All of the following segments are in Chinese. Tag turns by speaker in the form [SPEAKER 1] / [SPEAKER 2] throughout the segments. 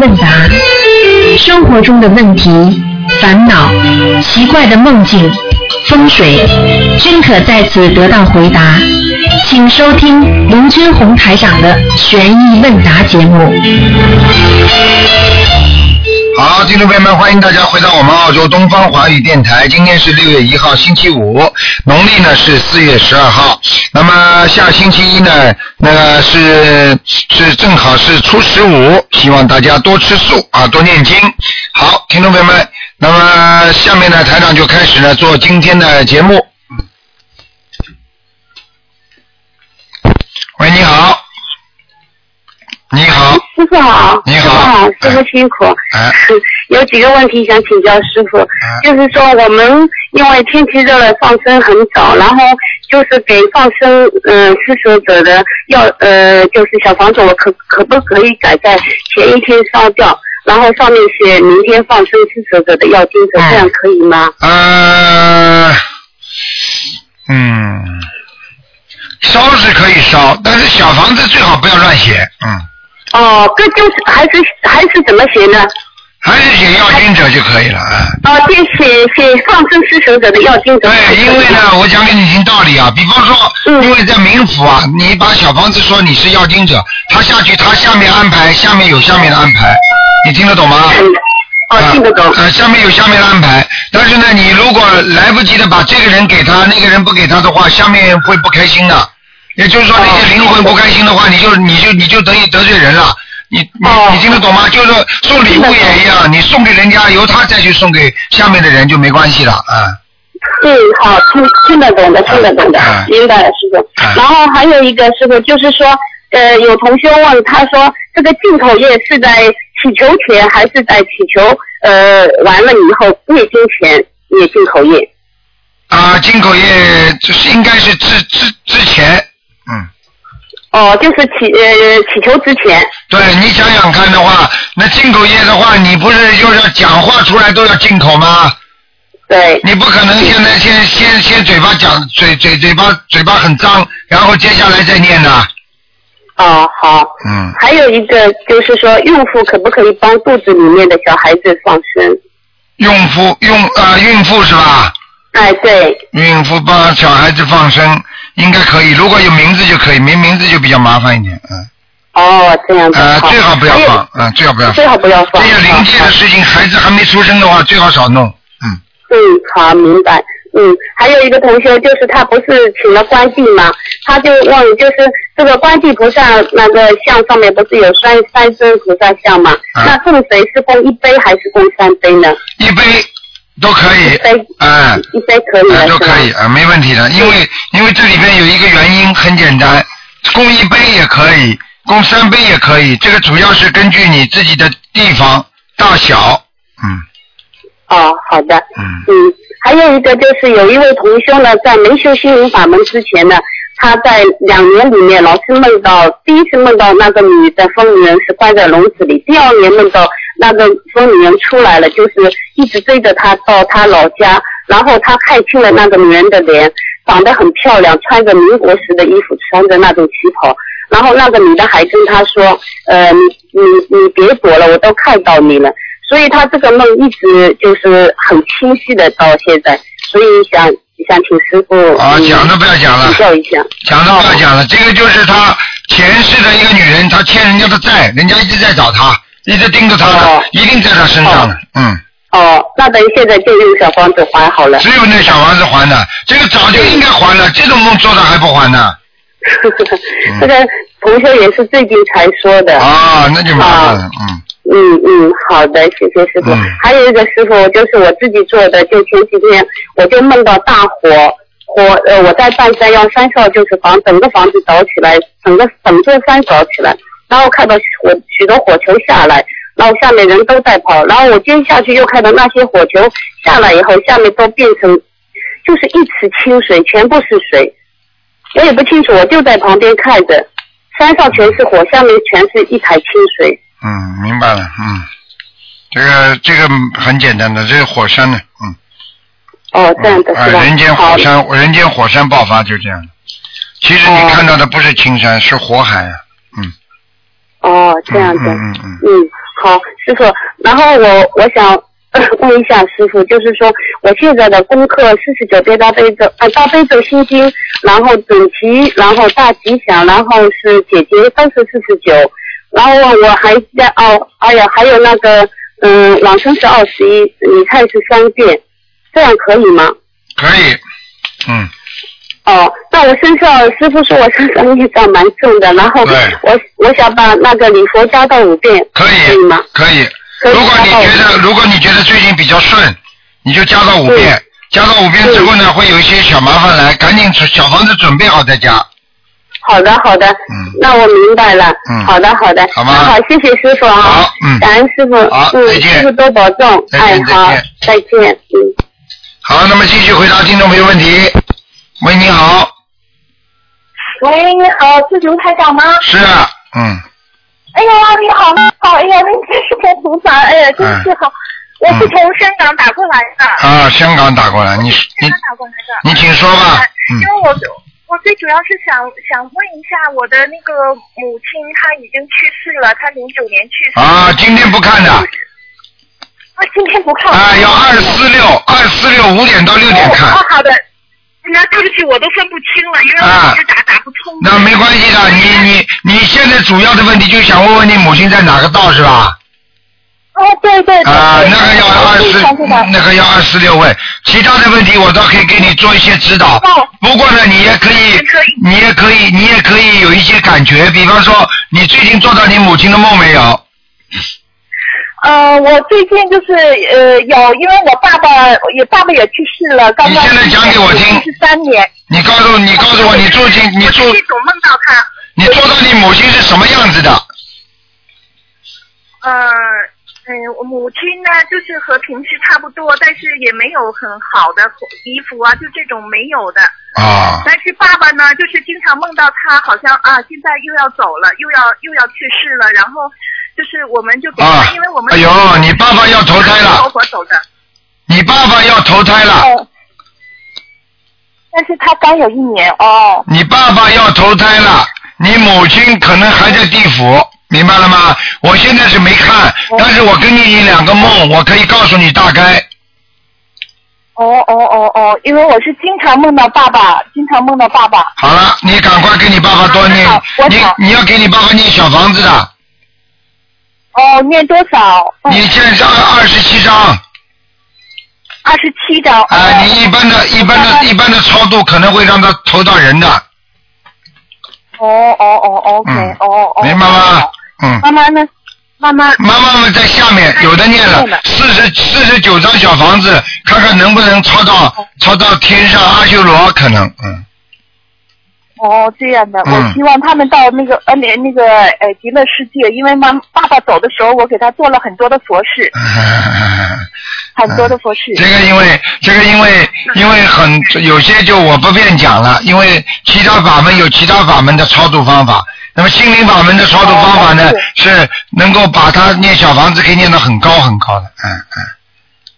[SPEAKER 1] 问答，生活中的问题、烦恼、奇怪的梦境、风水，均可在此得到回答。请收听卢军红台长的《悬疑问答》节目。
[SPEAKER 2] 好，听众朋友们，欢迎大家回到我们澳洲东方华语电台。今天是六月一号，星期五，农历呢是四月十二号。那么下星期一呢，那个是是正好是初十五，希望大家多吃素啊，多念经。好，听众朋友们，那么下面呢，台长就开始呢做今天的节目。喂，你好，你好，
[SPEAKER 3] 师傅好，
[SPEAKER 2] 你
[SPEAKER 3] 师傅
[SPEAKER 2] 好
[SPEAKER 3] 好，师傅辛苦。
[SPEAKER 2] 哎，
[SPEAKER 3] 有几个问题想请教师傅，就是说我们因为天气热了，放生很早，然后就是给放生嗯施舍者的要呃就是小房子，我可可不可以改在前一天烧掉，然后上面写明天放生施舍者的要经者，这样可以吗？
[SPEAKER 2] 呃，嗯，烧是可以烧，但是小房子最好不要乱写，嗯，
[SPEAKER 3] 哦，这就是还是还是怎么写呢？
[SPEAKER 2] 还是写要经者就可以了啊。嗯
[SPEAKER 3] 哦，这写写放生施舍者的要经者。
[SPEAKER 2] 对，因为呢，我讲给你听道理啊，比方说，因为在冥府啊，你把小房子说你是要经者，他下去，他下面安排，下面有下面的安排，你听得懂吗？
[SPEAKER 3] 哦，听得懂。
[SPEAKER 2] 呃，下面有下面的安排，但是呢，你如果来不及的把这个人给他，那个人不给他的话，下面会不开心的。也就是
[SPEAKER 3] 哦
[SPEAKER 2] 说，那些灵魂不开心的话，你就你就你就等于得罪人了。你你
[SPEAKER 3] 哦
[SPEAKER 2] 你听得懂吗？就是说送礼物也一样，你送给人家，由他再去送给下面的人就没关系了啊。
[SPEAKER 3] 对，好，听听得懂的，听得懂的，
[SPEAKER 2] 啊
[SPEAKER 3] 明白了，师傅。然后还有一个师傅就是说，呃，有同学问他说，这个进口业是在祈求前还是在祈求呃完了以后月经前也进口业？
[SPEAKER 2] 啊，进口业就是应该是之之之前，嗯
[SPEAKER 3] 哦，就是祈呃祈求之前。
[SPEAKER 2] 对你想想看的话，那进口业的话，你不是就是要讲话出来都要进口吗？
[SPEAKER 3] 对。
[SPEAKER 2] 你不可能现在先先先嘴巴讲嘴嘴嘴巴嘴巴很脏，然后接下来再念的。
[SPEAKER 3] 哦，好。
[SPEAKER 2] 嗯。
[SPEAKER 3] 还有一个就是说，孕妇可不可以帮肚子里面的小孩子放生？
[SPEAKER 2] 孕妇孕呃孕妇是吧？
[SPEAKER 3] 哎，对。
[SPEAKER 2] 孕妇帮小孩子放生应该可以，如果有名字就可以，没名字就比较麻烦一点，嗯。
[SPEAKER 3] 哦，这样
[SPEAKER 2] 子。呃，最好不要放，嗯，最好不要放。
[SPEAKER 3] 最好不要放。
[SPEAKER 2] 这些临界的事情，孩子还没出生的话，最好少弄。
[SPEAKER 3] 嗯，好，明白。嗯，还有一个同学就是他不是请了观地吗？他就问，就是这个观地菩萨那个像上面不是有三三尊菩萨像吗？
[SPEAKER 2] 啊
[SPEAKER 3] 那供谁是供一杯还是供三杯呢？
[SPEAKER 2] 一杯都可以，哎、
[SPEAKER 3] 一杯可以
[SPEAKER 2] 哎
[SPEAKER 3] 了，
[SPEAKER 2] 都
[SPEAKER 3] 是吧
[SPEAKER 2] 可以啊，没问题的。因为因为这里边有一个原因很简单，供一杯也可以，供三杯也可以，这个主要是根据你自己的地方大小。嗯
[SPEAKER 3] 哦，好的。嗯。还有一个就是有一位同修呢，在没修心灵法门之前呢，他在两年里面老是梦到，第一次梦到那个女的疯女人是关在笼子里，第二年梦到那个疯女人出来了，就是一直追着他到他老家，然后他看清了那个女人的脸，长得很漂亮，穿着民国时的衣服，穿着那种旗袍。然后那个女的还跟他说，呃，你你你别躲了，我都看到你了。所以他这个梦一直就是很清晰的到现在，所以想想请师傅
[SPEAKER 2] 啊，
[SPEAKER 3] 嗯
[SPEAKER 2] 讲都不要讲了
[SPEAKER 3] 指，教一下。
[SPEAKER 2] 讲都不要讲了，这个就是他前世的一个女人，她欠人家的债，人家一直在找她，一直盯着她的，一定在她身上的，嗯。
[SPEAKER 3] 哦，那等于现在就用小房子还好了。
[SPEAKER 2] 只有那小房子还的，这个早就应该还了，这种梦做的还不还呢？
[SPEAKER 3] 这个同学也是最近才说的。
[SPEAKER 2] 啊，那就麻烦了，嗯。
[SPEAKER 3] 嗯嗯，好的，谢谢师傅。还有一个师傅，就是我自己做的，就前几天我就梦到大火，火呃我在半山腰山上，就是房整个房子着起来，整个整座山着起来，然后看到火许多火球下来，然后下面人都在跑，然后我接下去又看到那些火球下来以后，下面都变成就是一池清水，全部是水，我也不清楚，我就在旁边看着，山上全是火，下面全是一台清水。
[SPEAKER 2] 嗯，明白了，嗯，这个这个很简单的，这是火山的，嗯，
[SPEAKER 3] 哦，这样的
[SPEAKER 2] 啊、
[SPEAKER 3] 是吧？
[SPEAKER 2] 人间
[SPEAKER 3] 好
[SPEAKER 2] 火山，人间火山爆发就这样。其实你看到的不是青山，是火海啊，
[SPEAKER 3] 嗯哦，这样的。
[SPEAKER 2] 嗯嗯嗯，
[SPEAKER 3] 嗯，好，
[SPEAKER 4] 师傅，然后我我想 呃问一下师傅，就是说我现在的功课四十九遍大悲咒，呃大悲咒心经，然后准提，然后大吉祥，然后是姐姐三十四十九，然后我还在哦，哎呀，还有那个嗯往生是二十一，你看是三遍，这样可以吗？
[SPEAKER 2] 可以，嗯，
[SPEAKER 4] 哦，那我身上师傅说我身上业障蛮重的，然后
[SPEAKER 2] 对
[SPEAKER 4] 我我想把那个礼佛加到五遍，
[SPEAKER 2] 可
[SPEAKER 4] 可以
[SPEAKER 3] 嗯
[SPEAKER 2] 以，
[SPEAKER 4] 吗？
[SPEAKER 2] 可以。
[SPEAKER 4] 可以
[SPEAKER 2] 如果
[SPEAKER 4] 加
[SPEAKER 2] 你
[SPEAKER 4] 到
[SPEAKER 2] 觉
[SPEAKER 4] 五
[SPEAKER 2] 得如果你觉得最近比较顺，你就加到五
[SPEAKER 4] 对
[SPEAKER 2] 遍，加到五遍之后呢，会有一些小麻烦来，赶紧准小房子准备好再加。
[SPEAKER 4] 好的，好的，
[SPEAKER 2] 嗯
[SPEAKER 4] 那我明白了。
[SPEAKER 2] 嗯
[SPEAKER 4] 好的，好的，
[SPEAKER 2] 好吗
[SPEAKER 4] 好，谢谢师傅啊。
[SPEAKER 2] 好嗯
[SPEAKER 4] 感恩师傅。
[SPEAKER 2] 好
[SPEAKER 4] 嗯，
[SPEAKER 2] 再见
[SPEAKER 4] 师傅多保重。
[SPEAKER 2] 再
[SPEAKER 4] 哎
[SPEAKER 2] 见，再
[SPEAKER 4] 好
[SPEAKER 2] 见，
[SPEAKER 4] 再见。嗯。
[SPEAKER 2] 好，那么继续回答听众朋友问题。喂，你好，
[SPEAKER 5] 喂，你好，是卢台长吗？
[SPEAKER 2] 是啊，嗯，
[SPEAKER 5] 哎呀，你好，你好，哎呀，那真是佛菩萨，哎呀，真是好，我是从香港打过来的，
[SPEAKER 2] 啊，香港打过来，你
[SPEAKER 5] 香
[SPEAKER 2] 你
[SPEAKER 5] 港打过来的，哎
[SPEAKER 2] 你请说吧，
[SPEAKER 5] 因
[SPEAKER 2] 嗯
[SPEAKER 5] 为我我最主要是想想问一下我的那个母亲，她已经去世了，她零九年去世，
[SPEAKER 2] 啊，今天不看的
[SPEAKER 5] 她今天不看，
[SPEAKER 2] 啊，要二四六二四六五点到六点看
[SPEAKER 5] 哦，，好的，那对不起，我都分不清了，因为
[SPEAKER 2] 啊
[SPEAKER 5] 我一直打、打不通，
[SPEAKER 2] 那没关系的，你你你现在主要的问题就想问问你母亲在哪个道是吧？
[SPEAKER 5] 哦，对对对，
[SPEAKER 2] 啊，
[SPEAKER 5] 对
[SPEAKER 2] 那个要二
[SPEAKER 5] 我非常知道
[SPEAKER 2] 十，那个要二十六位，其他的问题我倒可以给你做一些指导
[SPEAKER 5] 哦。
[SPEAKER 2] 不过呢，你也可以
[SPEAKER 5] 可以，
[SPEAKER 2] 你也可以，你也可以有一些感觉，比方说，你最近做到你母亲的梦没有？
[SPEAKER 5] 呃，我最近就是呃有，因为我爸爸也爸爸也去世了，刚刚
[SPEAKER 2] 你现在讲给我听
[SPEAKER 5] 十三年。
[SPEAKER 2] 你告诉你告诉我，你做进你做
[SPEAKER 5] 我总梦到他，
[SPEAKER 2] 你做到你母亲是什么样子的？
[SPEAKER 5] 呃嗯，我母亲呢就是和平时差不多，但是也没有很好的衣服啊，就这种没有的。
[SPEAKER 2] 啊
[SPEAKER 5] 但是爸爸呢，就是经常梦到他好像啊，现在又要走了，又要又要去世了，然后就是我们就给他，
[SPEAKER 2] 啊
[SPEAKER 5] 因为我！们
[SPEAKER 2] 哎呦，你爸爸要投胎
[SPEAKER 5] 活
[SPEAKER 2] 了，
[SPEAKER 5] 活走的。
[SPEAKER 2] 你爸爸要投胎了，
[SPEAKER 5] 哦，但是他刚有一年哦。
[SPEAKER 2] 你爸爸要投胎了，你母亲可能还在地府，明白了吗？我现在是没看，但是我根据你两个梦，我可以告诉你大概。
[SPEAKER 5] 哦哦哦哦，因为我是经常梦到爸爸，经常梦到爸爸。
[SPEAKER 2] 好了，你赶快给你爸爸多念
[SPEAKER 5] 好我，
[SPEAKER 2] 你
[SPEAKER 5] 懂
[SPEAKER 2] 你要给你爸爸念小房子的，
[SPEAKER 5] 哦，念多少？嗯
[SPEAKER 2] 你现在二十七章。
[SPEAKER 5] 二十七张。
[SPEAKER 2] 啊、
[SPEAKER 6] 哦
[SPEAKER 2] 你一般的、一般的、一般的超度可能会让他投到人的，
[SPEAKER 5] 哦哦哦，OK，
[SPEAKER 2] 嗯
[SPEAKER 5] 哦哦。
[SPEAKER 2] 明白吗？嗯，
[SPEAKER 5] 妈妈呢？妈妈，
[SPEAKER 2] 妈妈们在下面有的念了四十四十九张小房子，看看能不能超到超到天上阿修罗，可能，嗯，
[SPEAKER 5] 哦，这样的，
[SPEAKER 2] 嗯
[SPEAKER 5] 我希望他们到那个呃那那个呃极乐世界，因为妈爸爸走的时候，我给他做了很多的佛事，很多
[SPEAKER 2] 嗯
[SPEAKER 5] 的佛事。
[SPEAKER 2] 这个因为这个因为因为很有些就我不便讲了，因为其他法门有其他法门的超度方法。那么心灵法门的超度方法呢
[SPEAKER 5] 哦，
[SPEAKER 2] 是能够把它念小房子可以念到很高很高的，嗯嗯。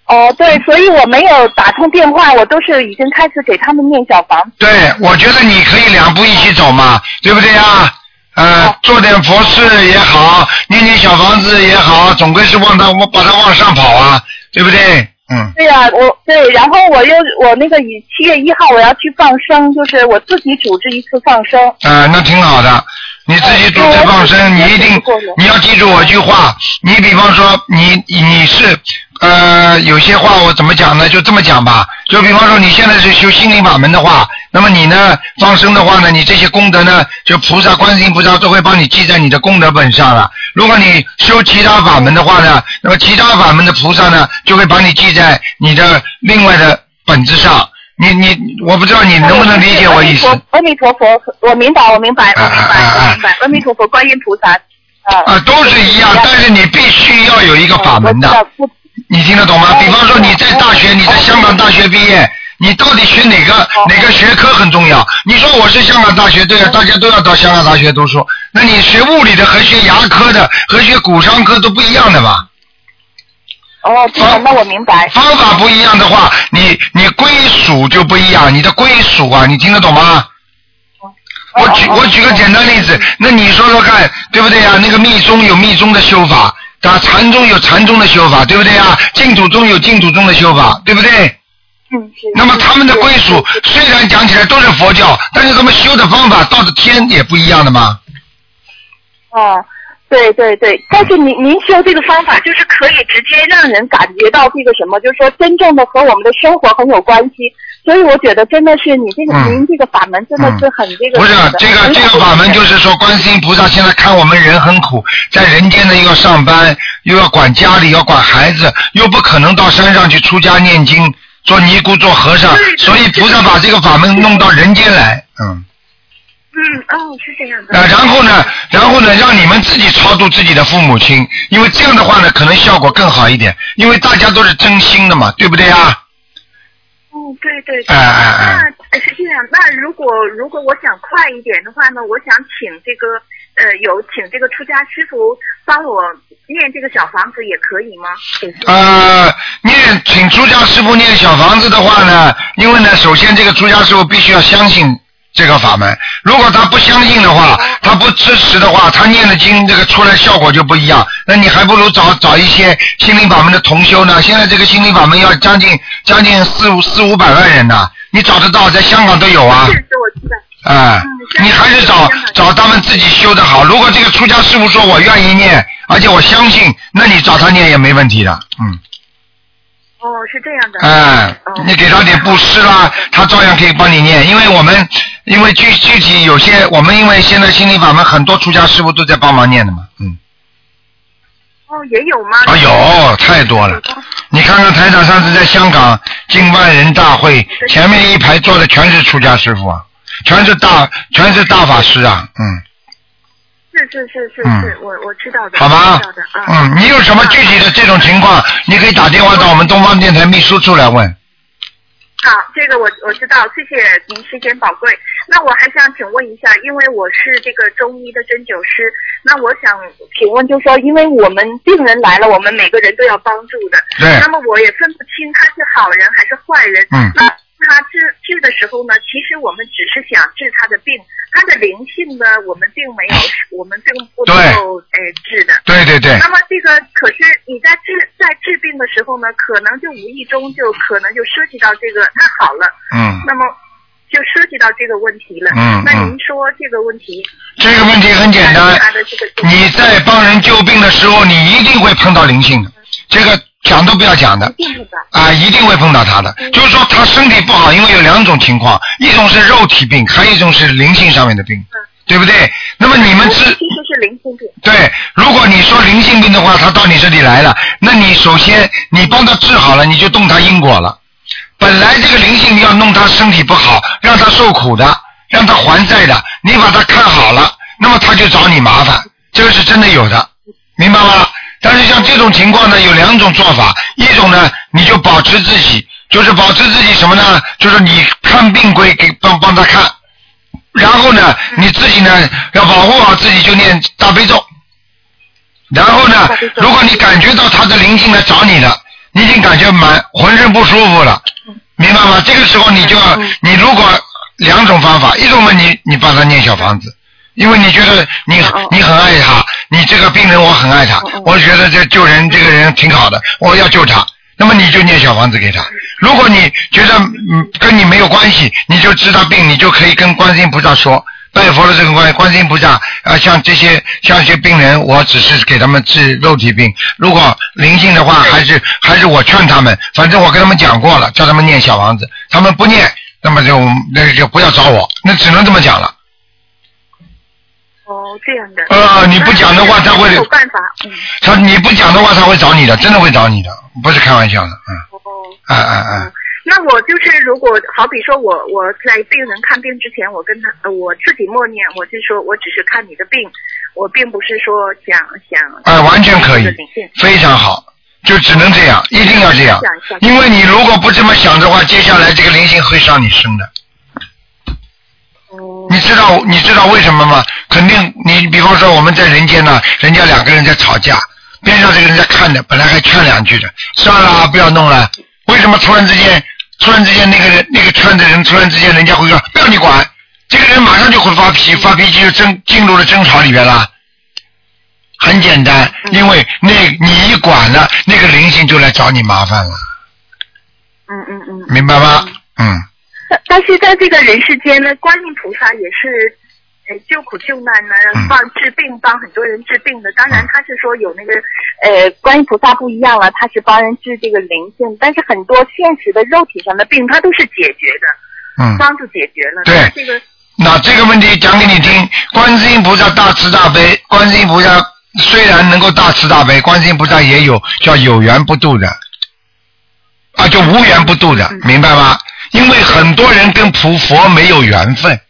[SPEAKER 5] 哦，对，所以我没有打通电话，我都是已经开始给他们念小房子。
[SPEAKER 2] 对，我觉得你可以两步一起走嘛，对不对呀？呃
[SPEAKER 5] 好，
[SPEAKER 2] 做点佛事也好，念念小房子也好，总归是往他往把他往上跑啊，对不对？嗯，
[SPEAKER 5] 对呀、我对，然后我又我那个以七月一号我要去放生，就是我自己组织一次放生。
[SPEAKER 2] 啊，那挺好的。你自己组织放生，你一定，你要记住我一句话。你比方说，你你是呃，有些话我怎么讲呢？就这么讲吧。就比方说，你现在是修心灵法门的话，那么你呢放生的话呢，你这些功德呢，就菩萨、观世音菩萨都会帮你记在你的功德本上了。如果你修其他法门的话呢，那么其他法门的菩萨呢，就会把你记在你的另外的本子上。你你，我不知道你能不能理解我意思。
[SPEAKER 5] 阿弥陀佛，我明白，我明白，我明
[SPEAKER 2] 啊啊啊
[SPEAKER 5] 白，我明白。阿弥陀佛，观音菩萨，啊
[SPEAKER 2] 啊，都是一样，但是你必须要有一个法门
[SPEAKER 5] 我知
[SPEAKER 2] 的
[SPEAKER 5] 道，不
[SPEAKER 2] 你听得懂吗？
[SPEAKER 5] 哦
[SPEAKER 2] 比方说你在大学，
[SPEAKER 5] 哦
[SPEAKER 2] 你在香港大学毕业，你到底学哪个
[SPEAKER 5] 哦
[SPEAKER 2] 哪个学科很重要？你说我是香港大学，对
[SPEAKER 5] 嗯
[SPEAKER 2] 啊，大家都要到香港大学读书，那你学物理的和学牙科的和学骨伤科都不一样的吧？
[SPEAKER 5] 哦，这
[SPEAKER 2] 啊
[SPEAKER 5] 个那我明白。
[SPEAKER 2] 方法不一样的话，你你归属就不一样，你的归属啊，你听得懂吗？我
[SPEAKER 5] 哦
[SPEAKER 2] 举我举个简单例子，那你说说看，对不对呀、那个密宗有密宗的修法，打禅宗有禅宗的修法，对不对啊？净土宗有净土宗的修法，对不对？
[SPEAKER 5] 嗯，是
[SPEAKER 2] 那么他们的归属虽然讲起来都是佛教，但是他们修的方法到的天也不一样的嘛。
[SPEAKER 5] 哦，对对对，但是您您说这个方法就是可以直接让人感觉到这个什么，就是说真正的和我们的生活很有关系。所以我觉得真的是你这个、
[SPEAKER 2] 嗯
[SPEAKER 5] 您这个法门真的是很这个、
[SPEAKER 2] 不是这个这个法门，就是是说，观世音菩萨现在看我们人很苦，在人间呢又要上班，又要管家里，要管孩子，又不可能到山上去出家念经、做尼姑、做和尚，所以菩萨把这个法门弄到人间来，嗯，
[SPEAKER 5] 嗯哦是这样的
[SPEAKER 2] 呃，然后呢，然后呢，让你们自己超度自己的父母亲，因为这样的话呢，可能效果更好一点，因为大家都是真心的嘛，对不对啊？
[SPEAKER 5] 嗯对对
[SPEAKER 2] 哎哎哎。
[SPEAKER 5] 那是这样，那如果如果我想快一点的话呢，我想请这个呃有请这个出家师傅帮我念这个小房子也可以吗？
[SPEAKER 2] 呃，念请出家师傅念小房子的话呢，因为呢，首先这个出家师傅必须要相信这个法门，如果他不相信的话，他不支持的话，他念的经这个出来效果就不一样。那你还不如找找一些心灵法门的同修呢。现在这个心灵法门要将近将近四五四五百万人呢，你找得到，在香港都有啊。
[SPEAKER 5] 是是，我知道。
[SPEAKER 2] 啊、你还是找找他们自己修的好。如果这个出家师傅说我愿意念，而且我相信，那你找他念也没问题的，嗯。
[SPEAKER 5] 哦，是这样的。
[SPEAKER 2] 哎、
[SPEAKER 5] 哦
[SPEAKER 2] 你给他点布施啦，他照样可以帮你念，因为我们，因为具具体有些我们因为现在心理法门很多出家师傅都在帮忙念的嘛，嗯，
[SPEAKER 5] 哦，也有吗？
[SPEAKER 2] 啊有太多了，你看看台长上次在香港近万人大会前面一排坐的全是出家师傅啊，全是大全是大法师啊，嗯，
[SPEAKER 5] 是是是是
[SPEAKER 2] 嗯
[SPEAKER 5] 是，我我知道的，
[SPEAKER 2] 好
[SPEAKER 5] 我
[SPEAKER 2] 吧
[SPEAKER 5] 知道的啊，。
[SPEAKER 2] 嗯，你有什么具体的这种情况，你可以打电话到我们东方电台秘书处来问，
[SPEAKER 5] 好，这个我我知道，谢谢您时间宝贵。那我还想请问一下，因为我是这个中医的针灸师，那我想请问，就说因为我们病人来了，我们每个人都要帮助的，
[SPEAKER 2] 对
[SPEAKER 5] 那，么我也分不清他是好人还是坏人。
[SPEAKER 2] 嗯
[SPEAKER 5] 那他治治的时候呢，其实我们只是想治他的病，他的灵性呢，我们并没有，我们并不
[SPEAKER 2] 对
[SPEAKER 5] 能够呃治的。
[SPEAKER 2] 对对对
[SPEAKER 5] 那，么这个可是你在治在治病的时候呢，可能就无意中就可能就涉及到这个，那好了，
[SPEAKER 2] 嗯。
[SPEAKER 5] 那么就涉及到这个问题了。
[SPEAKER 2] 嗯
[SPEAKER 5] 那
[SPEAKER 2] 嗯
[SPEAKER 5] 您说这个问题，
[SPEAKER 2] 这个问题很简单
[SPEAKER 5] 他的这个，
[SPEAKER 2] 你在帮人救病的时候，你一定会碰到灵性的，这个讲都不要讲的
[SPEAKER 5] 病是吧？
[SPEAKER 2] 啊，一定会碰到他的。就是说他身体不好，因为有两种情况，一种是肉体病，还有一种是灵性上面的病，对不对？那么你们知
[SPEAKER 5] 哦其实是灵性病。
[SPEAKER 2] 对，如果你说灵性病的话，他到你这里来了，那你首先你帮他治好了，你就动他因果了。本来这个灵性要弄他身体不好，让他受苦的，让他还债的，你把他看好了，那么他就找你麻烦，这个是真的有的，明白吗？但是像这种情况呢，有两种做法，一种呢，你就保持自己，就是保持自己什么呢？就是你看病归给帮帮他看，然后呢，
[SPEAKER 5] 嗯
[SPEAKER 2] 你自己呢要保护好自己，就念大悲咒。然后呢
[SPEAKER 5] 大悲，咒
[SPEAKER 2] 如果你感觉到他的灵性来找你了，你已经感觉满浑身不舒服了，
[SPEAKER 5] 嗯
[SPEAKER 2] 明白吗？这个时候你就要，你如果两种方法，一种嘛你你帮他念小房子，因为你觉得你你很爱他，你这个病人我很爱他，我觉得这救人这个人挺好的，我要救他，那么你就念小房子给他。如果你觉得嗯跟你没有关系，你就知道病，你就可以跟观世音菩萨说。拜佛的这个观观世音菩萨啊、呃像这些像一些病人，我只是给他们治肉体病。如果灵性的话，还是还是我劝他们，反正我跟他们讲过了，叫他们念小房子，他们不念，那么就那就不要找我，那只能这么讲了。
[SPEAKER 5] 哦，这样的。
[SPEAKER 2] 呃你不讲的话他会
[SPEAKER 5] 没有办法。嗯。
[SPEAKER 2] 他你不讲的话，他会找你的，真的会找你的，不是开玩笑的，嗯，
[SPEAKER 5] 哦。
[SPEAKER 2] 哎哎哎，
[SPEAKER 5] 那我就是，如果好比说我我在病人看病之前，我跟他呃我自己默念，我就说我只是看你的病，我并不是说想想。
[SPEAKER 2] 哎，完全可以
[SPEAKER 5] 这个灵性，
[SPEAKER 2] 非常好，就只能这样，一定要这样
[SPEAKER 5] 想一下，
[SPEAKER 2] 因为你如果不这么想的话，接下来这个灵性会上你身的。
[SPEAKER 5] 哦
[SPEAKER 2] 你知道你知道为什么吗？肯定你比方说我们在人间呢，人家两个人在吵架，边上这个人在看着，本来还劝两句的，算了，啊不要弄了。为什么突然之间，突然之间那个人那个劝的人，突然之间人家会说不要你管，这个人马上就会发脾气，发脾气就争进入了争吵里边了。很简单，因为那你一管了，那个灵性就来找你麻烦了，
[SPEAKER 5] 嗯嗯嗯。
[SPEAKER 2] 明白吗？嗯，
[SPEAKER 5] 但但是在这个人世间呢，观音菩萨也是呃救苦救难呢
[SPEAKER 2] 嗯，
[SPEAKER 5] 帮治病，帮很多人治病的。当然他是说有那个呃观音菩萨不一样了，他是帮人治这个灵性，但是很多现实的肉体上的病，他都是解决的，
[SPEAKER 2] 嗯。
[SPEAKER 5] 帮助解决了。
[SPEAKER 2] 对
[SPEAKER 5] 那这个
[SPEAKER 2] 那这个问题讲给你听，观世音菩萨大慈大悲，观世音菩萨虽然能够大慈大悲，观世音菩萨也有叫有缘不渡的，啊，就无缘不渡的，明白吗？因为很多人跟菩佛没有缘分，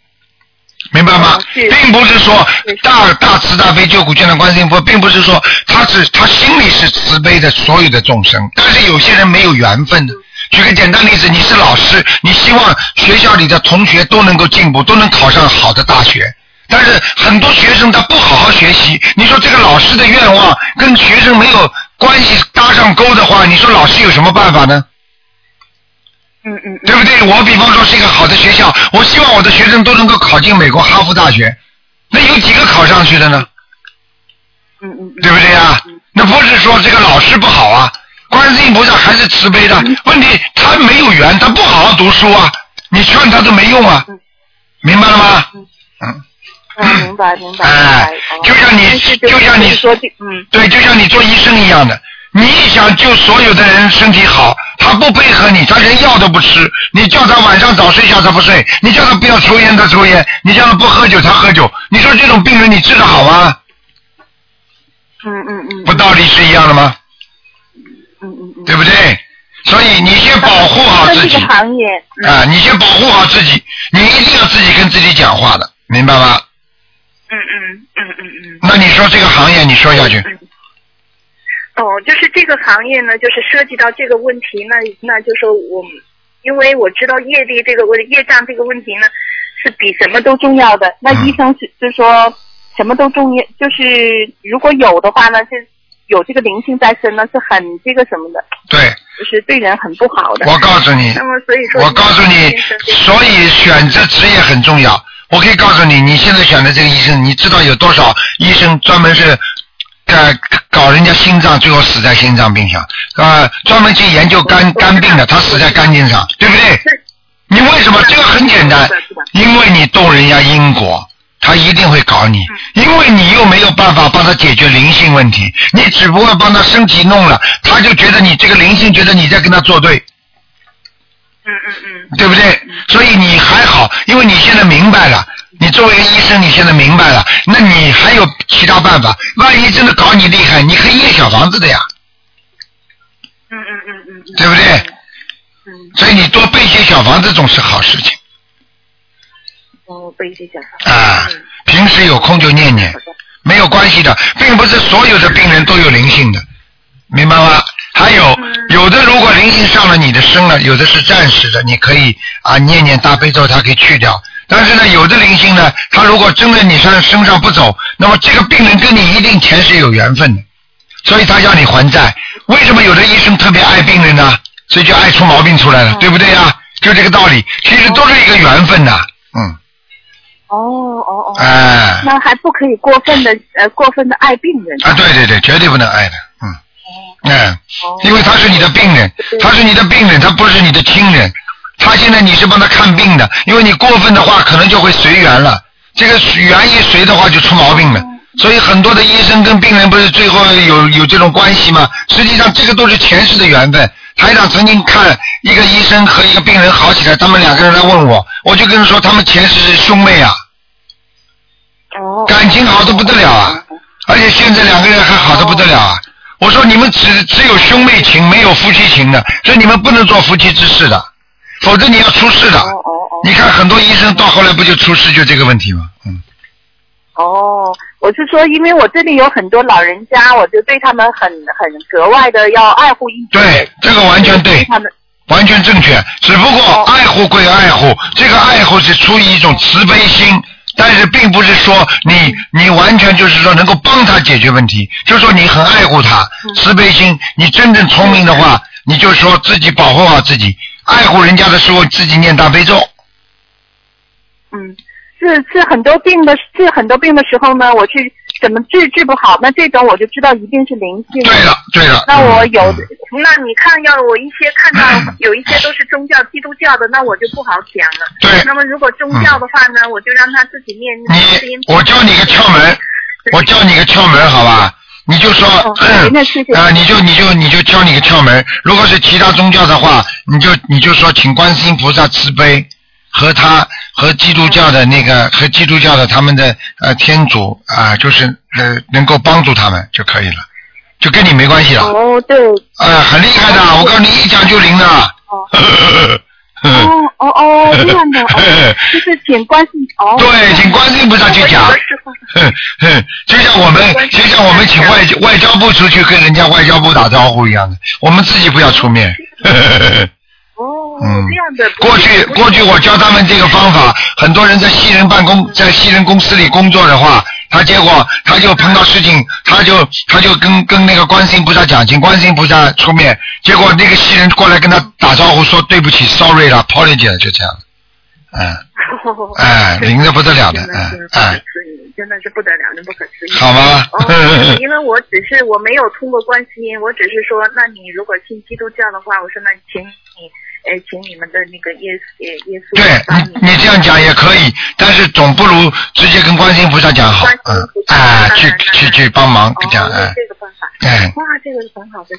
[SPEAKER 2] 明白吗
[SPEAKER 5] 哦？是
[SPEAKER 2] 并不是说大大慈大悲救苦救难观世音佛，并不是说他是他心里是慈悲的所有的众生，但是有些人没有缘分的。举个简单例子，你是老师，你希望学校里的同学都能够进步，都能考上好的大学。但是很多学生他不好好学习，你说这个老师的愿望跟学生没有关系搭上钩的话，你说老师有什么办法呢？
[SPEAKER 5] 嗯嗯嗯
[SPEAKER 2] 对不对？我比方说是一个好的学校，我希望我的学生都能够考进美国哈佛大学，那有几个考上去的呢？
[SPEAKER 5] 嗯嗯
[SPEAKER 2] 对不对啊？那不是说这个老师不好啊，观世音菩萨还是慈悲的。
[SPEAKER 5] 嗯
[SPEAKER 2] 问题他没有缘，他不好好读书啊，你劝他都没用啊，明白了吗？
[SPEAKER 5] 嗯，明白明白明
[SPEAKER 2] 哎
[SPEAKER 5] 白。哦
[SPEAKER 2] 就像你
[SPEAKER 5] 但是
[SPEAKER 2] 就像你
[SPEAKER 5] 是说这嗯
[SPEAKER 2] 对，就像你做医生一样的，你想救所有的人身体好，他不配合你，他连药都不吃，你叫他晚上早睡觉他不睡，你叫他不要抽烟他抽烟，你叫他不喝酒他喝酒，你说这种病人你治得好吗？
[SPEAKER 5] 嗯嗯嗯
[SPEAKER 2] 不道理是一样的吗？
[SPEAKER 5] 嗯嗯嗯。
[SPEAKER 2] 对不对？所以你先保护好
[SPEAKER 5] 那
[SPEAKER 2] 自
[SPEAKER 5] 这
[SPEAKER 2] 己
[SPEAKER 5] 个行业，嗯
[SPEAKER 2] 啊，你先保护好自己，你一定要自己跟自己讲话的，明白吗？
[SPEAKER 5] 嗯嗯嗯嗯嗯。
[SPEAKER 2] 那你说这个行业，你说下去，
[SPEAKER 5] 哦，就是这个行业呢，就是涉及到这个问题，那那就说我们，因为我知道业力这个问业障这个问题呢，是比什么都重要的。那
[SPEAKER 2] 嗯
[SPEAKER 5] 医生是就说什么都重要，就是如果有的话呢，是有这个灵性在身呢，是很这个什么的，
[SPEAKER 2] 对
[SPEAKER 5] 就是对人很不好的。
[SPEAKER 2] 我告诉你，
[SPEAKER 5] 那么所以说，
[SPEAKER 2] 我告诉你，所以选择职业很重要。我可以告诉你，你现在选的这个医生，你知道有多少医生专门是呃搞人家心脏，最后死在心脏病上，啊，专门去研究肝肝病的，他死在肝经上，对不对？你为什么？这个很简单，因为你动人家因果，他一定会搞你，因为你又没有办法帮他解决灵性问题，你只不过帮他身体弄了，他就觉得你这个灵性觉得你在跟他作对，
[SPEAKER 5] 嗯嗯嗯
[SPEAKER 2] 对不对？所以你还好，因为你现在明白了，你作为一个医生，你现在明白了，那你还有其他办法？万一真的搞你厉害，你可以念小房子的呀，
[SPEAKER 5] 嗯嗯嗯嗯嗯
[SPEAKER 2] 对不对？
[SPEAKER 5] 嗯，
[SPEAKER 2] 所以你多背些小房子总是好事情
[SPEAKER 5] 我背这些。
[SPEAKER 2] 啊
[SPEAKER 5] 嗯。
[SPEAKER 2] 平时有空就念念
[SPEAKER 5] 好，的
[SPEAKER 2] 没有关系的，并不是所有的病人都有灵性的，明白吗？还有
[SPEAKER 5] 嗯
[SPEAKER 2] 有的如果灵性上了你的身了，有的是暂时的，你可以啊念念大悲咒，它可以去掉。但是呢，有的灵性呢，它如果真的你身身上不走，那么这个病人跟你一定前世有缘分的，所以他要你还债。为什么有的医生特别爱病人呢？所以就爱出毛病出来
[SPEAKER 5] 嗯
[SPEAKER 2] 了，对不对呀？就这个道理，其实都是一个缘分呐。嗯，
[SPEAKER 5] 哦哦哦。
[SPEAKER 2] 哎，
[SPEAKER 5] 那还不可以过分的呃过分的爱病人。
[SPEAKER 2] 啊，对对对，绝对不能爱的，嗯，嗯，因为他是你的病人，他是你的病人，他不是你的亲人，他现在你是帮他看病的，因为你过分的话，可能就会随缘了，这个缘一随的话就出毛病了。所以很多的医生跟病人不是最后有有这种关系吗？实际上这个都是前世的缘分。台长曾经看一个医生和一个病人好起来，他们两个人来问我，我就跟他说他们前世是兄妹啊。
[SPEAKER 5] 哦
[SPEAKER 2] 感情好的不得了啊，而且现在两个人还好的不得了啊。我说你们只只有兄妹情，没有夫妻情的，所以你们不能做夫妻之事的，否则你要出事的。
[SPEAKER 5] 哦哦
[SPEAKER 2] 你看很多医生到后来不就出事就这个问题吗？嗯，
[SPEAKER 5] 哦哦，我是说，因为我这里有很多老人家，我就对他们很很格外的要爱护一点。
[SPEAKER 2] 对，这个完全对，
[SPEAKER 5] 他们
[SPEAKER 2] 完全正确。只不过
[SPEAKER 5] 哦
[SPEAKER 2] 爱护归爱护，这个爱护是出于一种慈悲心，但是并不是说你你完全就是说能够帮他解决问题，就说你很爱护他，
[SPEAKER 5] 嗯
[SPEAKER 2] 慈悲心。你真正聪明的话，你就说自己保护好自己，爱护人家的时候自己念大悲咒。
[SPEAKER 5] 嗯，是是很多病的，是很多病的时候呢，我去怎么治治不好，那这种我就知道一定是灵性。
[SPEAKER 2] 对了，对了。
[SPEAKER 5] 那我有
[SPEAKER 2] 嗯，
[SPEAKER 5] 那你看，要我一些看 到有一些都是宗教基督教的，那我就不好讲了。
[SPEAKER 2] 对嗯
[SPEAKER 5] 那么如果宗教的话呢，我就让他自己念观哎音
[SPEAKER 2] 你，我教你个窍门，我教你个窍门，好吧？你就说，
[SPEAKER 5] 哦好那谢谢
[SPEAKER 2] 啊、你就你就你就教你个窍门。如果是其他宗教的话，你就你就说，请观世音菩萨慈悲，和他和基督教的那个和基督教的他们的呃天主啊、就是呃能够帮助他们就可以了，就跟你没关系了。
[SPEAKER 5] 哦，对，
[SPEAKER 2] 呃，很厉害的，我告诉你，一讲就灵的。嗯
[SPEAKER 5] 哦哦哦，这样的，哦，就是请关心 哦。
[SPEAKER 2] 对，请观世音菩萨去讲
[SPEAKER 5] 我有个。师傅
[SPEAKER 2] 哼哼， 就像我们就像我们请外外交部出去跟人家外交部打招呼一样的，我们自己不要出面。 呵呵呵
[SPEAKER 5] 哦，
[SPEAKER 2] 嗯
[SPEAKER 5] 这样的。不是
[SPEAKER 2] 过去过去我教他们这个方法，很多人在西人办公在西人公司里工作的话，他结果他就碰到事情，他就他就跟跟那个观世音菩萨讲，请观世音菩萨出面，结果那个西人过来跟他打招呼说对不起，sorry 了，apology 了，就这样。嗯，
[SPEAKER 5] 哦
[SPEAKER 2] 哎，灵的不得了的，
[SPEAKER 5] 真的
[SPEAKER 2] 嗯
[SPEAKER 5] 是不可
[SPEAKER 2] 哎，
[SPEAKER 5] 思议，真的是不得了，真不可思议。
[SPEAKER 2] 好吗？
[SPEAKER 5] 哦，因为我只是我没有通过观世音，我只是说，那你如果信基督教的话，我说那请你，呃，请你们的那个耶耶耶稣
[SPEAKER 2] 对
[SPEAKER 5] 帮
[SPEAKER 2] 你，你这样讲也可以，但是总不如直接跟观世音菩萨讲好
[SPEAKER 5] 观，世
[SPEAKER 2] 嗯
[SPEAKER 5] 音菩，萨
[SPEAKER 2] 哎，
[SPEAKER 5] 当然
[SPEAKER 2] 去
[SPEAKER 5] 当然
[SPEAKER 2] 去去帮忙
[SPEAKER 5] 哦，
[SPEAKER 2] 这样，哎，
[SPEAKER 5] 这个办法，
[SPEAKER 2] 哎。
[SPEAKER 5] 哇，这个是很好的，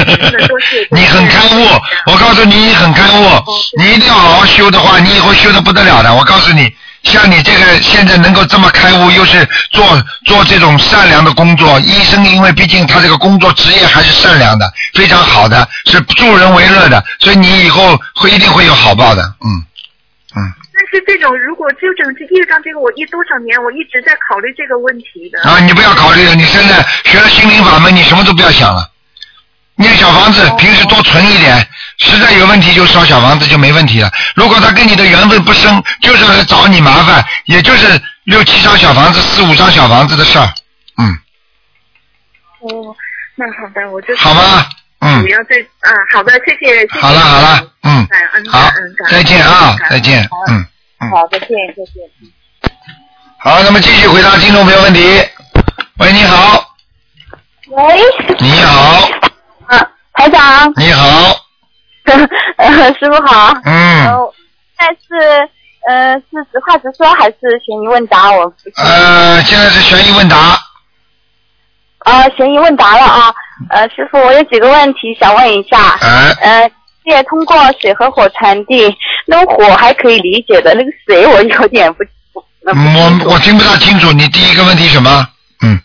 [SPEAKER 5] 真的 都是
[SPEAKER 2] 你很开悟，我告诉你，你很开悟，
[SPEAKER 5] 哦
[SPEAKER 2] 你一定要好好修的话，你以后修的不得了的。我告诉你，像你这个现在能够这么开悟，又是做做这种善良的工作，医生因为毕竟他这个工作职业还是善良的，非常好的，是助人为乐的，所以你以后会一定会有好报的，嗯。
[SPEAKER 5] 但是这种如果纠正这业障这个，我一多少年我一直在考虑这个问题的。
[SPEAKER 2] 啊，你不要考虑了，你现在学了心灵法门，你什么都不要想了。念小房子，平时多存一点，实在有问题就烧小房子就没问题了。如果他跟你的缘分不深，就是来找你麻烦，也就是六七张小房子、四五张小房子的事儿，嗯，
[SPEAKER 5] 哦，那好的，我就是
[SPEAKER 2] 好吗？嗯
[SPEAKER 5] 主，要这啊，好的，谢谢，谢谢。
[SPEAKER 2] 好了好了，嗯，
[SPEAKER 5] 感恩感
[SPEAKER 2] 好
[SPEAKER 5] 恩，感恩
[SPEAKER 2] 再见啊，再见
[SPEAKER 5] 好，
[SPEAKER 2] 嗯嗯。
[SPEAKER 5] 好，再见，再见。
[SPEAKER 2] 好，那么继续回答听众朋友问题。喂，你好，
[SPEAKER 6] 喂，
[SPEAKER 2] 你好，
[SPEAKER 6] 啊，台长，
[SPEAKER 2] 你好，
[SPEAKER 6] 呃，师傅好。
[SPEAKER 2] 嗯，
[SPEAKER 6] 呃，现在是呃是直话直说还是悬疑问答？我不
[SPEAKER 2] 呃，现在是悬疑问答，
[SPEAKER 6] 呃悬疑问答了啊。呃，师傅，我有几个问题想问一下。
[SPEAKER 2] 哎、
[SPEAKER 6] 呃，也通过水和火传递，那火还可以理解的，那个水我有点不。呃不
[SPEAKER 2] 嗯我我听不大清楚，你第一个问题什么？嗯，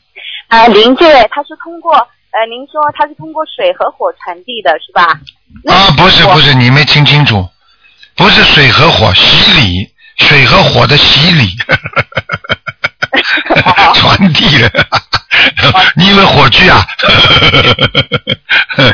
[SPEAKER 6] 呃，灵界它是通过呃，您说它是通过水和火传递的是吧？那
[SPEAKER 2] 啊，不是
[SPEAKER 6] 火
[SPEAKER 2] 不是，你没听清楚，不是水和火，洗礼，水和火的洗 礼，传递了，你以为火炬 啊？
[SPEAKER 6] 那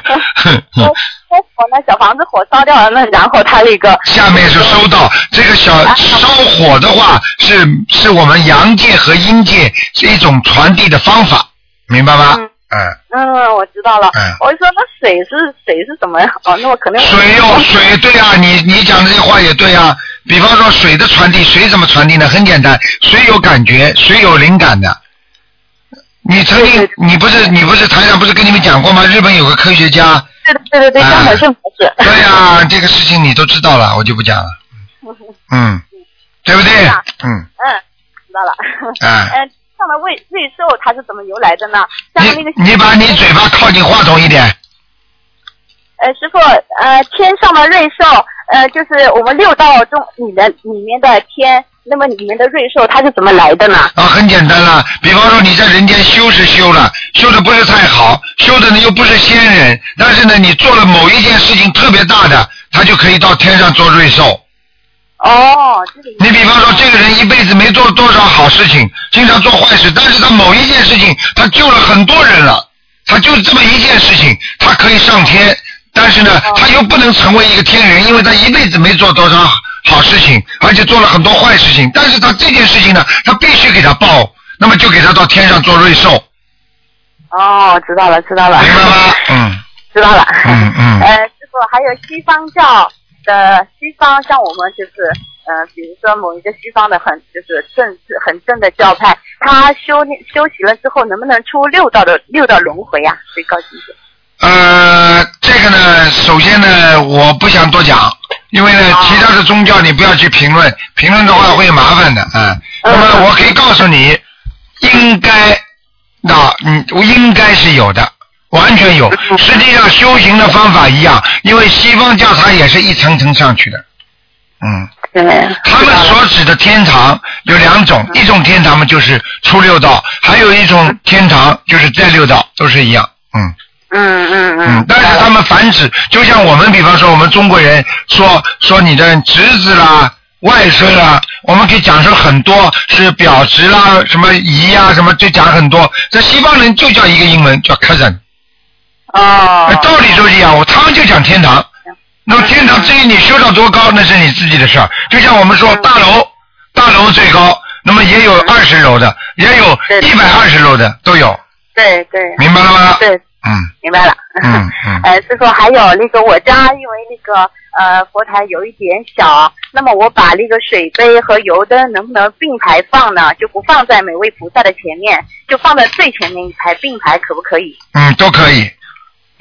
[SPEAKER 6] 那火呢？小房子火烧掉了，那然后它那个
[SPEAKER 2] 下面是收到这个
[SPEAKER 6] 啊
[SPEAKER 2] 小烧火的话，是是我们阳界和阴界是一种传递的方法，明白吗？
[SPEAKER 6] 嗯
[SPEAKER 2] 嗯
[SPEAKER 6] 嗯，我知道了。
[SPEAKER 2] 嗯
[SPEAKER 6] 我就说那水是水是什么呀？哦，那我可能
[SPEAKER 2] 水哟、水对啊，你你讲这些话也对啊。比方说水的传递，水怎么传递呢？很简单，水有感觉，水有灵感的。你曾经
[SPEAKER 6] 对对，
[SPEAKER 2] 你不是你不是台上不是跟你们讲过吗？日本有个科学家，
[SPEAKER 6] 对对对对对，
[SPEAKER 2] 哎
[SPEAKER 6] 江本胜博士。
[SPEAKER 2] 对呀、这个事情你都知道了，我就不讲 了。嗯，对不对
[SPEAKER 6] 是啊？
[SPEAKER 2] 嗯，
[SPEAKER 6] 嗯，知道了。
[SPEAKER 2] 哎，
[SPEAKER 6] 嗯，上的胃胃受它是怎么由来的呢？像那个
[SPEAKER 2] 你你把你嘴巴靠近话筒一点。
[SPEAKER 6] 呃师傅呃天上的瑞兽呃就是我们六道中里的里面的天，那么里面的瑞兽它是怎么来的呢？
[SPEAKER 2] 啊，很简单啦。比方说你在人间修是修了，修的不是太好，修的呢又不是仙人，但是呢你做了某一件事情特别大的，他就可以到天上做瑞兽。
[SPEAKER 6] 哦，这个
[SPEAKER 2] 你比方说这个人一辈子没做多少好事情，经常做坏事，但是他某一件事情他救了很多人了，他就这么一件事情，他可以上天，但是呢他又不能成为一个天人，因为他一辈子没做多少好事情，而且做了很多坏事情，但是他这件事情呢，他必须给他报，那么就给他到天上做瑞兽，
[SPEAKER 6] 哦，知道了知道了，
[SPEAKER 2] 明白吗？嗯
[SPEAKER 6] 知道了。
[SPEAKER 2] 嗯嗯，
[SPEAKER 6] 呃，师傅，还有西方教的西方，像我们就是呃，比如说某一个西方的很就是正很正的教派，他修炼修习了之后，能不能出六道的六道轮回呀、啊？最高境界。
[SPEAKER 2] 呃，这个呢，首先呢，我不想多讲，因为呢，其他的宗教你不要去评论，评论的话会麻烦的啊。那么我可以告诉你，应该，那嗯，应该是有的，完全有。实际上修行的方法一样，因为西方教它也是一层层上去的，嗯。
[SPEAKER 6] 对。
[SPEAKER 2] 他们所指的天堂有两种，一种天堂嘛就是出六道，还有一种天堂就是在六道，都是一样，嗯。
[SPEAKER 6] 嗯嗯
[SPEAKER 2] 嗯，但是他们繁殖，就像我们，比方说我们中国人说说你的侄子啦、外孙啦，我们可以讲出很多是表侄啦、什么姨呀、什么，就讲很多。在西方人就叫一个英文叫 cousin，
[SPEAKER 6] 哦嗯
[SPEAKER 2] 哎，道理都一样，我他们就讲天堂。那么天堂至于你修到多高，那是你自己的事儿。就像我们
[SPEAKER 6] 嗯
[SPEAKER 2] 说大楼，大楼最高，那么也有二十楼的，也有
[SPEAKER 6] 对
[SPEAKER 2] 一百二十楼的，都有，
[SPEAKER 6] 对对
[SPEAKER 2] 明白了吗？
[SPEAKER 6] 对，
[SPEAKER 2] 嗯
[SPEAKER 6] 明白了。
[SPEAKER 2] 嗯嗯。
[SPEAKER 6] 呃，师傅，还有那个我家因为那个呃佛台有一点小，那么我把那个水杯和油灯能不能并排放呢？就不放在每位菩萨的前面，就放在最前面一排并排，可不可以？
[SPEAKER 2] 嗯，都可以。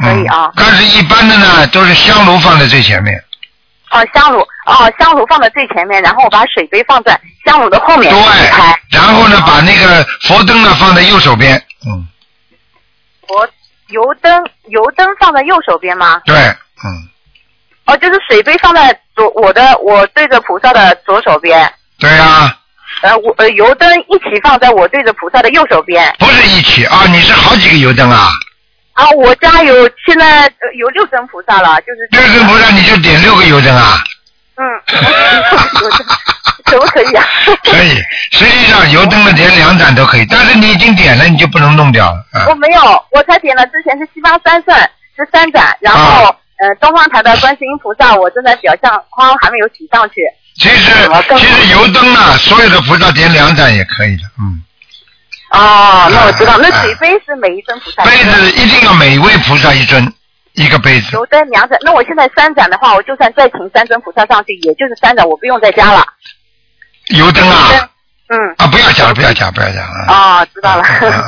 [SPEAKER 2] 嗯、
[SPEAKER 6] 可以啊
[SPEAKER 2] 但是一般的呢，都是香炉放在最前面。
[SPEAKER 6] 哦，香炉哦，香炉放在最前面，然后我把水杯放在香炉的后面
[SPEAKER 2] 对
[SPEAKER 6] 一排。。
[SPEAKER 2] 然后呢，把那个佛灯呢放在右手边。嗯，
[SPEAKER 6] 我油灯油灯放在右手边吗？
[SPEAKER 2] 对，嗯，
[SPEAKER 6] 哦，就是水杯放在左我的我对着菩萨的左手边，
[SPEAKER 2] 对啊呀、
[SPEAKER 6] 呃我呃油灯一起放在我对着菩萨的右手边。
[SPEAKER 2] 不是一起啊，你是好几个油灯啊？
[SPEAKER 6] 啊，我家有现在呃有六尊菩萨了，就是
[SPEAKER 2] 六根菩萨你就点六个油灯 啊？
[SPEAKER 6] 嗯，我家可不可以 啊？
[SPEAKER 2] 可以，实际上油灯呢点两盏都可以，但是你已经点了，你就不能弄掉了啊
[SPEAKER 6] 我。没有，我才点了，之前是七八三圣是三盏，然后、
[SPEAKER 2] 啊
[SPEAKER 6] 呃东方台的观世音菩萨，我正在表象框还没有举上去。
[SPEAKER 2] 其实其实油灯呢，所有的菩萨点两盏也可以的，嗯。
[SPEAKER 6] 哦，那我知道，那
[SPEAKER 2] 啊
[SPEAKER 6] 水杯是每一尊菩萨一
[SPEAKER 2] 杯
[SPEAKER 6] 尊。
[SPEAKER 2] 子一定要每位菩萨一尊，一个杯子。
[SPEAKER 6] 油灯两盏，那我现在三盏的话，我就算再请三尊菩萨上去，也就是三盏，我不用再加了。
[SPEAKER 2] 油灯啊。
[SPEAKER 6] 嗯，
[SPEAKER 2] 啊，不要讲了，不要讲，不要讲了。
[SPEAKER 6] 哦，知道了。啊
[SPEAKER 2] 嗯嗯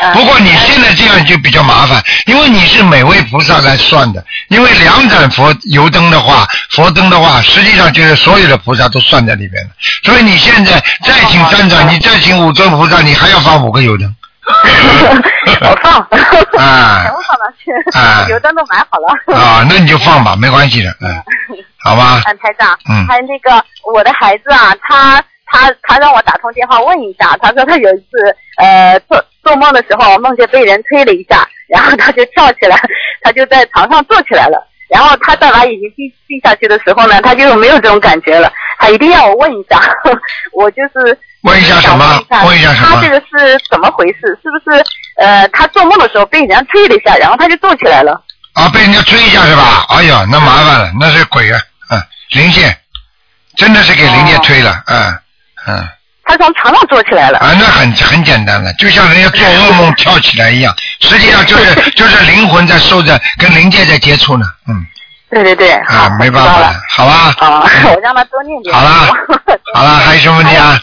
[SPEAKER 2] 嗯不过你现在这样就比较麻烦，因为你是每位菩萨来算的，因为两盏佛油灯的话，佛灯的话，实际上就是所有的菩萨都算在里边的。所以你现在再请三
[SPEAKER 6] 哦
[SPEAKER 2] 盏，你再请五尊菩萨，你还要放五个油 灯。
[SPEAKER 6] 我放，
[SPEAKER 2] 啊
[SPEAKER 6] 全部放 上去，
[SPEAKER 2] 啊
[SPEAKER 6] 油灯都买好了。
[SPEAKER 2] 啊，那你就放吧，没关系的，嗯，好吧，
[SPEAKER 6] 嗯，台长，
[SPEAKER 2] 嗯
[SPEAKER 6] 还有那个我的孩子啊，他他他让我打通电话问一下，他说他有一次呃做做梦的时候梦见被人推了一下，然后他就跳起来， 他就在床上坐起来了。然后他再把眼睛闭闭下去的时候呢，他就没有这种感觉了。他一定要我问一下， 我就是
[SPEAKER 2] 问一下什么
[SPEAKER 6] 想
[SPEAKER 2] 问
[SPEAKER 6] 问
[SPEAKER 2] 一下什么
[SPEAKER 6] 他这个是怎么回事？是不是呃他做梦的时候被人家推了一下，然后他就坐起来了？
[SPEAKER 2] 啊，被人家追一下是吧？哎呦，那麻烦了，那是鬼啊，嗯，灵界，真的是给灵界推了，嗯嗯。
[SPEAKER 6] 他从床上坐起来了。
[SPEAKER 2] 啊，那很很简单了，就像人家做噩梦跳起来一样，实际上就是就是灵魂在受着跟灵界在接触呢，嗯
[SPEAKER 6] 对对对，
[SPEAKER 2] 啊
[SPEAKER 6] 好，
[SPEAKER 2] 没办
[SPEAKER 6] 知道
[SPEAKER 2] 法
[SPEAKER 6] 了
[SPEAKER 2] 了，好吧，
[SPEAKER 6] 啊， 我让他多念点。
[SPEAKER 2] 好啦 好了，还有什么问题啊？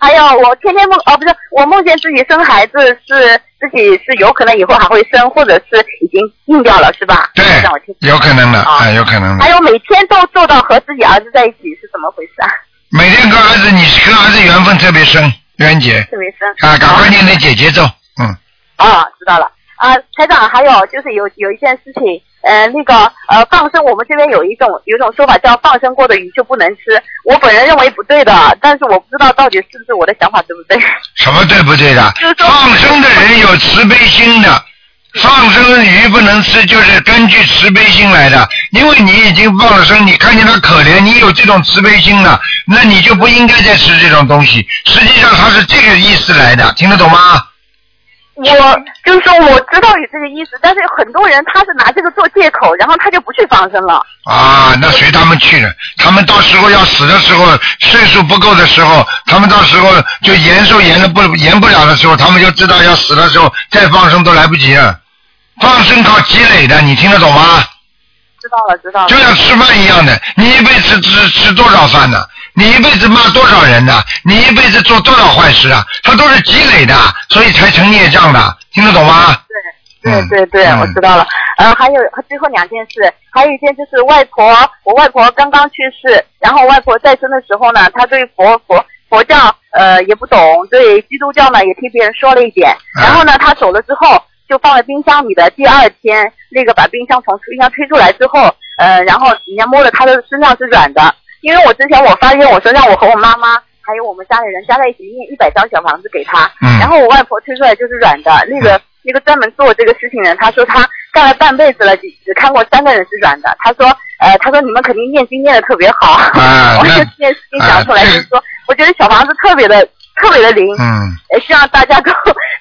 [SPEAKER 6] 还有，我天天梦，哦，不是，我梦见自己生孩子是自己是有可能以后还会生，或者是已经硬掉了，是吧？
[SPEAKER 2] 对
[SPEAKER 6] 让我听，。
[SPEAKER 2] 有可能的，
[SPEAKER 6] 啊
[SPEAKER 2] 啊，有可能
[SPEAKER 6] 还
[SPEAKER 2] 的。
[SPEAKER 6] 有每天都做到和自己儿子在一起是怎么回事啊？
[SPEAKER 2] 每天跟儿子，你是跟儿子缘分特别深，冤姐
[SPEAKER 6] 特别深。
[SPEAKER 2] 啊，赶快念念姐姐咒，嗯，
[SPEAKER 6] 啊，知道了。啊，台长，还有就是有有一件事情，呃，那个呃，放生，我们这边有一种有一种说法叫放生过的鱼就不能吃，我本人认为不对的，但是我不知道到底是不是我的想法对不对。
[SPEAKER 2] 什么对不对的
[SPEAKER 6] 就是？说
[SPEAKER 2] 放生的人有慈悲心的，放生鱼不能吃，就是根据慈悲心来的。因为你已经放了生，你看见他可怜，你有这种慈悲心了，那你就不应该再吃这种东西。实际上他是这个意思来的，听得懂吗？
[SPEAKER 6] 我就是说我知道有这个意思，但是很多人他是拿这个做借口，然后他就不去放生了。
[SPEAKER 2] 啊，那随他们去了。他们到时候要死的时候，岁数不够的时候，他们到时候就延寿延了不延不了的时候，他们就知道要死的时候再放生都来不及了。放生靠积累的，你听得懂吗？
[SPEAKER 6] 知知道了，知道了
[SPEAKER 2] 就。像吃饭一样的，你一辈子吃吃多少饭呢、你一辈子骂多少人呢、你一辈子做多少坏事啊？它都是积累的，所以才成孽障的，听得懂吗？
[SPEAKER 6] 对对对，
[SPEAKER 2] 嗯
[SPEAKER 6] 我知道了。呃，还有最后两件事，还有一件就是外婆，我外婆刚刚去世，然后外婆在生的时候呢，她对佛佛佛教呃也不懂，对基督教呢也听别人说了一点，
[SPEAKER 2] 嗯
[SPEAKER 6] 然后呢她走了之后就放在冰箱里的，第二天那个把冰箱从冰箱推出来之后，呃，然后人家摸了她的身上是软的，因为我之前我发现我身上我和我妈妈。还有我们家里人加在一起念一百张小房子给她。
[SPEAKER 2] 嗯
[SPEAKER 6] 然后我外婆推出来就是软的，那个那个专门做这个事情的人，他说他干了半辈子了，只只看过三个人是软的。他说，呃，他说你们肯定念经念的特别好。
[SPEAKER 2] 啊
[SPEAKER 6] 我就
[SPEAKER 2] 那啊
[SPEAKER 6] 这件事情讲出来，就是说，我觉得小房子特别的特别的灵，
[SPEAKER 2] 嗯，
[SPEAKER 6] 也希望大家都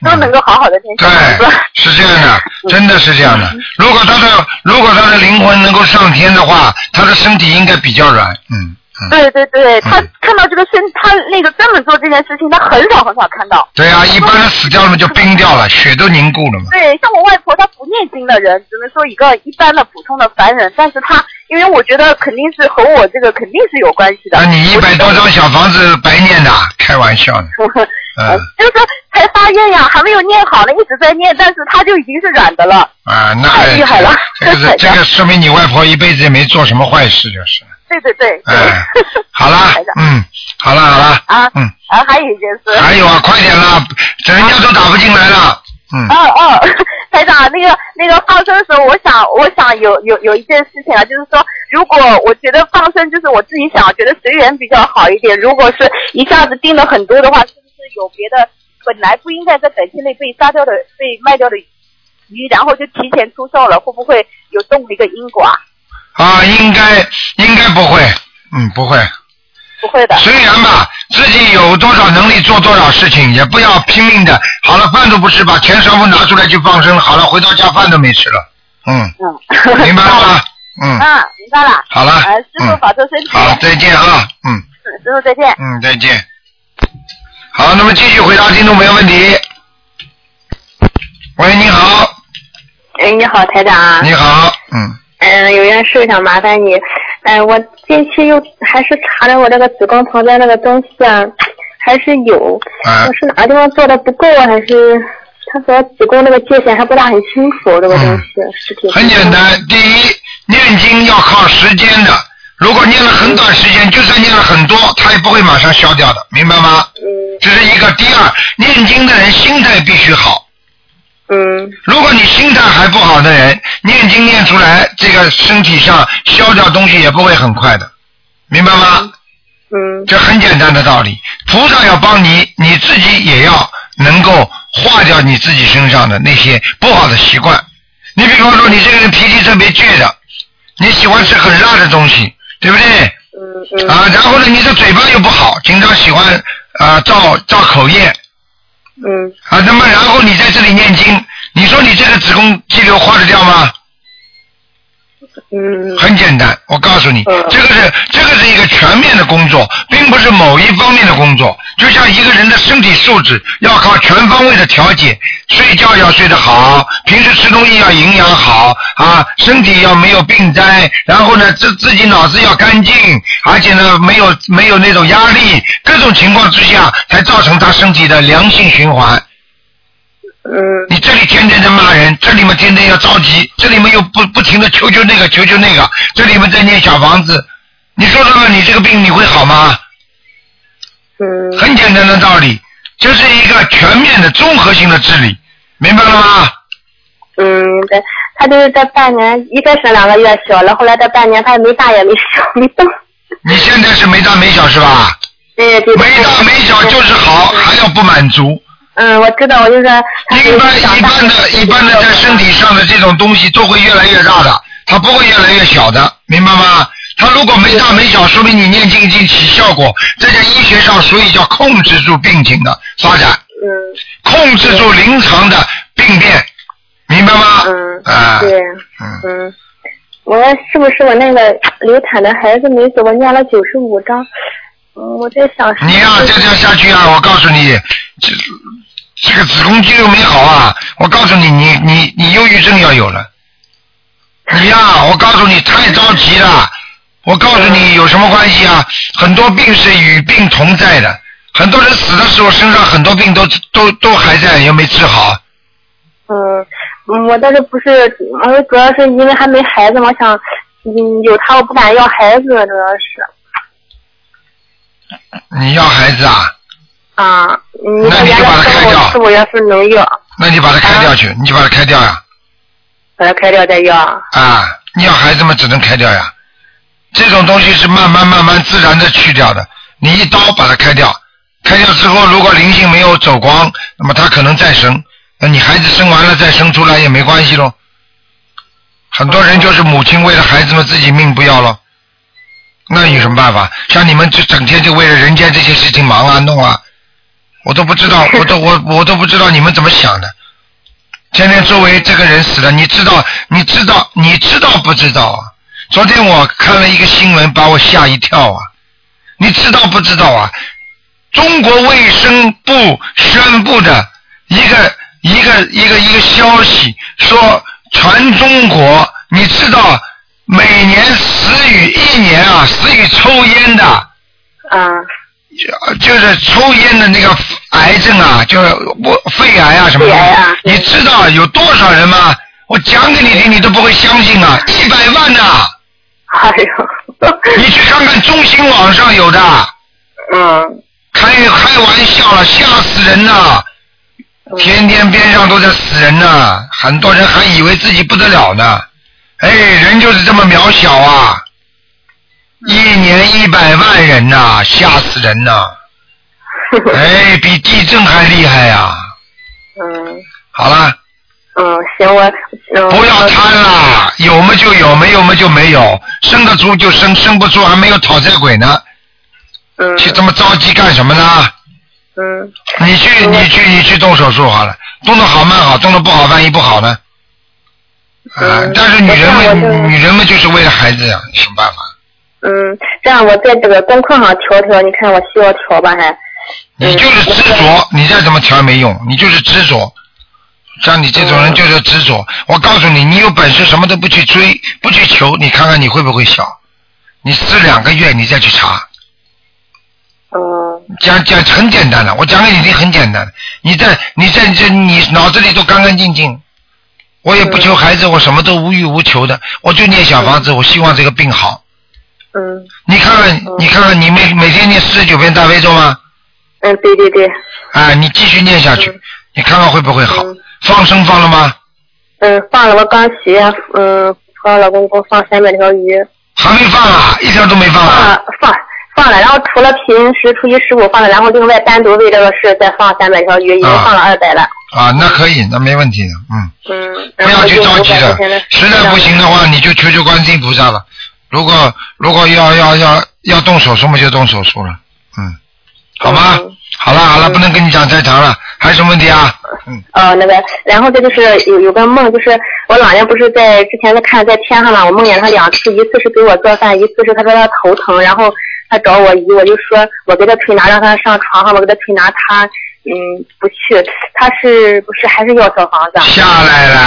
[SPEAKER 6] 都能够好好的念小
[SPEAKER 2] 对
[SPEAKER 6] 房子。，
[SPEAKER 2] 是这样的， 真的是这样的。如果他的如果他的灵魂能够上天的话，他的身体应该比较软，嗯嗯。
[SPEAKER 6] 对对对，他
[SPEAKER 2] 嗯
[SPEAKER 6] 看到这个身，他那个专门做这件事情，他很少很少看到。
[SPEAKER 2] 对啊，一般人死掉了嘛，就冰掉了，血都凝固了嘛。
[SPEAKER 6] 对，像我外婆，她不念经的人，只能说一个一般的普通的凡人，但是她，因为我觉得肯定是和我这个肯定是有关系的。
[SPEAKER 2] 那你一
[SPEAKER 6] 啊我
[SPEAKER 2] 百
[SPEAKER 6] 觉得
[SPEAKER 2] 多张小房子白念的，开玩笑呢。嗯
[SPEAKER 6] 就是说才发愿呀，还没有念好呢，一直在念，但是他就已经是软的了。
[SPEAKER 2] 啊，那
[SPEAKER 6] 哎太厉害了
[SPEAKER 2] 这个 是这
[SPEAKER 6] 真的
[SPEAKER 2] 个说明你外婆一辈子也没做什么坏事，就是。
[SPEAKER 6] 对对对，对
[SPEAKER 2] 哎，好啦
[SPEAKER 6] 是的，
[SPEAKER 2] 嗯，好啦好啦，
[SPEAKER 6] 啊
[SPEAKER 2] 嗯，
[SPEAKER 6] 啊，还有一件事，
[SPEAKER 2] 还有啊，快点啦，人家都打不进来了，嗯
[SPEAKER 6] 哦，哦，台长，那个那个放生的时候，我想我想有有有一件事情啊，就是说，如果我觉得放生就是我自己想觉得随缘比较好一点，如果是一下子订了很多的话，是不是有别的本来不应该在短期内被杀掉的、被卖掉的鱼，然后就提前出售了，会不会有这么一个因果啊？
[SPEAKER 2] 啊，应该应该不会，嗯，不会，
[SPEAKER 6] 不会的，
[SPEAKER 2] 虽然吧，自己有多少能力做多少事情，也不要拼命的。好了，饭都不吃，把钱全部拿出来去放生。好了，回到家饭都没吃了。 嗯，
[SPEAKER 6] 嗯，
[SPEAKER 2] 明白了吗？嗯，
[SPEAKER 6] 啊，明白了。
[SPEAKER 2] 好了
[SPEAKER 6] 呃，师傅
[SPEAKER 2] 嗯
[SPEAKER 6] 保重身体。
[SPEAKER 2] 好，再见啊。嗯
[SPEAKER 6] 师傅再见。
[SPEAKER 2] 嗯，再见。好，那么继续回答听众朋友问题。喂，你好，
[SPEAKER 7] 哎，你好，台长。
[SPEAKER 2] 你好，嗯，
[SPEAKER 7] 嗯、有件事想麻烦你。哎、我近期又还是查了我这个子宫旁边那个东西啊，还是有。
[SPEAKER 2] 啊
[SPEAKER 7] 我，是哪地方做的不够啊，还是它和子宫那个界限还不大很清楚？这个东西，实体
[SPEAKER 2] 嗯很简。单。第一，念经要靠时间的。如果念了很短时间，就算念了很多，它也不会马上消掉的，明白吗？
[SPEAKER 7] 嗯
[SPEAKER 2] 这是一个。第二，念经的人心态必须好。
[SPEAKER 7] 嗯
[SPEAKER 2] 如果你心态还不好的人，念经念出来，这个身体上消掉东西也不会很快的，明白吗？
[SPEAKER 7] 嗯
[SPEAKER 2] 这很简单的道理。菩萨要帮你，你自己也要能够化掉你自己身上的那些不好的习惯。你比方说，你这个人脾气特别倔的，你喜欢吃很辣的东西，对不对？
[SPEAKER 7] 嗯嗯
[SPEAKER 2] 啊，然后呢，你的嘴巴又不好，经常喜欢啊造造口业，
[SPEAKER 7] 嗯
[SPEAKER 2] 啊，那么然后你在这里念经，你说你这个子宫肌瘤化得掉吗？
[SPEAKER 7] 嗯
[SPEAKER 2] 很简单，我告诉你，
[SPEAKER 7] 嗯
[SPEAKER 2] 这个是这个是一个全面的工作，并不是某一方面的工作。就像一个人的身体素质要靠全方位的调节，睡觉要睡得好，平时吃东西要营养好啊，身体要没有病灾，然后呢自自己脑子要干净，而且呢没有没有那种压力，各种情况之下才造成他身体的良性循环。
[SPEAKER 7] 嗯
[SPEAKER 2] 你这里天天在骂人，这里面天天要着急，这里面又不不停的求求那个求求那个，这里面在念小房子，你说说看，你这个病你会好吗？
[SPEAKER 7] 嗯
[SPEAKER 2] 很简单的道理，这是一个全面的综合性的治理，明白了吗？
[SPEAKER 7] 嗯，对，他就是这半年，一开始两个月小了，后来这半年他没大也没小，没动。哎
[SPEAKER 2] 你现在是没大没小是吧？
[SPEAKER 7] 对对对。
[SPEAKER 2] 没大没小就是好，还要不满足。
[SPEAKER 7] 嗯，我知道，我就是他
[SPEAKER 2] 一般一般的一般的在身体上的这种东西都会越来越大的，它不会越来越小的，明白吗？它如果没大没小，说明你念经已经起效果，这在医学上所以叫控制住病情的发展，
[SPEAKER 7] 嗯
[SPEAKER 2] 控制住临床的病变，明白吗？
[SPEAKER 7] 嗯
[SPEAKER 2] 啊，
[SPEAKER 7] 对，
[SPEAKER 2] 嗯，
[SPEAKER 7] 嗯，我是不是我那个流产的孩子没走，我念了九十五章，嗯我在想是不
[SPEAKER 2] 你
[SPEAKER 7] 是
[SPEAKER 2] 呀、再这样下去啊，我告诉你，这这个子宫肌瘤没好啊，我告诉你，你你你忧郁症要有了，你呀、我告诉你，太着急了。我告诉你，有什么关系啊？很多病是与病同在的，很多人死的时候身上很多病都都都还在，又没治好。
[SPEAKER 3] 嗯，嗯我但是不是，我主要是因为还没孩子嘛，想，嗯，有他我不敢要孩子，主要是
[SPEAKER 2] 你要孩子啊？
[SPEAKER 3] 啊，你
[SPEAKER 2] 那
[SPEAKER 3] 看
[SPEAKER 2] 你
[SPEAKER 3] 原
[SPEAKER 2] 就把
[SPEAKER 3] 来
[SPEAKER 2] 它
[SPEAKER 3] 跟
[SPEAKER 2] 开掉
[SPEAKER 3] 我是我要是能要，
[SPEAKER 2] 那你把它开掉去，你就把它开掉呀、
[SPEAKER 3] 把它开掉再要。
[SPEAKER 2] 啊！你要孩子嘛，只能开掉呀。这种东西是慢慢慢慢自然的去掉的，你一刀把它开掉，开掉之后，如果灵性没有走光，那么它可能再生。那你孩子生完了再生出来也没关系喽。很多人就是母亲为了孩子们自己命不要了，那有什么办法？像你们就整天就为了人间这些事情忙啊弄啊，我都不知道，我都我我都不知道你们怎么想的。天天周围这个人死了，你知道你知道你知道不知道啊？昨天我看了一个新闻，把我吓一跳啊！你知道不知道啊？中国卫生部宣布的一个一个一个一个消息，说全中国，你知道每年死于一年啊，死于抽烟的，
[SPEAKER 3] 啊
[SPEAKER 2] 就就是抽烟的那个癌症啊，就是我肺癌啊什么的，
[SPEAKER 3] 肺癌啊
[SPEAKER 2] 你知道有多少人吗？我讲给你听，你都不会相信啊，一百万呐、
[SPEAKER 3] 哎呦，
[SPEAKER 2] 你去看看中新网上有的，
[SPEAKER 3] 嗯，
[SPEAKER 2] 开开玩笑了，吓死人呐！
[SPEAKER 3] 嗯
[SPEAKER 2] 天天边上都在死人呐，很多人还以为自己不得了呢。哎，人就是这么渺小啊！
[SPEAKER 3] 嗯
[SPEAKER 2] 一年一百万人呐、吓死人 呐、哎，比地震还厉害啊呀、
[SPEAKER 3] 嗯
[SPEAKER 2] 好了，
[SPEAKER 3] 嗯，行，我嗯，
[SPEAKER 2] 不要贪啦，有么就有，没有么就没有，生得出就生，生不出还没有讨债鬼呢，
[SPEAKER 3] 嗯
[SPEAKER 2] 去这么着急干什么呢？
[SPEAKER 3] 嗯
[SPEAKER 2] 你去，你去，你去动手术好了，动得好慢好，动得不好万一不好呢？啊、
[SPEAKER 3] 嗯
[SPEAKER 2] 但是女人
[SPEAKER 3] 我看我就
[SPEAKER 2] 们，女人们就是为了孩子呀，想办法。
[SPEAKER 3] 嗯，这样我在这个功课上调调，你看我需要调吧还？
[SPEAKER 2] 你就是执着，你再怎么调也没用，你就是执着。像你这种人就是执着。我告诉你，你有本事什么都不去追，不去求，你看看你会不会小？你试两个月，你再去查。
[SPEAKER 3] 嗯
[SPEAKER 2] 讲讲很简单的，我讲给你听很简单的。你在你在这你脑子里都干干净净，我也不求孩子，我什么都无欲无求的，我就念小房子，我希望这个病好。
[SPEAKER 3] 嗯
[SPEAKER 2] 你看看你看看，你每每天念四十九遍大悲咒吗？
[SPEAKER 3] 嗯，对对对，
[SPEAKER 2] 啊，你继续念下去，你看看会不会好？放生放了吗？
[SPEAKER 3] 嗯，放了我刚学，嗯，和我老公给我放三百条鱼，
[SPEAKER 2] 还没放啊，一条都没放
[SPEAKER 3] 放
[SPEAKER 2] 啊。
[SPEAKER 3] 了放放了，然后除了平时初一十五放了，然后另外单独为这个事再放三百条鱼，已经
[SPEAKER 2] 啊
[SPEAKER 3] 放了二百了。
[SPEAKER 2] 啊，那可以，那没问题的，嗯，
[SPEAKER 3] 嗯，
[SPEAKER 2] 不
[SPEAKER 3] 然
[SPEAKER 2] 要
[SPEAKER 3] 后
[SPEAKER 2] 去
[SPEAKER 3] 就
[SPEAKER 2] 着急
[SPEAKER 3] 500
[SPEAKER 2] 的
[SPEAKER 3] 块钱的，
[SPEAKER 2] 实在不行的话，你就求求观世音菩萨了。如果如果要要要要动手术嘛，就动手术了，嗯，好吗？
[SPEAKER 3] 嗯
[SPEAKER 2] 好了好了，不能跟你讲太长了，还有什么问题啊？嗯，
[SPEAKER 3] 呃，那个，然后这就是有有个梦，就是我姥爷不是在之前在看在天上嘛，我梦见他两次，一次是给我做饭，一次是他说他头疼，然后他找我姨，我就说我给他推拿，让他上床上，我给他推拿，他嗯不去，他是不是还是要小房子啊？
[SPEAKER 2] 下来了，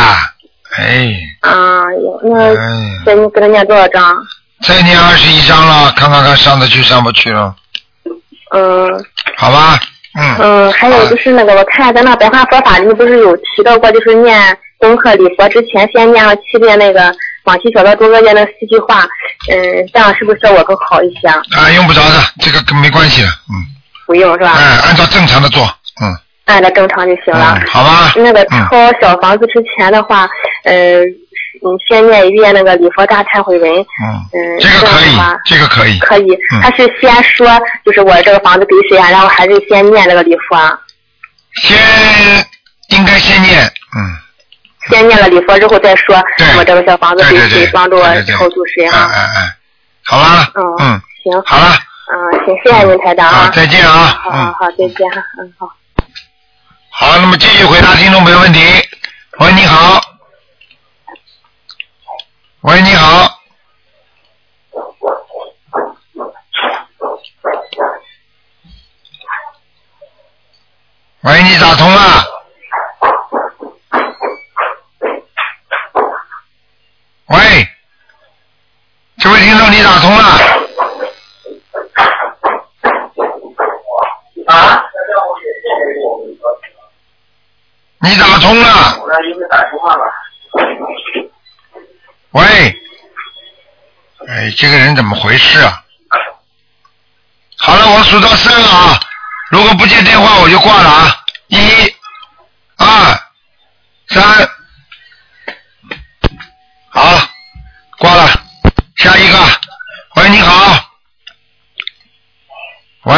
[SPEAKER 2] 哎，
[SPEAKER 3] 啊，有
[SPEAKER 2] 哎
[SPEAKER 3] 那
[SPEAKER 2] 呀，
[SPEAKER 3] 给你给他念多少张？
[SPEAKER 2] 再念二十一章了，看看看上得去上不去了，
[SPEAKER 3] 嗯
[SPEAKER 2] 好吧？嗯，
[SPEAKER 3] 嗯，还有就是那个，我看咱那白话佛法里面不是有提到过，就是念功课礼佛之前先念了七遍那个往昔小到中国念那四句话，嗯，这样是不是效果更好一些啊？
[SPEAKER 2] 啊，用不着的，这个跟没关系的，嗯，
[SPEAKER 3] 不用是吧？
[SPEAKER 2] 哎，按照正常的做，嗯，
[SPEAKER 3] 按照正常就啊行了
[SPEAKER 2] 嗯。好吧？
[SPEAKER 3] 那个
[SPEAKER 2] 嗯。
[SPEAKER 3] 抄小房子之前的话，呃，你先念一遍那个礼佛大忏悔文，
[SPEAKER 2] 嗯
[SPEAKER 3] 嗯，
[SPEAKER 2] 这个可
[SPEAKER 3] 这样
[SPEAKER 2] 以
[SPEAKER 3] 的话，
[SPEAKER 2] 这个可以，
[SPEAKER 3] 可以
[SPEAKER 2] 嗯。
[SPEAKER 3] 他是先说就是我这个房子给谁啊，然后还是先念那个礼佛啊？
[SPEAKER 2] 先应该先念，嗯，
[SPEAKER 3] 先念了礼佛之后再说
[SPEAKER 2] 对，
[SPEAKER 3] 我这个小房子
[SPEAKER 2] 对
[SPEAKER 3] 给
[SPEAKER 2] 对对
[SPEAKER 3] 谁，帮助我
[SPEAKER 2] 对对对
[SPEAKER 3] 超度谁
[SPEAKER 2] 哎
[SPEAKER 3] 啊？
[SPEAKER 2] 哎哎，好啦，
[SPEAKER 3] 嗯
[SPEAKER 2] 嗯，
[SPEAKER 3] 行，
[SPEAKER 2] 好啦，
[SPEAKER 3] 嗯，行，谢谢您台长
[SPEAKER 2] 好，
[SPEAKER 3] 啊，
[SPEAKER 2] 再见啊
[SPEAKER 3] 好，好
[SPEAKER 2] 嗯，
[SPEAKER 3] 好，再见哈，嗯，好。
[SPEAKER 2] 好，那么继续回答听众朋友问题。喂，你好，喂，你好，喂，你打通了？喂。通了。
[SPEAKER 8] 啊？
[SPEAKER 2] 你打通了。
[SPEAKER 8] 我让一会打电话了。
[SPEAKER 2] 喂，哎，这个人怎么回事啊？好了，我数到三了啊，如果不接电话我就挂了啊。一、二、三，好了，挂了。下一个，喂，你好，喂，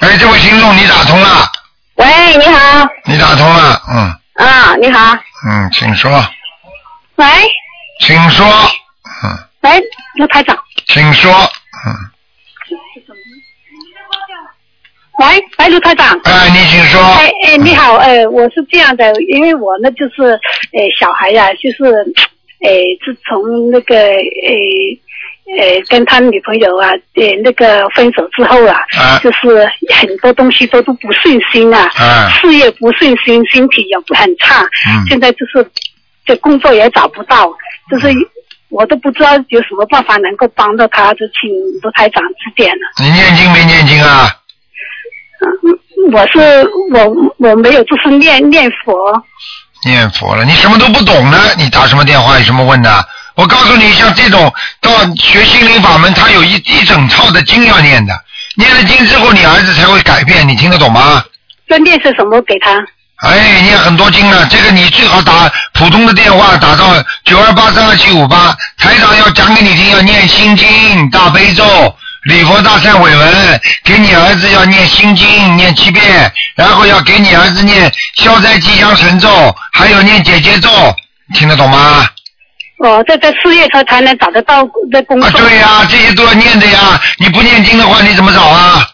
[SPEAKER 2] 哎，这位听众你打通了，
[SPEAKER 9] 喂，你好，
[SPEAKER 2] 你打通了，嗯
[SPEAKER 9] 啊，你好，
[SPEAKER 2] 嗯，请说，
[SPEAKER 9] 喂，
[SPEAKER 2] 请说，嗯
[SPEAKER 9] 喂，刘台长，
[SPEAKER 2] 请说，嗯
[SPEAKER 9] 喂，喂，刘台长，
[SPEAKER 2] 哎，你请
[SPEAKER 10] 哦
[SPEAKER 2] 说，
[SPEAKER 9] 哎哎，你好，呃，我是这样的，因为我呢就是，呃，小孩呀、就是，呃，自从那个，呃，呃，跟他女朋友啊，呃，那个分手之后啊，
[SPEAKER 10] 啊
[SPEAKER 9] 就是很多东西都都不顺心啊，
[SPEAKER 10] 啊
[SPEAKER 9] 事业不顺心，身体也不很差，
[SPEAKER 10] 嗯
[SPEAKER 9] 现在就是这工作也找不到，就是我都不知道有什么办法能够帮到他，就请卢台长指点啊了。
[SPEAKER 2] 你念经没念经啊？
[SPEAKER 9] 我是我我没有就是念念佛，
[SPEAKER 2] 念佛了，你什么都不懂呢？你打什么电话？有什么问的？我告诉你，像这种到学心灵法门，它有一一整套的经要念的，念了经之后，你儿子才会改变，你听得懂吗？
[SPEAKER 9] 这念是什么给他？
[SPEAKER 2] 哎，念很多经了，这个你最好打普通的电话，打到九二八三二七五八，台长要讲给你听，要念心经、大悲咒、礼佛大忏悔文，给你儿子要念心经，念七遍，然后要给你儿子念消灾吉祥神咒，还有念姐姐咒，听得懂吗？
[SPEAKER 9] 哦，这在事业上才能找得到这工作。
[SPEAKER 2] 啊，对呀、这些都要念的呀，你不念经的话，你怎么找啊？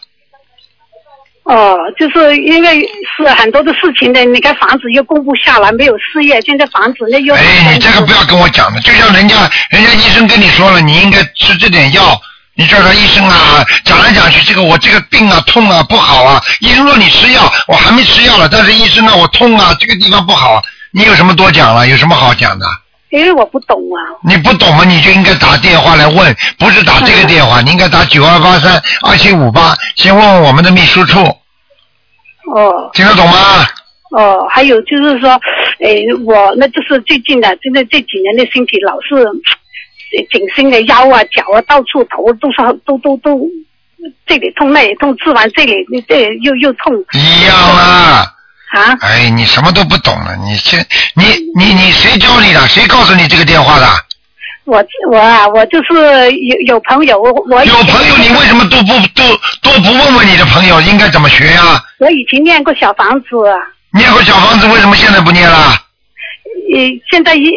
[SPEAKER 9] 哦，就是因为是很多的事情呢，你看房子又供不下来，没有事业，现在房子那又
[SPEAKER 2] 哎，你这个不要跟我讲了，就像人家人家医生跟你说了，你应该吃这点药，你叫他医生啊，讲来讲去，这个我这个病啊痛啊不好啊，医生说你吃药，我还没吃药了，但是医生啊我痛啊，这个地方不好啊，你有什么多讲了？有什么好讲的？
[SPEAKER 9] 因为我不懂啊。
[SPEAKER 2] 你不懂嘛，你就应该打电话来问，不是打这个电话，你应该打九二八三二七五八，先问问我们的秘书处，
[SPEAKER 9] 哦
[SPEAKER 2] 听得懂吗？
[SPEAKER 9] 哦，还有就是说，哎，我那就是最近的，真的这几年的身体老是呃紧身的腰啊、脚啊，到处头都是都都都这里痛那里痛，治完这里这里又又痛
[SPEAKER 2] 一样啦。
[SPEAKER 9] 啊。
[SPEAKER 2] 哎，你什么都不懂了，你这你你你谁教你的？谁告诉你这个电话的？
[SPEAKER 9] 我我啊，我就是有有朋友，我有
[SPEAKER 2] 朋友，你为什么都不都都不问问你的朋友应该怎么学呀、
[SPEAKER 9] 我以前念过小房子啊，
[SPEAKER 2] 念过小房子，为什么现在不念了？
[SPEAKER 9] 呃，现在因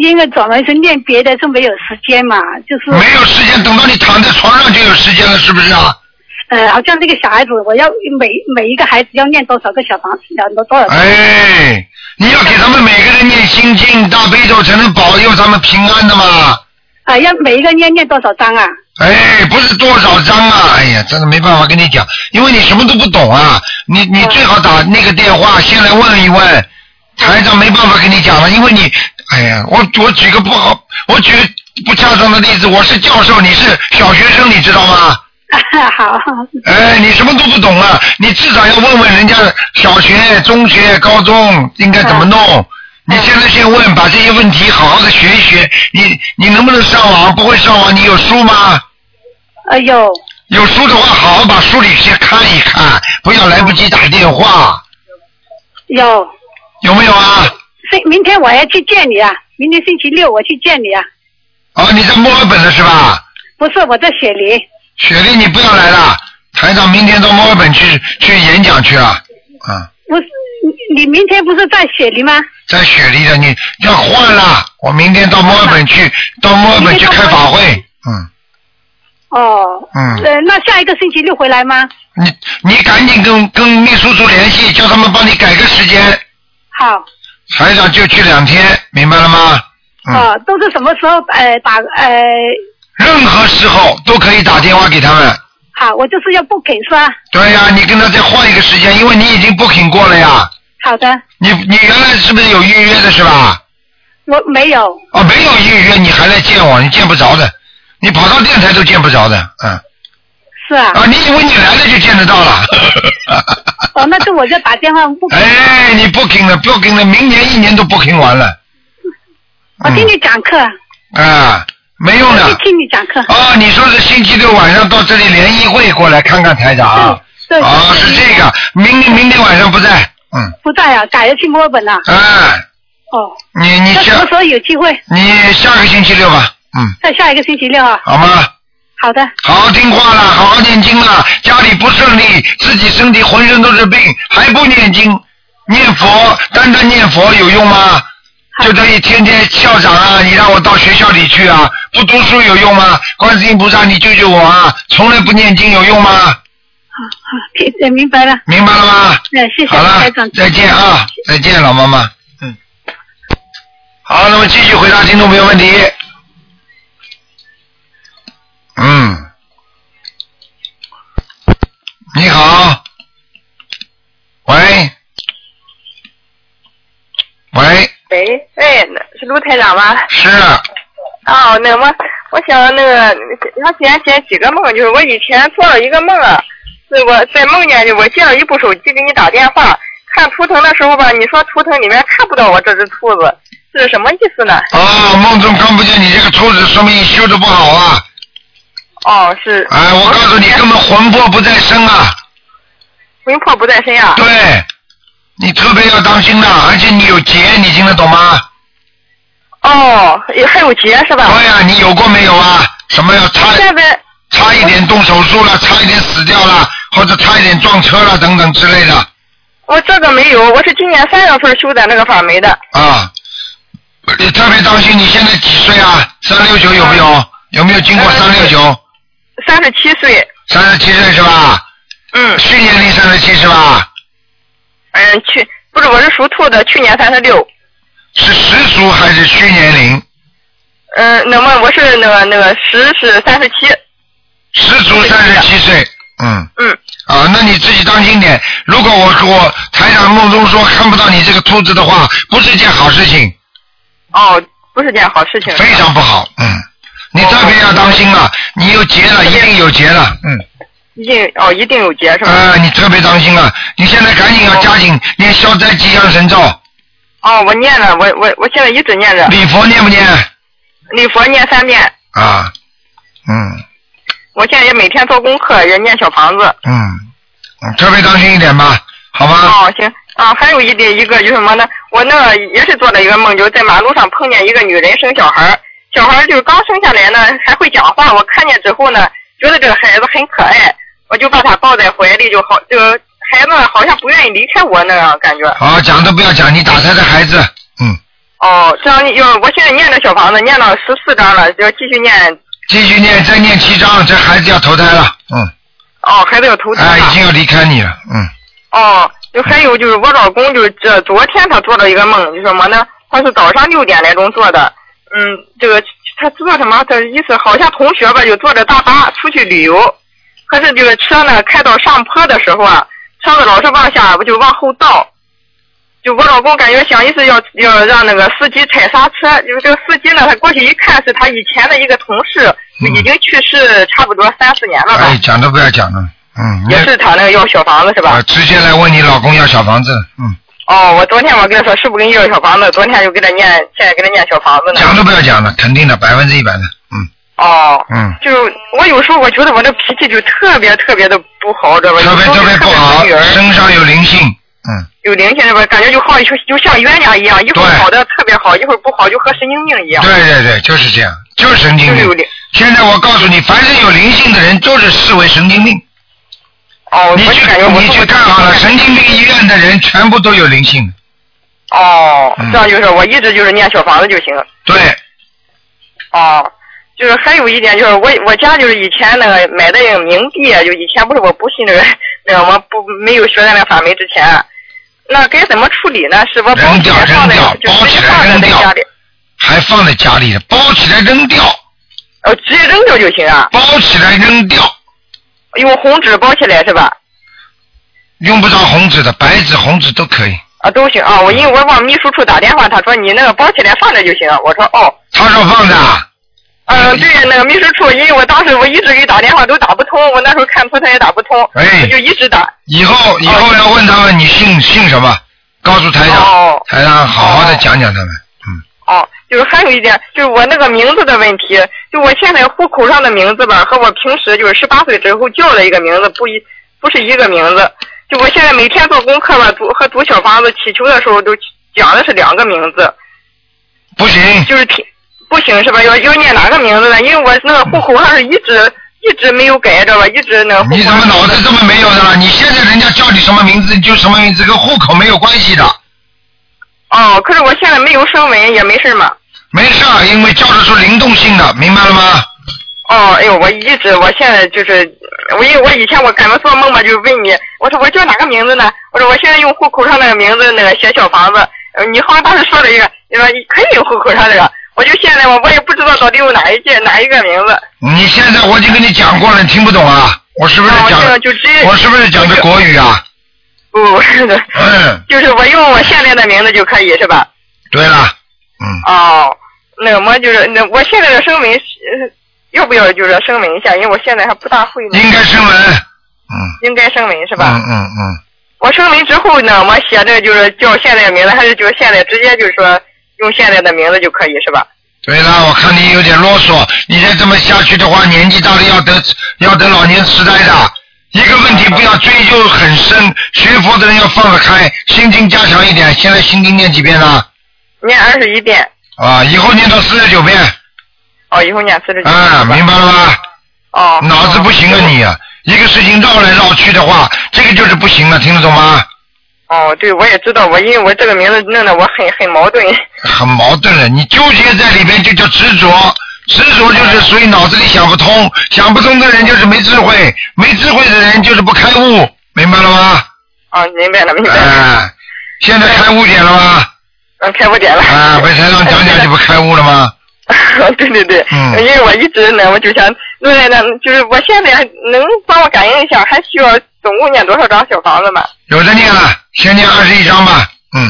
[SPEAKER 9] 因为转完是念别的，就没有时间嘛，就是
[SPEAKER 2] 没有时间，等到你躺在床上就有时间了，是不是啊？
[SPEAKER 9] 呃，好像这个小孩子，我要每每一个孩子要念多少个小房子，要多多少个？
[SPEAKER 2] 哎，你要给他们每个人念心经、大悲咒，才能保佑他们平安的嘛。
[SPEAKER 9] 啊，要每一个念念多少张啊？
[SPEAKER 2] 哎，不是多少张啊！哎呀，真的没办法跟你讲，因为你什么都不懂啊。你你最好打那个电话先来问一问，台长没办法跟你讲了，因为你，哎呀，我我举个不好，我举个不恰当的例子，我是教授，你是小学生，你知道吗？
[SPEAKER 9] 好，
[SPEAKER 2] 哎，你什么都不懂啊！你至少要问问人家小学、中学、高中应该怎么弄。你现在先问，把这些问题好好的学一学。你你能不能上网？不会上网，你有书吗？
[SPEAKER 9] 哎呦，
[SPEAKER 2] 有书的话，好好把书里先看一看，不要来不及打电话。
[SPEAKER 9] 有
[SPEAKER 2] 有没有啊？
[SPEAKER 9] 是明天我要去见你啊，明天星期六我去见你啊。
[SPEAKER 2] 哦，你在墨尔本了是吧？
[SPEAKER 9] 不是，我在雪梨。
[SPEAKER 2] 雪莉，你不要来了，台长明天到墨尔本去去演讲去了。嗯，
[SPEAKER 9] 不是你，你明天不是在雪梨吗？
[SPEAKER 2] 在雪莉的你要换了，我明天到墨尔本去，到墨尔本去开法会。嗯
[SPEAKER 9] 哦，
[SPEAKER 2] 嗯，
[SPEAKER 9] 呃，那下一个星期六回来吗？
[SPEAKER 2] 你你赶紧跟跟秘书处联系，叫他们帮你改个时间。
[SPEAKER 9] 好，
[SPEAKER 2] 台长就去两天，明白了吗？嗯
[SPEAKER 9] 啊，都是什么时候？呃，打呃，
[SPEAKER 2] 任何时候都可以打电话给他们。
[SPEAKER 9] 好，我就是要不给是吧？
[SPEAKER 2] 对呀、你跟他再换一个时间，因为你已经 booking 过了呀。
[SPEAKER 9] 好的，
[SPEAKER 2] 你你原来是不是有预约的是吧？
[SPEAKER 11] 我没有，
[SPEAKER 2] 哦，没有预约，你还来见我，你见不着的，你跑到电台都见不着的，嗯。
[SPEAKER 11] 是啊，
[SPEAKER 2] 啊，你以为你来了就见得到了？
[SPEAKER 11] 哦，那是我就打电话不给。
[SPEAKER 2] 哎，你 booking 了，booking 了，明年一年都 booking 完了
[SPEAKER 11] 我听
[SPEAKER 2] 嗯
[SPEAKER 11] 你讲课，
[SPEAKER 2] 啊，没用
[SPEAKER 11] 我
[SPEAKER 2] 的
[SPEAKER 11] 就。听你讲课。
[SPEAKER 2] 哦，你说是星期六晚上到这里联谊会过来看看台长啊？
[SPEAKER 11] 对对
[SPEAKER 2] 哦，
[SPEAKER 11] 对
[SPEAKER 2] 是这个，明明天晚上不在，嗯，
[SPEAKER 11] 不在啊，改了去墨尔本了。
[SPEAKER 2] 哎，
[SPEAKER 11] 哦，
[SPEAKER 2] 你你
[SPEAKER 11] 那什
[SPEAKER 2] 下
[SPEAKER 11] 么时候有机会？
[SPEAKER 2] 你下个星期六吧，嗯，
[SPEAKER 11] 在下一个星期六啊。
[SPEAKER 2] 好吗？
[SPEAKER 11] 好的，
[SPEAKER 2] 好好听话啦，好好念经啦。家里不顺利，自己身体浑身都是病，还不念经，念佛，单单念佛有用吗？就这一天天校长啊，你让我到学校里去啊，不读书有用吗？观世音菩萨，你救救我啊！从来不念经有用吗？
[SPEAKER 11] 明呃明白了。
[SPEAKER 2] 明白了吗？
[SPEAKER 11] 嗯，谢谢
[SPEAKER 2] 好了
[SPEAKER 11] 台长。，
[SPEAKER 2] 再见啊，再见，老妈妈。嗯，好，那么继续回答听众朋友问题。嗯，你好，喂，喂，
[SPEAKER 12] 喂，哎，那是卢台长吗？
[SPEAKER 2] 是，啊
[SPEAKER 12] 哦，那么我想那个长时间前几个梦，就是我以前做了一个梦，是我在梦见就我借了一部手机给你打电话，看图腾的时候吧，你说图腾里面看不到我这只兔子，是什么意思呢？
[SPEAKER 2] 哦，梦中看不见你这个兔子，说明你修的不好啊！
[SPEAKER 12] 哦，是
[SPEAKER 2] 哎，我告诉你，根本魂魄不在身啊！
[SPEAKER 12] 魂魄不在身啊。
[SPEAKER 2] 对，你特别要当心的，而且你有劫，你听得懂吗？
[SPEAKER 12] 哦，也还有劫是吧？
[SPEAKER 2] 对呀、你有过没有啊？什么要差
[SPEAKER 12] 现在
[SPEAKER 2] 差一点动手术了，差一点死掉了，或者差一点撞车了等等之类的
[SPEAKER 12] 我这个没有，我是今年三月份修的那个法门的。
[SPEAKER 2] 啊。你特别当心，你现在几岁啊？三六九有没有？有没有经过三六九？
[SPEAKER 12] 三十七岁，
[SPEAKER 2] 三十七岁是吧？
[SPEAKER 12] 嗯
[SPEAKER 2] 去年龄三十七是吧？
[SPEAKER 12] 嗯，去不是我是属兔的，去年三十六，
[SPEAKER 2] 是实属还是虚年龄？
[SPEAKER 12] 嗯，那么我是那个那个十是三十七，
[SPEAKER 2] 实属三十七岁，嗯。
[SPEAKER 12] 嗯，
[SPEAKER 2] 啊，那你自己当心点。如果我我台长梦中说看不到你这个兔子的话，不是一件好事情，
[SPEAKER 12] 哦，不是件好事情。
[SPEAKER 2] 非常不好。嗯，你特别要当心
[SPEAKER 12] 哦
[SPEAKER 2] 了，你有劫了，一定有劫了。嗯，
[SPEAKER 12] 一定哦，一定有劫是吧？
[SPEAKER 2] 啊，你特别当心了，你现在赶紧要加紧念消灾吉祥神咒，
[SPEAKER 12] 哦，我念了，我我我现在一直念着，
[SPEAKER 2] 礼佛念不念？
[SPEAKER 12] 礼佛念三遍，
[SPEAKER 2] 啊，嗯
[SPEAKER 12] 我现在也每天做功课，也念小房子。
[SPEAKER 2] 嗯，嗯特别当心一点吧，好吧？
[SPEAKER 12] 哦，行啊，还有一点一个就是什么呢？我那个也是做了一个梦，就是在马路上碰见一个女人生小孩儿，小孩儿就是刚生下来呢，还会讲话。我看见之后呢，觉得这个孩子很可爱，我就把他抱在怀里，就好，就孩子好像不愿意离开我那样感觉。
[SPEAKER 2] 好，讲都不要讲，你打他的孩子，嗯，
[SPEAKER 12] 哦，这样要我现在念的小房子念到十四章了，要继续念。
[SPEAKER 2] 继续念，再念七章，这孩子要投胎了，嗯。
[SPEAKER 12] 哦，孩子要头疼
[SPEAKER 2] 哎，
[SPEAKER 12] 了
[SPEAKER 2] 已。经要离开你了，嗯，
[SPEAKER 12] 哦，就还有就是我老公就是这昨天他做了一个梦，就是什么呢？他是早上六点来钟做的，嗯，这个他知道什么？他意思好像同学吧，就坐着大巴出去旅游，可是这个车呢开到上坡的时候啊，车子老是往下，我就往后倒。就我老公感觉想意思要要让那个司机踩刹车，就是这个司机呢，他过去一看是他以前的一个同事，就已经去世差不多三四年了吧，
[SPEAKER 2] 哎，讲都不要讲了，嗯，
[SPEAKER 12] 也是他那个要小房子是吧？
[SPEAKER 2] 啊，直接来问你老公要小房子，嗯，
[SPEAKER 12] 哦，我昨天我跟他说师傅给你要小房子，昨天就给他念，现在给他念小房子呢。
[SPEAKER 2] 讲都不要讲了，肯定的，百分之一百的，嗯
[SPEAKER 12] 哦，
[SPEAKER 2] 嗯，
[SPEAKER 12] 就我有时候我觉得我这脾气就特别特别的不好，知道吧？
[SPEAKER 2] 特别
[SPEAKER 12] 有时
[SPEAKER 2] 特
[SPEAKER 12] 候就
[SPEAKER 2] 别不好
[SPEAKER 12] 特别不女，人
[SPEAKER 2] 身上有灵性，嗯，
[SPEAKER 12] 有灵性是吧？感觉就好就就像冤家一样，一会儿
[SPEAKER 2] 对
[SPEAKER 12] 好的特别好，一会儿不好就和神经病一样，
[SPEAKER 2] 对对对，就是这样，就是神经
[SPEAKER 12] 就是有
[SPEAKER 2] 病
[SPEAKER 12] 灵。。
[SPEAKER 2] 现在我告诉你，凡是有灵性的人，都是视为神经病。
[SPEAKER 12] 哦，我
[SPEAKER 2] 你去
[SPEAKER 12] 就感觉我
[SPEAKER 2] 你去看好了，神经病医院的人全部都有灵性，
[SPEAKER 12] 哦
[SPEAKER 2] 嗯，
[SPEAKER 12] 这样就是我一直就是念小房子就行。
[SPEAKER 2] 对，
[SPEAKER 12] 哦，就是还有一点就是我我家就是以前那个买的冥币，啊就以前不是我不信那个那个我不没有学的那个法门之前，啊那该怎么处理呢？是我包
[SPEAKER 2] 扔
[SPEAKER 12] 起
[SPEAKER 2] 掉
[SPEAKER 12] 来放在
[SPEAKER 2] 扔掉
[SPEAKER 12] 就
[SPEAKER 2] 包
[SPEAKER 12] 直
[SPEAKER 2] 起
[SPEAKER 12] 接
[SPEAKER 2] 来
[SPEAKER 12] 放在
[SPEAKER 2] 扔
[SPEAKER 12] 在
[SPEAKER 2] 掉
[SPEAKER 12] 家里，
[SPEAKER 2] 还放在家里了，包起来扔掉，
[SPEAKER 12] 哦，直接扔掉就行啊，
[SPEAKER 2] 包起来扔掉，
[SPEAKER 12] 用红纸包起来是吧？
[SPEAKER 2] 用不着红纸的，白纸红纸都可以。
[SPEAKER 12] 啊，都行啊。我因为我往秘书处打电话，他说你那个包起来放着就行。我说哦。
[SPEAKER 2] 他说放着。啊
[SPEAKER 12] 嗯，对，那个秘书处，因为我当时我一直给打电话都打不通，我那时候看图腾也打不通，
[SPEAKER 2] 哎
[SPEAKER 12] 我就一直打。
[SPEAKER 2] 以后以后要问他们你姓姓什么，告诉台长
[SPEAKER 12] 哦，
[SPEAKER 2] 台长哎好好的讲讲他们。
[SPEAKER 12] 哦，就是还有一点，就是我那个名字的问题，就我现在户口上的名字吧，和我平时就是十八岁之后叫的一个名字不一，不是一个名字。就我现在每天做功课吧，读和读小房子祈求的时候都讲的是两个名字，
[SPEAKER 2] 不行，
[SPEAKER 12] 就是挺不行是吧？要要念哪个名字呢？因为我那个户口上是一直一直没有改着吧，一直那个户口
[SPEAKER 2] 你怎么脑子这么没有呢？你现在人家叫你什么名字你就什么名字，跟户口没有关系的。
[SPEAKER 12] 哦，可是我现在没有声纹，也没事嘛。
[SPEAKER 2] 没事儿，因为叫的是灵动性的，明白了吗？
[SPEAKER 12] 哦，哎呦，我一直，我现在就是，我因为我以前我赶着做梦嘛，就问你，我说我叫哪个名字呢？我说我现在用户口上那个名字那个写小房子，呃你好像当时说了一个，你说你可以用户口上这个，我就现在我我也不知道到底用哪一届哪一个名字，
[SPEAKER 2] 你现在我已经跟你讲过了，你听不懂啊？我是不是
[SPEAKER 12] 哦那我
[SPEAKER 2] 讲
[SPEAKER 12] 现在
[SPEAKER 2] 的？
[SPEAKER 12] 就直接，
[SPEAKER 2] 我是不是讲的国语啊？
[SPEAKER 12] 不 是的，
[SPEAKER 2] 嗯，
[SPEAKER 12] 就是我用我现在的名字就可以是吧？
[SPEAKER 2] 对了，嗯，
[SPEAKER 12] 哦，那个么就是那我现在的声明是，呃要不要就是声明一下？因为我现在还不大会呢，
[SPEAKER 2] 应该声纹，嗯，
[SPEAKER 12] 应该声明是吧？
[SPEAKER 2] 嗯嗯嗯，
[SPEAKER 12] 我声明之后呢，我写的就是叫现在的名字，还是就是现在直接就是说用现在的名字就可以是吧？
[SPEAKER 2] 对了，我看你有点啰嗦，你再这么下去的话，年纪大了要得要得老年痴呆的。一个问题不要追究很深，学佛的人要放得开，心经加强一点。现在心经念几遍了？
[SPEAKER 12] 念二十一遍，
[SPEAKER 2] 啊，以后念到四十九遍，
[SPEAKER 12] 哦，以后念四十九。
[SPEAKER 2] 啊，明白了吗？
[SPEAKER 12] 哦。
[SPEAKER 2] 脑子不行啊你啊，一个事情绕来绕去的话，这个就是不行了，听得懂吗？
[SPEAKER 12] 哦，对，我也知道，我因为我这个名字弄得我很很矛盾。
[SPEAKER 2] 很矛盾了，你纠结在里边就叫执着，执着就是属于脑子里想不通，想不通的人就是没智慧，没智慧的人就是不开悟，明白了吗？
[SPEAKER 12] 哦，明白了，明
[SPEAKER 2] 哎、
[SPEAKER 12] 白了，
[SPEAKER 2] 现在开悟点了吗？
[SPEAKER 12] 嗯，开悟点了。
[SPEAKER 2] 啊、被台上讲讲就不开悟了吗？
[SPEAKER 12] 对对对，
[SPEAKER 2] 嗯
[SPEAKER 12] 因为我一直呢，我就想，那那就是我现在能帮我感应一下，还需要总共念多少张小房子吗？
[SPEAKER 2] 有的念了，先念二十一章吧，嗯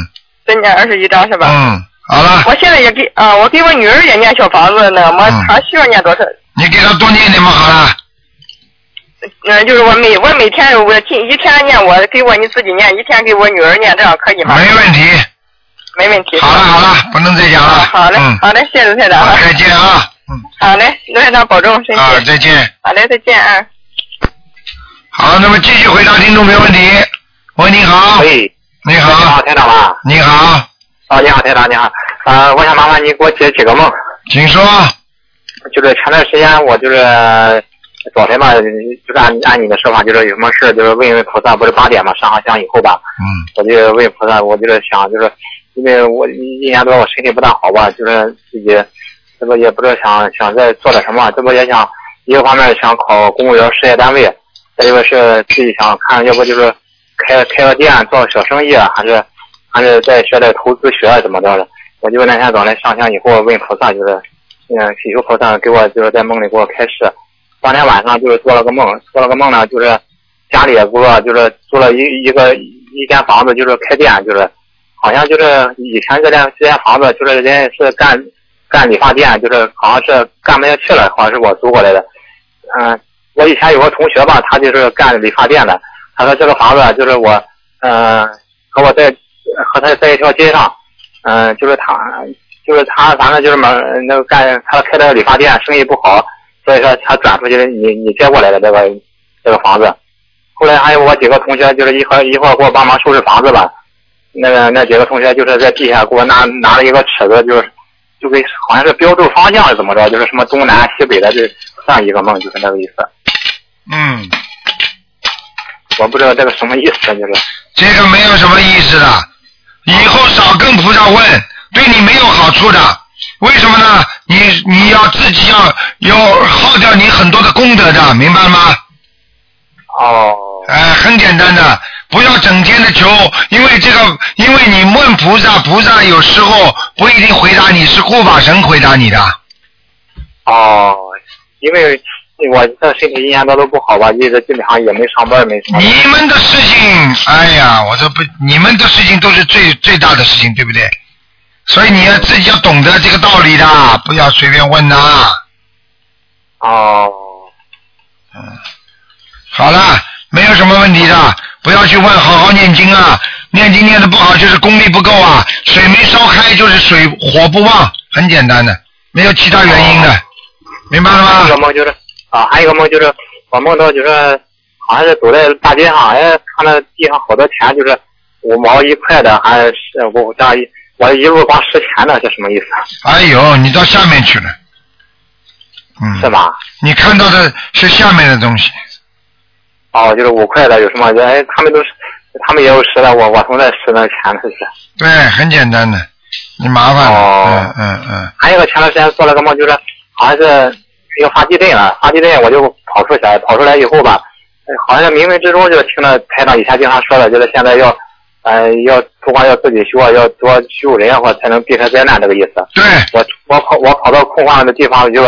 [SPEAKER 12] 再念二十一张是吧？
[SPEAKER 2] 嗯，好了，
[SPEAKER 12] 我现在也给啊、我给我女儿也念小房子呢，我
[SPEAKER 2] 嗯
[SPEAKER 12] 她需要念多少？
[SPEAKER 2] 你给他多念点嘛，好了，
[SPEAKER 12] 嗯、就是我每我每天我进一天念我给我你自己念，一天给我女儿念，这样可以吗？
[SPEAKER 2] 没问题，
[SPEAKER 12] 没问题。
[SPEAKER 2] 好了好了，不能再讲了，
[SPEAKER 12] 好嘞，
[SPEAKER 2] 嗯，
[SPEAKER 12] 好嘞，谢谢台长。
[SPEAKER 2] 好再见啊，嗯，
[SPEAKER 12] 好嘞，卢台长保重身体。
[SPEAKER 2] 啊，再见。
[SPEAKER 12] 好嘞，再见啊。
[SPEAKER 2] 好，那么继续回答听众朋友问题。喂，你好，
[SPEAKER 13] 哎，
[SPEAKER 2] 你
[SPEAKER 13] 你好，
[SPEAKER 2] 好，
[SPEAKER 13] 台长吧？
[SPEAKER 2] 你好，
[SPEAKER 13] 啊，你好，台长，你好。啊，我想麻烦你给我解几个梦。
[SPEAKER 2] 请说。
[SPEAKER 13] 就是前段时间我就是早晨吧，就是按按你的说法，就是有什么事就是问一问菩萨，不是八点嘛，上好香以后吧，
[SPEAKER 2] 嗯
[SPEAKER 13] 我就问菩萨，我就是想就是，因为我一一年多我身体不大好吧，就是自己这不也不知道想想再做点什么，这不也想一个方面想考公务员事业单位，再一个是自己想看，要不就是开开个店做个小生意，啊还是还是再学点投资学啊怎么着的。我就那天早晨上香以后问菩萨，就是嗯，祈求菩萨给我就是在梦里给我开示。当天晚上就是做了个梦，做了个梦呢，就是家里也不错，就是租了一一个一间房子，就是开店，就是好像就是以前这间这间房子就是人家是干干理发店，就是好像是干不下去了，好像是我租过来的。嗯，我以前有个同学吧，他就是干理发店的，他说这个房子就是我，嗯、和我在和他在一条街上，嗯、就是他就是他反正就是嘛那个干他开的理发店生意不好，所以说他转出去的你你接过来的这个这个房子。后来还有我几个同学，就是一块一块给我帮忙收拾房子吧。那个那几个同学就是在地下给我拿拿了一个尺子，就是就给好像是标注方向是怎么着，就是什么东南西北的这这样一个梦，就是那个意思。
[SPEAKER 2] 嗯，
[SPEAKER 13] 我不知道这个什么意思，就是
[SPEAKER 2] 这个没有什么意思的，以后少跟菩萨问，对你没有好处的。为什么呢？你你要自己要要耗掉你很多的功德的，明白吗？
[SPEAKER 13] 哦
[SPEAKER 2] 哎，很简单的，不要整天的求，因为这个，因为你问菩萨，菩萨有时候不一定回答你，是护法神回答你的。
[SPEAKER 13] 哦，因为我这身体一年多都不好吧，一直基本上也没上班，没什么。
[SPEAKER 2] 你们的事情，哎呀，我这不，你们的事情都是最最大的事情，对不对？所以你要自己要懂得这个道理的，不要随便问呐、
[SPEAKER 13] 哦，
[SPEAKER 2] 好了，没有什么问题的，不要去问，好好念经啊。念经念的不好就是功力不够啊，水没烧开就是水火不旺，很简单的，没有其他原因的，明白了吗？
[SPEAKER 13] 还有一个梦就是啊，还有一个梦就是我梦到就是好像是走在大街上，哎，看到地上好多钱，就是五毛一块的，还是我这样一我一路光拾钱呢，这什么意思？啊
[SPEAKER 2] 哎呦，你到下面去了，嗯，
[SPEAKER 13] 是吧？
[SPEAKER 2] 你看到的是下面的东西，
[SPEAKER 13] 哦，就是五块的，有什么？哎，他们都是，他们也有拾的，我我从那拾那钱呢，就是。
[SPEAKER 2] 对，哎很简单的，你麻烦了，
[SPEAKER 13] 哦
[SPEAKER 2] 嗯嗯嗯，
[SPEAKER 13] 还有一个前段时间做了个梦，就是好像是要发地震了，发地震我就跑出去了，跑出来以后吧，呃好像冥冥之中就听了台长以前经常说的，就是现在要，呃，要不光要自己修啊，要多修人啊，或才能避开灾难这个意思。
[SPEAKER 2] 对，
[SPEAKER 13] 我我跑我跑到空旷的地方，我就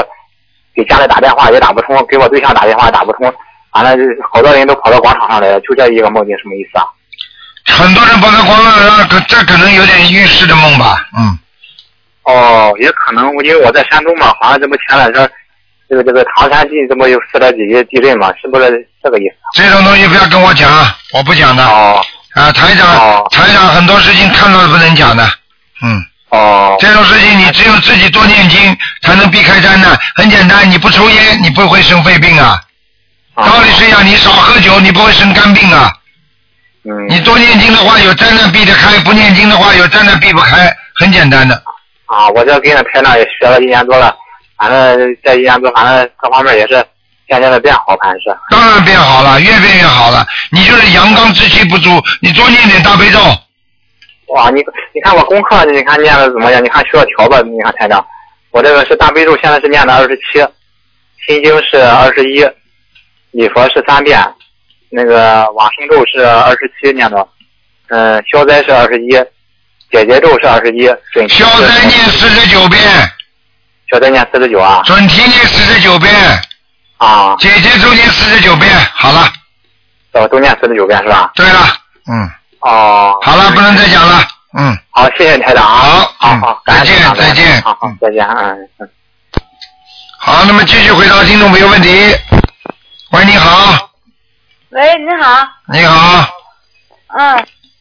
[SPEAKER 13] 给家里打电话也打不通，给我对象打电话也打不通，完了就好多人都跑到广场上来了，就这一个梦境什么意思啊？
[SPEAKER 2] 很多人把它光了，那可这可能有点预示的梦吧，嗯，
[SPEAKER 13] 哦，也可能因为我在山东嘛，好像这不前两天这个这个唐山地这不有四点几级地震嘛，是不是这个意思？
[SPEAKER 2] 这种东西不要跟我讲，啊我不讲的，
[SPEAKER 13] 哦
[SPEAKER 2] 啊，台
[SPEAKER 13] 哦
[SPEAKER 2] 长，台长很多事情看到的不能讲的，嗯，
[SPEAKER 13] 哦
[SPEAKER 2] 这种事情你只有自己多念经才能避开灾难，很简单，你不抽烟，你不会生肺病啊，
[SPEAKER 13] 哦
[SPEAKER 2] 道理是一样，你少喝酒，你不会生肝病啊。
[SPEAKER 13] 嗯
[SPEAKER 2] 你多念经的话，有灾难避得开；不念经的话，有灾难避不开。很简单的，
[SPEAKER 13] 啊，我这跟着台长也学了一年多了，反正这一年多，反正各方面也是渐渐的变好，反正是。
[SPEAKER 2] 当然变好了，越变越好了。你就是阳刚之气不足，你多念点大悲咒。
[SPEAKER 13] 哇，你你看我功课，你看念的怎么样？你看需要调吧？你看台长，我这个是大悲咒，现在是念的二十七，心经是二十一，礼佛是三遍，那个往生咒是二十七念的，嗯、消灾是二十一，解结咒是二十一，准提是
[SPEAKER 2] 消灾念四十九遍，
[SPEAKER 13] 消灾念四十九啊
[SPEAKER 2] 准提念四十九遍，
[SPEAKER 13] 啊，哦
[SPEAKER 2] 姐姐咒念四十九遍。好了，
[SPEAKER 13] 都都念四十九遍是吧？
[SPEAKER 2] 对了，嗯，
[SPEAKER 13] 哦，
[SPEAKER 2] 好了，不能再讲了，嗯。
[SPEAKER 13] 好，谢谢台长啊，
[SPEAKER 2] 好
[SPEAKER 13] 好
[SPEAKER 2] 嗯
[SPEAKER 13] 好，感恩
[SPEAKER 2] 再见
[SPEAKER 13] 台长
[SPEAKER 2] 再见
[SPEAKER 13] 好好，再见，嗯。嗯
[SPEAKER 2] 好，那么继续回答听众朋友问题。喂，你好，
[SPEAKER 3] 喂，你好，
[SPEAKER 2] 你好，
[SPEAKER 3] 嗯，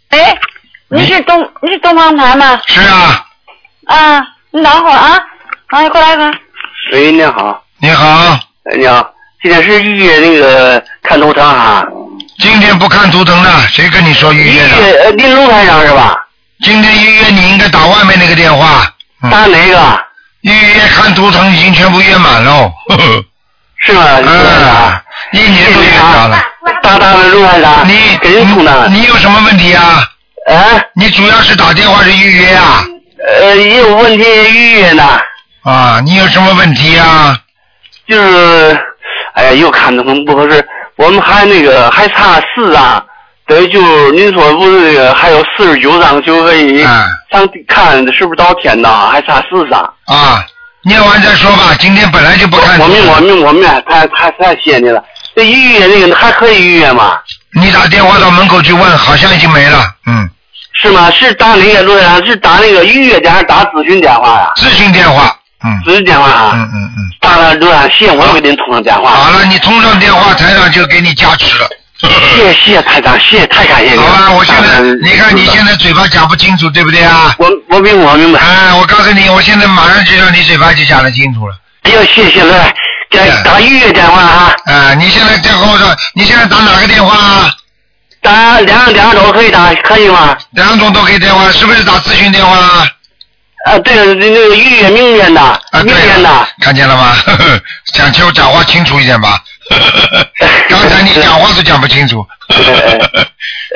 [SPEAKER 11] 哎
[SPEAKER 3] 喂，你是东你是东方台吗？
[SPEAKER 2] 是啊，
[SPEAKER 3] 啊，你等会儿啊，哎，过来过来，
[SPEAKER 14] 喂，你好，
[SPEAKER 2] 你好，
[SPEAKER 14] 哎你好，今天是一月那个看头啊堂哈，
[SPEAKER 2] 今天不看图腾的，谁跟你说预
[SPEAKER 14] 一
[SPEAKER 2] 约的？
[SPEAKER 14] 月呃林龙台上是吧？
[SPEAKER 2] 今天预约你应该打外面那个电话，嗯
[SPEAKER 14] 打哪个？啊
[SPEAKER 2] 预约看图腾已经全部约满 喽。
[SPEAKER 14] 是吗？林龙台
[SPEAKER 2] 嗯
[SPEAKER 14] 长，，
[SPEAKER 2] 一年都约满了。
[SPEAKER 14] 打打的龙台长，
[SPEAKER 2] 你
[SPEAKER 14] 啊给人送的，
[SPEAKER 2] 你有什么问题啊？
[SPEAKER 14] 啊？
[SPEAKER 2] 你主要是打电话是预约啊？
[SPEAKER 14] 呃，也有问题预约呢，
[SPEAKER 2] 啊，你有什么问题啊？
[SPEAKER 14] 就是，哎呀，又看头疼不合适，我们还那个还差四张，等于就是您说不是那个还有四十九张就可以
[SPEAKER 2] 啊
[SPEAKER 14] 上看是不是到天呐？还差四张。
[SPEAKER 2] 啊，念完再说吧。今天本来就不看
[SPEAKER 14] 我
[SPEAKER 2] 图
[SPEAKER 14] 明我
[SPEAKER 2] 腾，
[SPEAKER 14] 明我明，太太太谢谢你了。这预约那个还可以预约吗？
[SPEAKER 2] 你打电话到门口去问，好像已经没了。嗯，
[SPEAKER 14] 是吗？是打哪个路呀？是打那个预约电话，还是打咨询电话呀？
[SPEAKER 2] 咨询电话。嗯
[SPEAKER 14] 咨询电话
[SPEAKER 2] 嗯
[SPEAKER 14] 啊，
[SPEAKER 2] 嗯嗯。
[SPEAKER 14] 打了路呀，啊谢谢我又给您通上电话
[SPEAKER 2] 好。啊了，你通上电话，台长就给你加持了。
[SPEAKER 14] 谢谢谢谢台长，谢谢太感谢您
[SPEAKER 2] 好
[SPEAKER 14] 了。
[SPEAKER 2] 吧，我现在
[SPEAKER 14] 感恩
[SPEAKER 2] 你看你现在嘴巴讲不清楚，对不对啊？
[SPEAKER 14] 我我明白我明白。
[SPEAKER 2] 哎，我告诉你，我现在马上就让你嘴巴就讲得清楚了。
[SPEAKER 14] 哎呦，谢谢了，
[SPEAKER 2] 嗯
[SPEAKER 14] 这打预约电话啊，
[SPEAKER 2] 哎，你现在再跟我说，你现在打哪个电话啊？
[SPEAKER 14] 打啊两两种可以打，可以吗？
[SPEAKER 2] 两种都可以电话，是不是打咨询电话啊？
[SPEAKER 14] 啊，对了，那个预约明年的
[SPEAKER 2] 啊，，
[SPEAKER 14] 明
[SPEAKER 2] 对
[SPEAKER 14] 年
[SPEAKER 2] 了
[SPEAKER 14] 的。，
[SPEAKER 2] 看见了吗？ 呵呵讲求讲话清楚一点 吧。呵呵刚才你讲话都讲不清楚，
[SPEAKER 14] 呃
[SPEAKER 2] 呵呵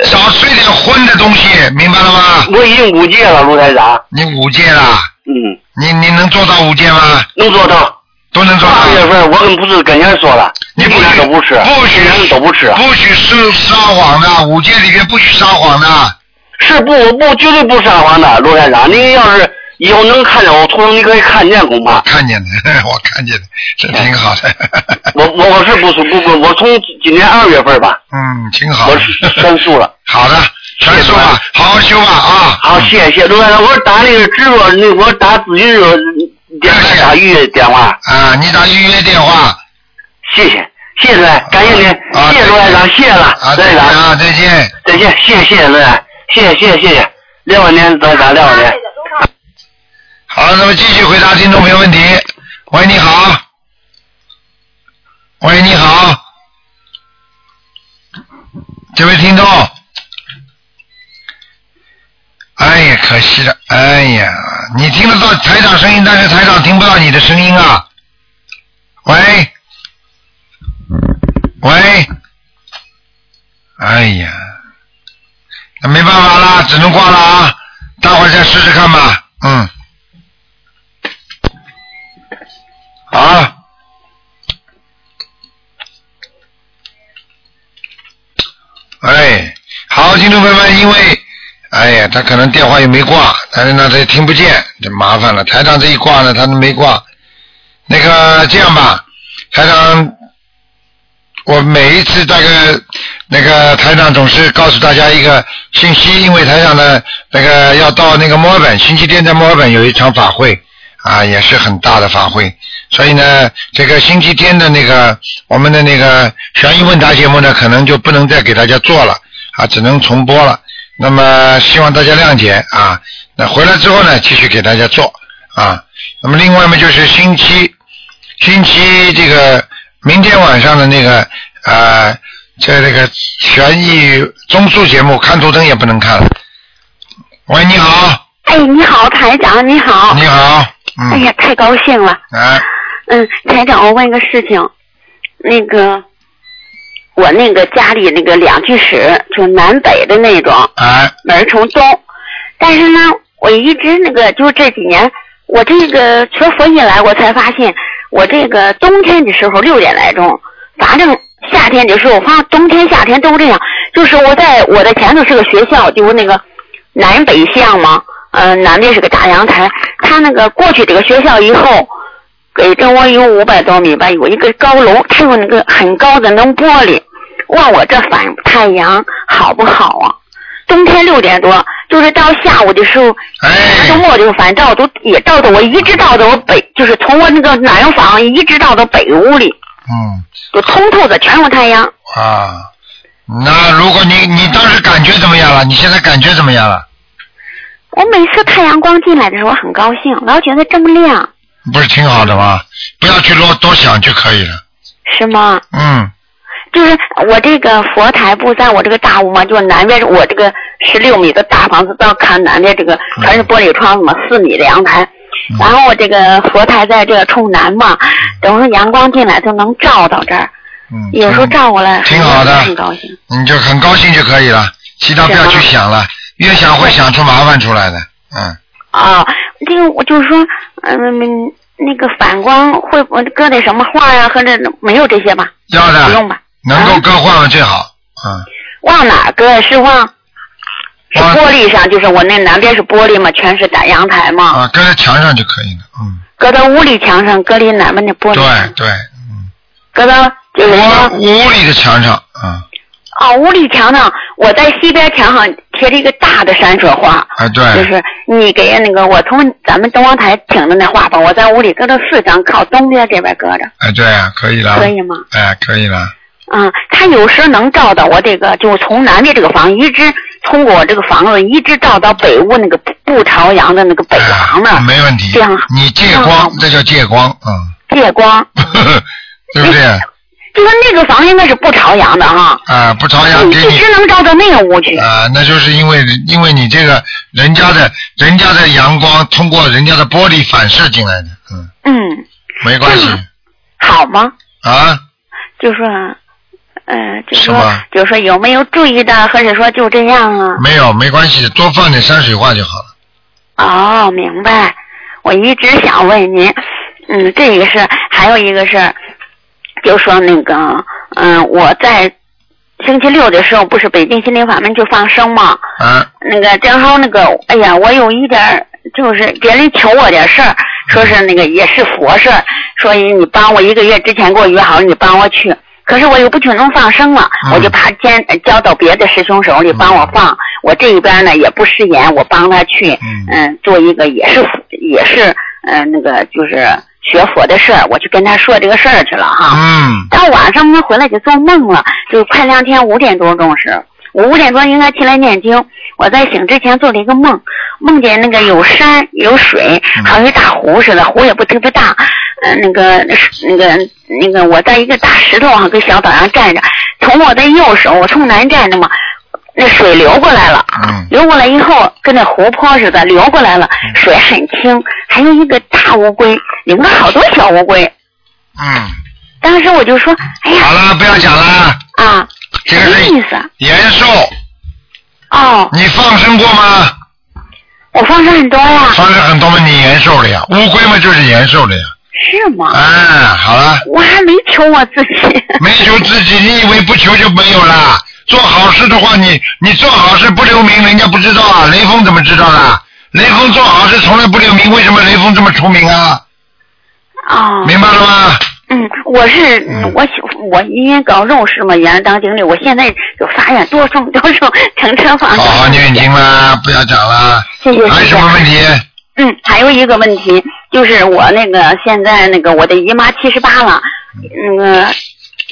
[SPEAKER 2] 少吃一点荤的东西，明白了吗？
[SPEAKER 14] 我已经五届了，卢台长。
[SPEAKER 2] 你五戒啦，
[SPEAKER 14] 嗯，
[SPEAKER 2] 你你能做到五戒吗？
[SPEAKER 14] 能做到。
[SPEAKER 2] 都能做到
[SPEAKER 14] 八。月份我跟不是跟人说了，
[SPEAKER 2] 你不
[SPEAKER 14] 一
[SPEAKER 2] 许
[SPEAKER 14] 年都不吃，
[SPEAKER 2] 不许
[SPEAKER 14] 一年都不吃，
[SPEAKER 2] 不许是撒谎的，五戒里面不许撒谎的。
[SPEAKER 14] 是不我不绝对不撒谎的，罗台长，您要是以后能看见我图腾，你可以看见恐怕。
[SPEAKER 2] 看见的， 我看见的，这挺好的。
[SPEAKER 14] 我我我是不是不不，我从今年二月份吧，
[SPEAKER 2] 嗯，挺好
[SPEAKER 14] 我。是全素了。
[SPEAKER 2] 好的，全素了，好好修吧啊。
[SPEAKER 14] 好，谢谢谢谢卢院长，我打那个直播，那我打咨询时候电
[SPEAKER 2] 哎
[SPEAKER 14] 话打预约电话。
[SPEAKER 2] 啊，你打预约电话。
[SPEAKER 14] 谢谢，谢谢您，感谢您，谢谢卢院长，谢谢了，
[SPEAKER 2] 啊，
[SPEAKER 14] 卢
[SPEAKER 2] 再
[SPEAKER 14] 院
[SPEAKER 2] 见
[SPEAKER 14] 长。
[SPEAKER 2] 啊，再见。
[SPEAKER 14] 再见，谢谢谢谢乐，谢谢谢谢谢谢，六万年咱咱六万年。
[SPEAKER 2] 好，那么继续回答听众朋友问题。喂，你好。喂，你好。这位听众。哎呀，可惜了，哎呀，你听得到台长声音，但是台长听不到你的声音啊。喂。喂。哎呀，那没办法啦，只能挂了啊。待会儿再试试看吧，嗯。啊。哎，好，听众朋友们，因为，哎呀，他可能电话也没挂，但是呢，他也听不见，这麻烦了。台长这一挂呢，他都没挂。那个这样吧，台长，我每一次大概那个台长总是告诉大家一个信息，因为台长呢，那个要到那个墨尔本，星期天在墨尔本有一场法会啊，也是很大的法会，所以呢，这个星期天的那个我们的那个悬疑问答节目呢，可能就不能再给大家做了啊，只能重播了。那么希望大家谅解啊。那回来之后呢，继续给大家做啊。那么另外嘛，就是星期星期这个明天晚上的那个呃，在这个悬疑综述节目看图腾也不能看了。喂，你好，
[SPEAKER 3] 哎，你好，台长，你好。
[SPEAKER 2] 你好，
[SPEAKER 3] 哎
[SPEAKER 2] 嗯，
[SPEAKER 3] 呀，太高兴了。
[SPEAKER 2] 哎，
[SPEAKER 3] 嗯，台长，我问个事情，那个我那个家里那个两居室，就南北的那种，
[SPEAKER 2] 哎，
[SPEAKER 3] 门儿从东，但是呢，我一直那个就这几年，我这个学佛以来，我才发现，我这个冬天的时候六点来钟，反正夏天的时候，我发现冬天夏天都这样，就是我在我的前头是个学校，就是那个南北向嘛，呃，南边是个大阳台，他那个过去这个学校以后。给跟我有五百多米吧，有一个高楼，它有那个很高的那种玻璃，往我这反太阳好不好啊？冬天六点多，就是到下午的时候，
[SPEAKER 2] 哎
[SPEAKER 3] 哎周末就反照都也照的我，一直照到我北，就是从我那个南房一直照到北屋里，
[SPEAKER 2] 嗯。
[SPEAKER 3] 就通透的全有太阳。
[SPEAKER 2] 啊，那如果你你当时感觉怎么样了？你现在感觉怎么样了？
[SPEAKER 3] 我每次太阳光进来的时候，我很高兴，老觉得这么亮，
[SPEAKER 2] 不是挺好的吗？不要去多多想就可以了。
[SPEAKER 3] 是吗？
[SPEAKER 2] 嗯，
[SPEAKER 3] 就是我这个佛台不在我这个大屋嘛，就是南边我这个十六米的大房子，到看南边这个
[SPEAKER 2] 嗯
[SPEAKER 3] 全是玻璃窗子嘛，四米的阳台。然后我这个佛台在这个冲南嘛，等着阳光进来就能照到这儿。
[SPEAKER 2] 嗯
[SPEAKER 3] 有时候照过来，哎
[SPEAKER 2] 挺好的
[SPEAKER 3] 很高兴。
[SPEAKER 2] 你就很高兴就可以了，其他不要去想了，越想会想出麻烦出来的。嗯，
[SPEAKER 3] 啊，这个我就是说，嗯，那个反光会不搁那什么画呀、或者没有这些吧？
[SPEAKER 2] 要的
[SPEAKER 3] 不用吧？
[SPEAKER 2] 能够更换了最好。嗯，
[SPEAKER 3] 往哪儿搁？是往是
[SPEAKER 2] 往
[SPEAKER 3] 玻璃上，就是我那南边是玻璃嘛，全是打阳台嘛。
[SPEAKER 2] 啊，搁在墙上就可以了。嗯，
[SPEAKER 3] 搁到屋里墙上，搁里南边那玻璃，
[SPEAKER 2] 对对，
[SPEAKER 3] 搁到就是说，
[SPEAKER 2] 屋屋里的墙上，嗯，
[SPEAKER 3] 哦，屋里墙上，我在西边墙上贴着一个大的山水画，
[SPEAKER 2] 啊
[SPEAKER 3] 就
[SPEAKER 2] 对，
[SPEAKER 3] 是你给那个我从咱们东方台请的那画吧，我在屋里搁着四张，靠东边这边搁着，
[SPEAKER 2] 哎对啊，可以了。
[SPEAKER 3] 可以吗？
[SPEAKER 2] 哎，可以了。
[SPEAKER 3] 嗯，它有时候能照到我这个，就从南边这个房一直通过我这个房子一直照到北屋那个不不朝阳的那个北廊那儿，
[SPEAKER 2] 哎没问题
[SPEAKER 3] 哎这样
[SPEAKER 2] 你借
[SPEAKER 3] 这样好
[SPEAKER 2] 光，这叫借光，嗯，
[SPEAKER 3] 借光，
[SPEAKER 2] 对不对？
[SPEAKER 3] 就说那个房应该是不朝阳的哈，
[SPEAKER 2] 啊，不朝阳
[SPEAKER 3] 嗯
[SPEAKER 2] 给
[SPEAKER 3] 一
[SPEAKER 2] 你
[SPEAKER 3] 直能照到那个屋去。
[SPEAKER 2] 啊，那就是因为因为你这个人家的人家的阳光通过人家的玻璃反射进来的，嗯，
[SPEAKER 3] 嗯，
[SPEAKER 2] 没关系
[SPEAKER 3] 好吗？
[SPEAKER 2] 啊，
[SPEAKER 3] 就说，嗯，就
[SPEAKER 2] 什
[SPEAKER 3] 说
[SPEAKER 2] 么，
[SPEAKER 3] 就说有没有注意的，或者说就这样啊？
[SPEAKER 2] 没有没关系，多放点山水画就好了。
[SPEAKER 3] 哦，明白。我一直想问您，嗯，这个是，还有一个是，就说那个，嗯，我在星期六的时候，不是北京心灵法门就放生吗？
[SPEAKER 2] 啊，
[SPEAKER 3] 那个正好那个，哎呀，我有一点儿就是别人求我点事儿，说是那个也是佛事儿，说你帮我一个月之前给我约好，你帮我去。可是我又不主动放生了，我就怕兼呃交到别的师兄手里帮我放。我这一边呢也不食言，我帮他去，嗯，做一个也是也是嗯、呃那个就是学佛的事儿，我去跟他说这个事儿去了哈。
[SPEAKER 2] 嗯
[SPEAKER 3] 到晚上他回来就做梦了，就快两天五点多钟时，我五点多应该起来念经。我在醒之前做了一个梦，梦见那个有山有水，好像一大湖似的，湖也不特别大。呃，那个那个那个，我在一个大石头上跟小岛上站着，从我的右手，我冲南站着嘛，那水流过来了。
[SPEAKER 2] 嗯
[SPEAKER 3] 流过来以后，跟那湖泊似的流过来了，水很清，还有一个大乌龟，里面好多小乌龟。
[SPEAKER 2] 嗯，
[SPEAKER 3] 当时我就说，哎呀，
[SPEAKER 2] 好了，不要讲了。
[SPEAKER 3] 啊，
[SPEAKER 2] 这个
[SPEAKER 3] 什么意思啊？
[SPEAKER 2] 延寿。
[SPEAKER 3] 哦。
[SPEAKER 2] 你放生过吗？
[SPEAKER 3] 我放生很多呀。
[SPEAKER 2] 放生很多嘛，你延寿了呀。乌龟嘛就是延寿了呀。
[SPEAKER 3] 是吗？
[SPEAKER 2] 哎，好了。
[SPEAKER 3] 我还没求我自 己。
[SPEAKER 2] 没求自己，你以为不求就没有啦？做好事的话，你你做好事不留名，人家不知道啊。雷锋怎么知道啦？雷锋做好事从来不留名，为什么雷锋这么出名啊？
[SPEAKER 3] 哦。
[SPEAKER 2] 明白了吗？
[SPEAKER 3] 嗯，我是嗯我喜我因为搞肉食嘛，原来当经理，我现在就发愿多种多种，成车房子。
[SPEAKER 2] 好好念经啦，不要讲啦。
[SPEAKER 3] 谢谢。
[SPEAKER 2] 还
[SPEAKER 3] 谢
[SPEAKER 2] 有
[SPEAKER 3] 谢
[SPEAKER 2] 什么问题？
[SPEAKER 3] 嗯，还有一个问题就是我那个现在那个我的姨妈七十八了，嗯那个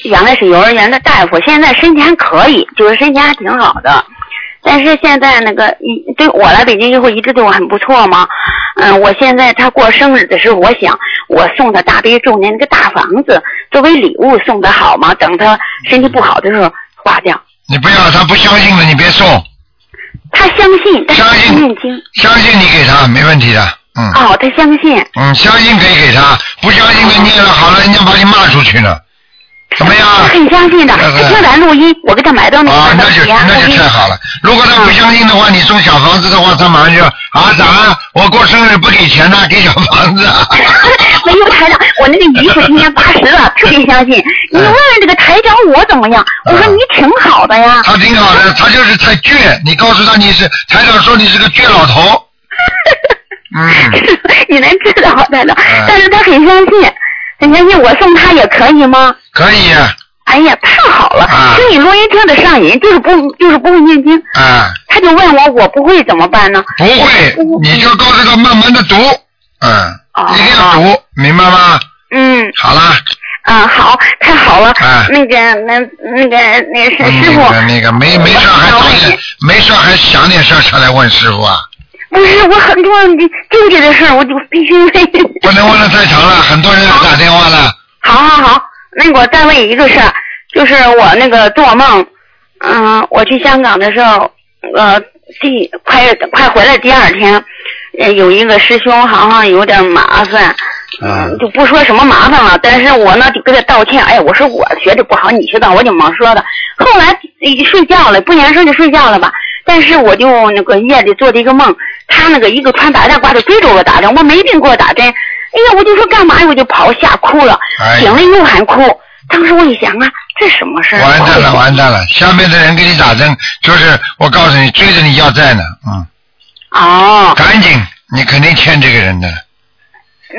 [SPEAKER 3] 原来是幼儿园的大夫，现在身体还可以，就是身体还挺好的。但是现在那个一对我来北京以后一直对我很不错嘛，嗯，我现在他过生日的时候，我想我送他大悲咒念那个大房子作为礼物送他好吗？等他身体不好的时候花掉。
[SPEAKER 2] 你不要，他不相信了，你别送，
[SPEAKER 3] 他相信，但是他念经。
[SPEAKER 2] 相信你给他没问题的。嗯
[SPEAKER 3] 哦，他相信。
[SPEAKER 2] 嗯，相信可以给他，不相信的念了好了，人家把你骂出去呢。怎么样？
[SPEAKER 3] 很相信的，他听咱录音，我给他买到那个
[SPEAKER 2] 啊，
[SPEAKER 3] 大
[SPEAKER 2] 那就
[SPEAKER 3] 房子
[SPEAKER 2] 那就太好了。如果他不相信的话，你送小房子的话，他马上就啊咋？我过生日不给钱呢，给小房 子。啊
[SPEAKER 3] 没有台长，我那个姨夫今年八十了，特别相信。你问问这个台长我怎么样？我
[SPEAKER 2] 啊
[SPEAKER 3] 说你挺好的呀。
[SPEAKER 2] 他挺好的，他就是太倔。你告诉他你是台长说你是个倔老头。嗯，
[SPEAKER 3] 你能知道台长，但是他很相信，很相信我送他也可以吗？
[SPEAKER 2] 可以啊
[SPEAKER 3] 哎呀，太好了！听你录音听得上瘾，就是不就是不会念经。
[SPEAKER 2] 啊，
[SPEAKER 3] 他就问我，我不会怎么办呢？
[SPEAKER 2] 不会，你就告诉他慢慢的读，嗯，
[SPEAKER 3] 哦
[SPEAKER 2] 一定要读，明白吗？
[SPEAKER 3] 嗯，
[SPEAKER 2] 好啦，
[SPEAKER 3] 啊，好，太好了。
[SPEAKER 2] 啊
[SPEAKER 3] 那个，那那个，那是嗯师
[SPEAKER 2] 嗯那
[SPEAKER 3] 傅，
[SPEAKER 2] 个那个没没事儿还早点，没事儿还想点事儿才来问师傅啊。
[SPEAKER 3] 不是 我很多纠结的事儿，我就 必须问。
[SPEAKER 2] 不能问的太长了，很多人要打电话了。
[SPEAKER 3] 好好好，那我再问一个事儿，就是我那个做梦，嗯、我去香港的时候，呃，第快快回来第二天，呃，有一个师兄好像有点麻烦，
[SPEAKER 2] 嗯，
[SPEAKER 3] 就不说什么麻烦了，但是我呢就跟他道歉，哎，我说我学的不好，你知道，我就忙说的。后来一睡觉了，不言声就睡觉了吧。但是我就那个夜里做了一个梦，他那个一个穿白大褂的追着我打针，我没病给我打针，哎呀，我就说干嘛呀，我就跑吓哭了
[SPEAKER 2] 哎，
[SPEAKER 3] 醒了又喊哭。当时我一想啊，这什么事儿？
[SPEAKER 2] 完蛋了，完蛋了！下面的人给你打针，就是我告诉你，追着你要债呢，嗯。
[SPEAKER 3] 哦。
[SPEAKER 2] 赶紧，你肯定欠这个人的。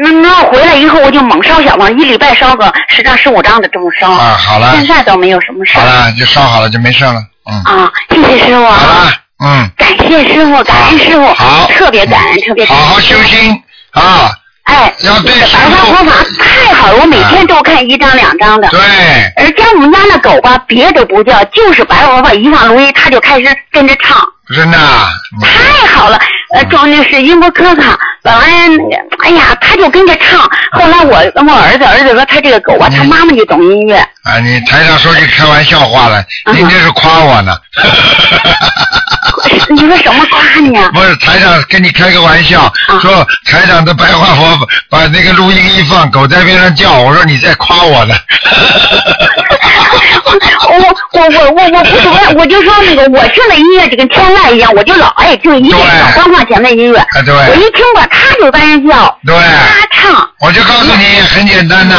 [SPEAKER 3] 那那回来以后我就猛烧小房，一礼拜烧个十张十五张的这么哦烧。
[SPEAKER 2] 啊好了
[SPEAKER 3] 现在倒没有什么事
[SPEAKER 2] 好
[SPEAKER 3] 儿
[SPEAKER 2] 了，就烧好了，就没事了，嗯
[SPEAKER 3] 啊，谢谢师傅啊。
[SPEAKER 2] 嗯，
[SPEAKER 3] 感谢师傅，感恩师傅，好，特别感恩，特别感恩。好好
[SPEAKER 2] 修心啊！
[SPEAKER 3] 哎，
[SPEAKER 2] 要对
[SPEAKER 3] 白话佛法太好了，我每天都看一张两张的。
[SPEAKER 2] 对。
[SPEAKER 3] 而且我们家那狗吧，别的不叫，就是白话佛法一放录音，它就开始跟着唱，
[SPEAKER 2] 真的啊，
[SPEAKER 3] 太好了。呃，装的是英国科卡，本来那个，哎呀，它就跟着唱。后来我跟我儿子，儿子说他这个狗啊，他妈妈就懂音乐。
[SPEAKER 2] 啊，你台上说句开玩笑话了，
[SPEAKER 3] 嗯
[SPEAKER 2] 你这是夸我 呢。
[SPEAKER 3] 你说什么夸你啊？
[SPEAKER 2] 不是台长跟你开个玩笑，说台长的白话佛把那个录音一放，狗在边上叫，我说你在夸我呢。
[SPEAKER 3] 我我我我我不是问，我就说那个我听的音乐就跟天籁一样，我就老爱听一点小方块前的音乐。
[SPEAKER 2] 啊对嗯
[SPEAKER 3] 我一听吧，他就在那叫，
[SPEAKER 2] 对，
[SPEAKER 3] 他唱。
[SPEAKER 2] 我就告诉你，很简单的、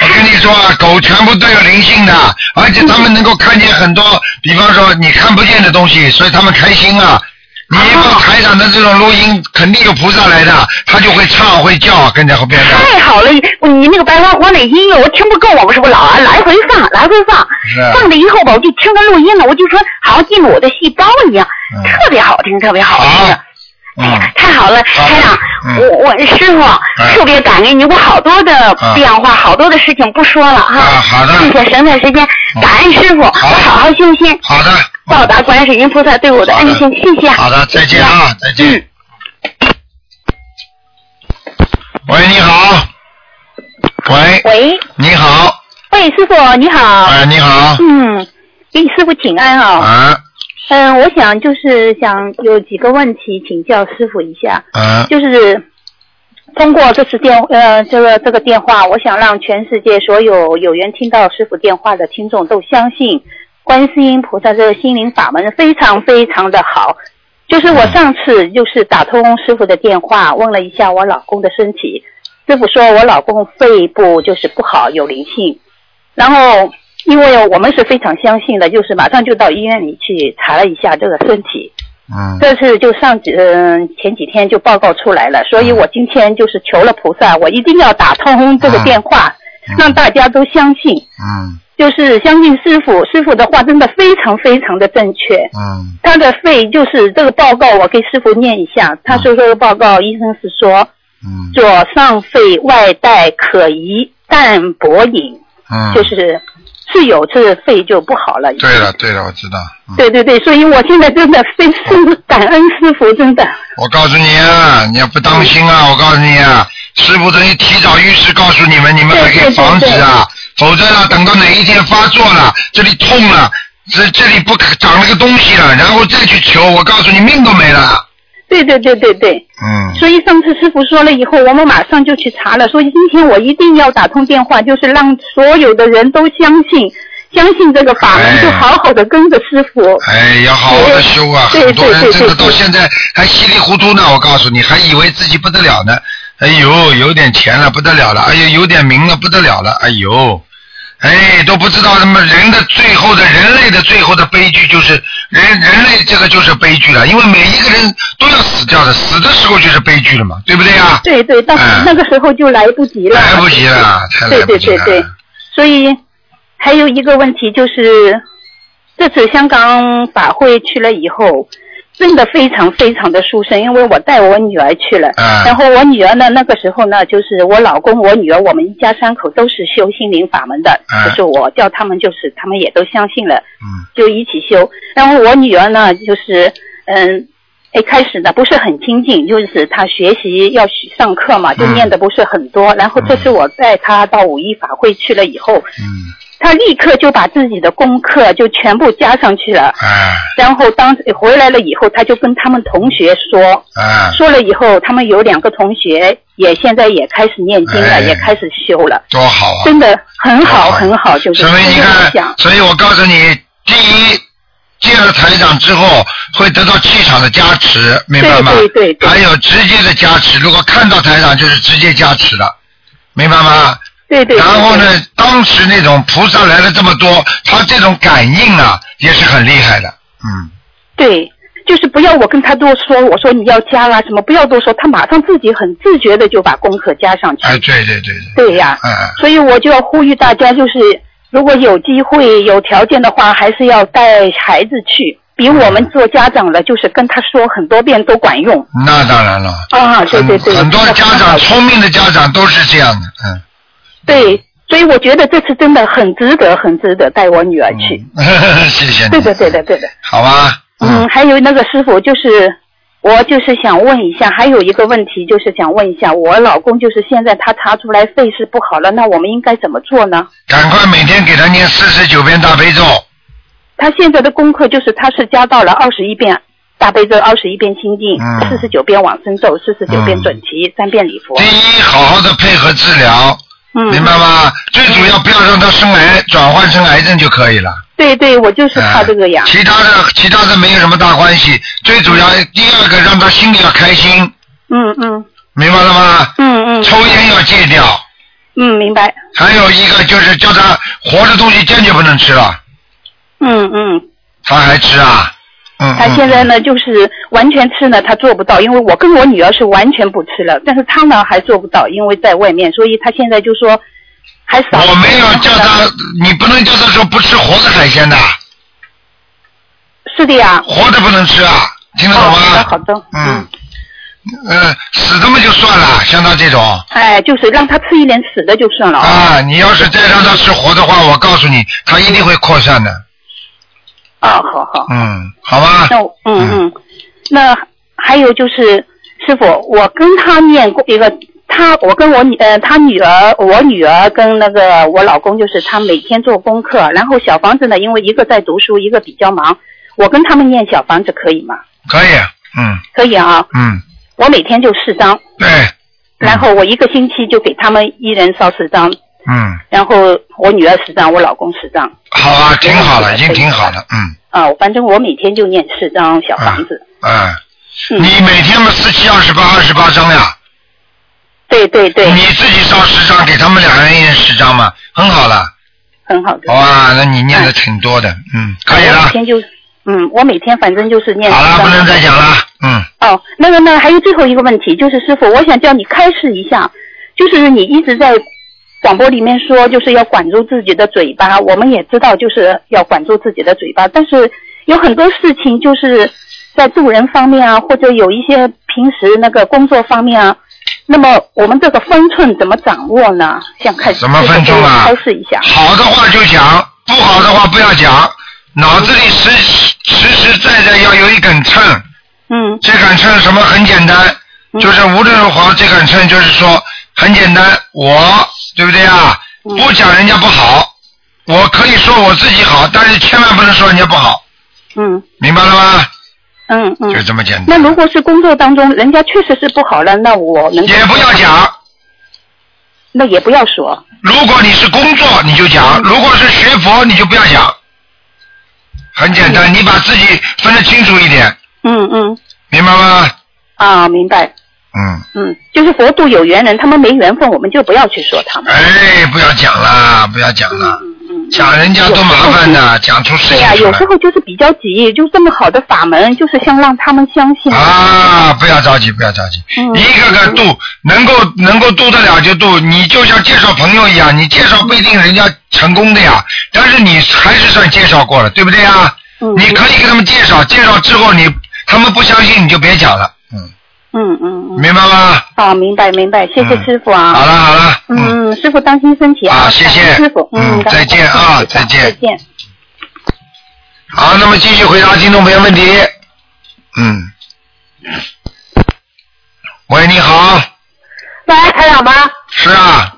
[SPEAKER 2] 我跟你说啊，狗全部都有灵性的，而且它们能够看见很多，比方说你看不见的东西，所以它们开心啊。你一放台长的这种录音，肯定有菩萨来的，他就会唱会叫，跟着后边的。
[SPEAKER 3] 太好了，你那个白花火那音乐我听不够，我不是我老啊来回放，来回放
[SPEAKER 2] 是啊，
[SPEAKER 3] 放了以后吧，我就听着录音了，我就说好像进入我的细胞一样，
[SPEAKER 2] 嗯
[SPEAKER 3] 特别好听，特别好听的。哎呀，太好了，台长，
[SPEAKER 2] 嗯
[SPEAKER 3] 我我师傅特别感恩你，我好多的变化，
[SPEAKER 2] 嗯
[SPEAKER 3] 好多的事情不说了哈。
[SPEAKER 2] 啊好的
[SPEAKER 3] 谢谢省点时间，
[SPEAKER 2] 嗯
[SPEAKER 3] 感恩师傅，我好好修心。
[SPEAKER 2] 好的，
[SPEAKER 3] 报答观世音菩萨对我的恩情，谢谢。
[SPEAKER 2] 好的，再见
[SPEAKER 9] 嗯
[SPEAKER 2] 啊，再见。喂，你好。喂。
[SPEAKER 9] 喂。
[SPEAKER 2] 你好，
[SPEAKER 9] 喂，师傅你好。
[SPEAKER 2] 哎你好
[SPEAKER 9] 嗯，给你师傅请安哦。
[SPEAKER 2] 啊。
[SPEAKER 9] 嗯，我想就是想有几个问题请教师傅一下，
[SPEAKER 2] 啊
[SPEAKER 9] 就是通过这次电呃这个这个电话，我想让全世界所有有缘听到师傅电话的听众都相信，观世音菩萨这个心灵法门非常非常的好。就是我上次就是打通师傅的电话，问了一下我老公的身体，师傅说我老公肺部就是不好有灵性，然后因为我们是非常相信的，就是马上就到医院里去查了一下这个身体，
[SPEAKER 2] 嗯
[SPEAKER 9] 这次就上几嗯前几天就报告出来了，所以我今天就是求了菩萨，我一定要打通这个电话，让大家都相信，
[SPEAKER 2] 嗯
[SPEAKER 9] 就是相信师傅，师傅的话真的非常非常的正确，
[SPEAKER 2] 嗯
[SPEAKER 9] 他的肺就是这个报告，我给师傅念一下。他说这个报告，医生是说，
[SPEAKER 2] 嗯
[SPEAKER 9] 左上肺外带可疑淡薄饮，
[SPEAKER 2] 嗯。
[SPEAKER 9] 就是是有这肺就不好了。
[SPEAKER 2] 对了，对了，我知道。嗯
[SPEAKER 9] 对对对，所以我现在真的非常感恩师傅，真的。
[SPEAKER 2] 我告诉你啊，你要不当心啊！我告诉你啊，师傅等于提早预示告诉你们，你们还可以防止啊，否则啊，等到哪一天发作了，这里痛了，这这里不可长了个东西了，然后再去求，我告诉你命都没了。
[SPEAKER 9] 对对对对对。
[SPEAKER 2] 嗯
[SPEAKER 9] 所以上次师傅说了以后，我们马上就去查了，所以今天我一定要打通电话，就是让所有的人都相信，相信这个法门，就好好的跟着师傅。
[SPEAKER 2] 哎，要好好的修啊！
[SPEAKER 9] 对
[SPEAKER 2] 很多人
[SPEAKER 9] 对对
[SPEAKER 2] 真的
[SPEAKER 9] 对
[SPEAKER 2] 到现在还稀里糊涂呢，我告诉你，还以为自己不得了呢。哎呦，有点钱了不得了了，哎呦，有点名了不得了了，哎呦，哎，都不知道他们人的最后的人类的最后的悲剧就是人人类这个就是悲剧了，因为每一个人都要死掉的，死的时候就是悲剧了嘛，对不对啊？
[SPEAKER 9] 对对，到那个时候就来不及了。
[SPEAKER 2] 来不及了，太来
[SPEAKER 9] 对
[SPEAKER 2] 不
[SPEAKER 9] 对
[SPEAKER 2] 及了。
[SPEAKER 9] 对对，所以还有一个问题就是，这次香港法会去了以后，真的非常非常的殊胜，因为我带我女儿去了，
[SPEAKER 2] 嗯
[SPEAKER 9] 然后我女儿呢那个时候呢，就是我老公、我女儿，我们一家三口都是修心灵法门的，
[SPEAKER 15] 嗯
[SPEAKER 9] 就是我叫他们，就是他们也都相信了，
[SPEAKER 2] 嗯
[SPEAKER 9] 就一起修。然后我女儿呢，就是嗯。一开始呢不是很精进，就是她学习要去上课嘛，
[SPEAKER 2] 嗯
[SPEAKER 9] 就念的不是很多。然后这次我带她到五一法会去了以后，
[SPEAKER 2] 嗯
[SPEAKER 9] 她立刻就把自己的功课就全部加上去了。
[SPEAKER 2] 哎
[SPEAKER 9] 然后当时回来了以后，她就跟他们同学说，
[SPEAKER 2] 哎
[SPEAKER 9] 说了以后，他们有两个同学也现在也开始念经了，
[SPEAKER 2] 哎
[SPEAKER 9] 也开始修了，
[SPEAKER 2] 多好啊！
[SPEAKER 9] 真的很好很好，就是
[SPEAKER 2] 所以你看，所以我告诉你，第一，见了台长之后会得到气场的加持，明白吗？
[SPEAKER 9] 对对
[SPEAKER 2] 还有直接的加持，如果看到台长就是直接加持的，明白吗？
[SPEAKER 9] 对对
[SPEAKER 2] 然后呢，当时那种菩萨来了这么多，他这种感应啊也是很厉害的，嗯。
[SPEAKER 9] 对，就是不要我跟他多说，我说你要加啊啦什么，不要多说，他马上自己很自觉的就把功课加上去。
[SPEAKER 2] 哎，对对对
[SPEAKER 9] 对呀、
[SPEAKER 2] 对，哎，
[SPEAKER 9] 所以我就要呼吁大家，就是如果有机会、有条件的话，还是要带孩子去，比我
[SPEAKER 2] 嗯
[SPEAKER 9] 们做家长了，就是跟他说很多遍都管用。
[SPEAKER 2] 那当然了。
[SPEAKER 9] 啊，对对对，
[SPEAKER 2] 很多家长，聪明的家长都是这样的，嗯。
[SPEAKER 9] 对，所以我觉得这次真的很值得，很值得带我女儿去。
[SPEAKER 2] 谢谢
[SPEAKER 9] 对
[SPEAKER 2] 你，
[SPEAKER 9] 的，对的，对的。
[SPEAKER 2] 好吧？
[SPEAKER 9] 嗯，还有那个师傅，就是我就是想问一下，还有一个问题就是想问一下，我老公就是现在他查出来肺是不好了，那我们应该怎么做呢？
[SPEAKER 2] 赶快每天给他念四十
[SPEAKER 9] 嗯
[SPEAKER 2] 九遍大悲咒，
[SPEAKER 9] 他现在的功课就是他是加到了二十一遍大悲咒，二十一遍心经，四十九遍往生咒，四十
[SPEAKER 2] 嗯
[SPEAKER 9] 九遍准提，三遍礼佛。
[SPEAKER 2] 好好的配合治疗，
[SPEAKER 9] 嗯
[SPEAKER 2] 明白吗？最主要不要让他生癌，转换成癌症就可以了。哎
[SPEAKER 9] 对对，我就是怕这个呀。
[SPEAKER 2] 其他的其他的没有什么大关系，最主要第二个让他心里要开心，
[SPEAKER 9] 嗯嗯
[SPEAKER 2] 明白了吗？
[SPEAKER 9] 嗯嗯。
[SPEAKER 2] 抽烟要戒掉，
[SPEAKER 9] 嗯，明白。
[SPEAKER 2] 还有一个就是叫他活的东西坚决不能吃了，
[SPEAKER 9] 嗯嗯，
[SPEAKER 2] 他还吃啊？嗯
[SPEAKER 16] 他现在呢，就是完全吃呢，他做不到，因为我跟我女儿是完全不吃了，但是他呢还做不到，因为在外面，所以他现在就说还少。
[SPEAKER 2] 我没有叫他，你不能叫他说不吃活的海鲜的，
[SPEAKER 16] 是的呀。哦
[SPEAKER 2] 活的不能吃啊，听得懂吗？好的，好
[SPEAKER 16] 的。
[SPEAKER 2] 嗯，呃，死的嘛就算了，像他这种
[SPEAKER 16] 哎，就是让他吃一点死的就算了。
[SPEAKER 2] 啊，你要是再让他吃活的话，我告诉你，他一定会扩散的。
[SPEAKER 16] 啊，好好。
[SPEAKER 2] 嗯，好吧。
[SPEAKER 16] 那我嗯嗯，那还有就是，师傅，我跟他念过一个，他我跟我女呃，他女儿，我女儿跟那个我老公，就是他每天做功课，然后小房子呢，因为一个在读书，一个比较忙，我跟他们念小房子可以吗？
[SPEAKER 2] 可以，嗯
[SPEAKER 16] 可以啊，
[SPEAKER 2] 嗯，哎
[SPEAKER 16] 我每天就四张，
[SPEAKER 2] 对，
[SPEAKER 16] 然后我一个星期就给他们一人烧十张，
[SPEAKER 2] 嗯，
[SPEAKER 16] 然后我女儿十张，我老公十张，
[SPEAKER 2] 好
[SPEAKER 16] 嗯
[SPEAKER 2] 啊，挺好了，已经挺好了，嗯
[SPEAKER 16] 啊，反正我每天就念四张小房子。
[SPEAKER 2] 嗯。你每天嘛四七二十八二十八张呀。
[SPEAKER 16] 对对对。
[SPEAKER 2] 你自己烧十张，给他们两人一人十张嘛，很好了。
[SPEAKER 16] 很好的。
[SPEAKER 2] 哇，那你念的挺多的，嗯，可以
[SPEAKER 16] 我每
[SPEAKER 2] 了，
[SPEAKER 16] 天就，嗯，我每天反正就是念。好了，不能
[SPEAKER 2] 再讲了。嗯。
[SPEAKER 16] 哦，那个呢，还有最后一个问题，就是师傅，我想叫你开示一下，就是你一直在广播里面说，就是要管住自己的嘴巴，我们也知道就是要管住自己的嘴巴，但是有很多事情就是在助人方面啊，或者有一些平时那个工作方面啊。那么我们这个分寸怎么掌握呢？想开
[SPEAKER 2] 什么分寸啊
[SPEAKER 16] 开示一下。
[SPEAKER 2] 好的话就讲，不好的话不要讲，脑子里实实实在在要有一杆秤。
[SPEAKER 16] 嗯。
[SPEAKER 2] 这杆秤什么很简单，就是无论如何这杆秤就是说很简单，我对不对啊？
[SPEAKER 16] 嗯
[SPEAKER 2] 不讲人家不好，我可以说我自己好，但是千万不能说人家不好，
[SPEAKER 16] 嗯
[SPEAKER 2] 明白了吗？
[SPEAKER 16] 嗯嗯。
[SPEAKER 2] 就这么简单。
[SPEAKER 16] 那如果是工作当中，人家确实是不好了，那我能也
[SPEAKER 2] 不要讲。
[SPEAKER 16] 那也不要说。
[SPEAKER 2] 如果你是工作，你就讲；
[SPEAKER 16] 嗯
[SPEAKER 2] 如果是学佛，你就不要讲。很简单，你把自己分得清楚一点，
[SPEAKER 16] 嗯嗯。
[SPEAKER 2] 明白吗？
[SPEAKER 16] 啊，明白。
[SPEAKER 2] 嗯。
[SPEAKER 16] 嗯，就是佛度有缘人，他们没缘分，我们就不要去说他们。
[SPEAKER 2] 哎，不要讲了，不要讲了，
[SPEAKER 16] 嗯
[SPEAKER 2] 讲人家多麻烦的，讲出事
[SPEAKER 16] 对
[SPEAKER 2] 情
[SPEAKER 16] 呀、
[SPEAKER 2] 出
[SPEAKER 16] 有
[SPEAKER 2] 来
[SPEAKER 16] 时候就是比较急，就这么好的法门，就是想让他们相信。
[SPEAKER 2] 啊！不要着急，不要着急，
[SPEAKER 16] 嗯
[SPEAKER 2] 一个个度，能够能够度得了就度。你就像介绍朋友一样，你介绍不一定人家成功的呀，但是你还是算介绍过了，对不对呀？
[SPEAKER 16] 嗯
[SPEAKER 9] 嗯
[SPEAKER 2] 你可以给他们介绍，介绍之后你他们不相信你就别讲了，
[SPEAKER 16] 嗯嗯嗯。
[SPEAKER 2] 明白吗？
[SPEAKER 9] 哦
[SPEAKER 16] 啊，明白明白，谢谢师傅啊。
[SPEAKER 2] 嗯好了好了。
[SPEAKER 16] 嗯，师傅当心身体啊。谢谢师傅，嗯，
[SPEAKER 2] 再见啊，再
[SPEAKER 16] 再
[SPEAKER 2] 见。
[SPEAKER 16] 见。
[SPEAKER 2] 好，那么继续回答听众朋友问题。嗯。喂，你好，
[SPEAKER 9] 喂，台长吗？
[SPEAKER 2] 是啊，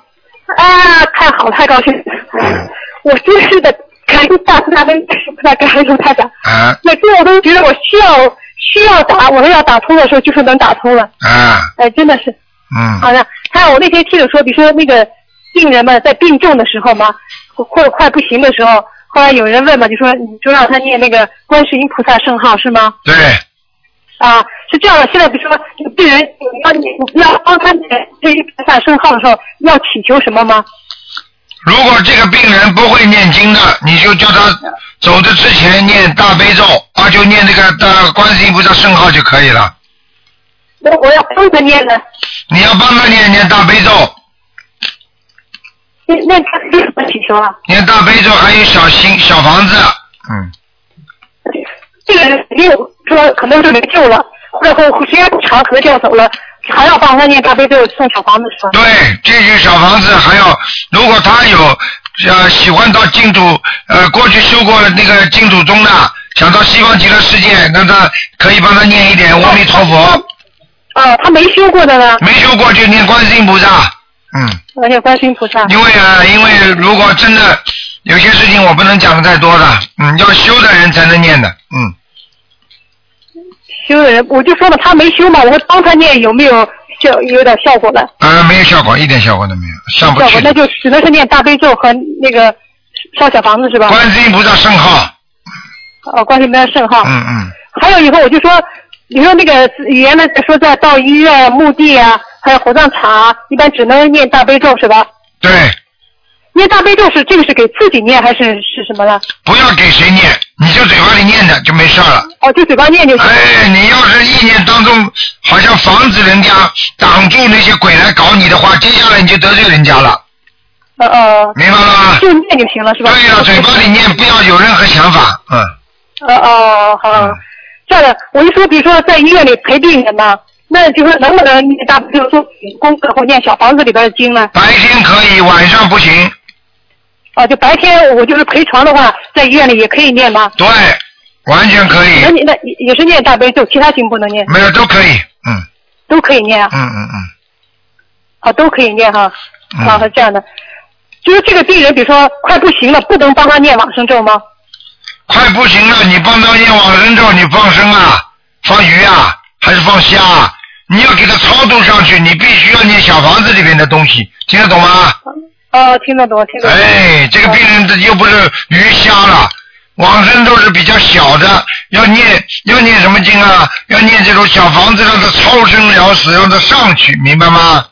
[SPEAKER 9] 啊，太好了，太高兴了！我真是的，感恩大慈大悲是不大感恩卢台长。
[SPEAKER 2] 啊
[SPEAKER 9] 每次我都觉得我需要需要打，我都要打通的时候，就是能打通了。
[SPEAKER 2] 啊，
[SPEAKER 9] 哎，真的是。
[SPEAKER 2] 嗯。
[SPEAKER 9] 好的，还有我那天听你说，比如说那个病人们在病重的时候嘛，或或者快不行的时候，后来有人问嘛，就说你就让他念那个观世音菩萨圣号是吗？
[SPEAKER 2] 对，
[SPEAKER 9] 啊，是这样的，现在比如说病人，你要你你要帮他念这一菩萨圣号的时候，要祈求什么吗？
[SPEAKER 2] 如果这个病人不会念经的，你就叫他走的之前念大悲咒，啊，就念这个大观世音菩萨圣号就可以了。
[SPEAKER 9] 我我要帮他念呢。
[SPEAKER 2] 你要帮他念念大悲咒，
[SPEAKER 9] 那那他是什么祈求啊？
[SPEAKER 2] 念大悲咒，还有小心小房子，
[SPEAKER 9] 这个人肯定说可能是没救了，或者或时间不长可能就要走了，还要帮他念大悲咒送小房子是吧？
[SPEAKER 2] 对，这句小房子还要，如果他有呃喜欢到净土，呃过去修过那个净土宗的，想到西方极乐世界，那他可以帮他念一点阿弥陀佛。
[SPEAKER 9] 啊，他没修过的呢？
[SPEAKER 2] 没修过就念观世音菩萨，
[SPEAKER 9] 而且观世音菩萨。
[SPEAKER 2] 因为啊，因为如果真的有些事情我不能讲的太多的，嗯，要修的人才能念的，嗯，
[SPEAKER 9] 修的人，我就说嘛，他没修嘛，我帮他念有没有效有点效果了？
[SPEAKER 2] 呃，没有效果，一点效果都没有，上不
[SPEAKER 9] 效
[SPEAKER 2] 去
[SPEAKER 9] 果那
[SPEAKER 2] 的。
[SPEAKER 9] 就只能是念大悲咒和那个烧小房子是吧？
[SPEAKER 2] 观世音菩萨圣号，
[SPEAKER 9] 哦，观世音菩萨圣号。
[SPEAKER 2] 嗯嗯，
[SPEAKER 9] 还有以后我就说，你说那个原来说在到医院、墓地啊，还有火葬场啊，一般只能念大悲咒是吧？
[SPEAKER 2] 对，
[SPEAKER 9] 念大悲咒是这个是给自己念还是是什么呢？
[SPEAKER 2] 不要给谁念，你就嘴巴里念的就没事儿了。
[SPEAKER 9] 哦，就嘴巴念就行。
[SPEAKER 2] 哎，你要是意念当中好像防止人家挡住那些鬼来搞你的话，接下来你就得罪人家了。
[SPEAKER 9] 呃呃，
[SPEAKER 2] 明白了吗？
[SPEAKER 9] 就念就行了，是吧？
[SPEAKER 2] 哎对了，嘴巴里念不要有任何想法，嗯。
[SPEAKER 9] 呃哦，好，这样的，我就说，比如说在医院里陪病人嘛，那就是能不能念大悲咒做功课或念小房子里边的经呢？
[SPEAKER 2] 白天可以，晚上不行。
[SPEAKER 9] 哦，就白天我就是陪床的话，在医院里也可以念吗？
[SPEAKER 2] 对，完全可以。
[SPEAKER 9] 那你那也也是念大悲咒，其他经不能念？
[SPEAKER 2] 没有，都可以，嗯
[SPEAKER 9] 都可以念啊。
[SPEAKER 2] 嗯嗯嗯，
[SPEAKER 9] 啊，都可以念哈。
[SPEAKER 2] 嗯
[SPEAKER 9] 啊，是这样的，就是这个病人，比如说快不行了，不能帮他念往生咒吗？
[SPEAKER 2] 快不行了，你帮他念往生咒，你放生啊，放鱼啊，还是放虾啊？你要给他超度上去，你必须要念小房子里面的东西，听得懂吗？
[SPEAKER 9] 哦，听得懂，听得懂。
[SPEAKER 2] 哎，这个病人这又不是鱼虾了，往生咒是比较小的，要念要念什么经啊？要念这种小房子，让他超生了死，让他上去，明白吗？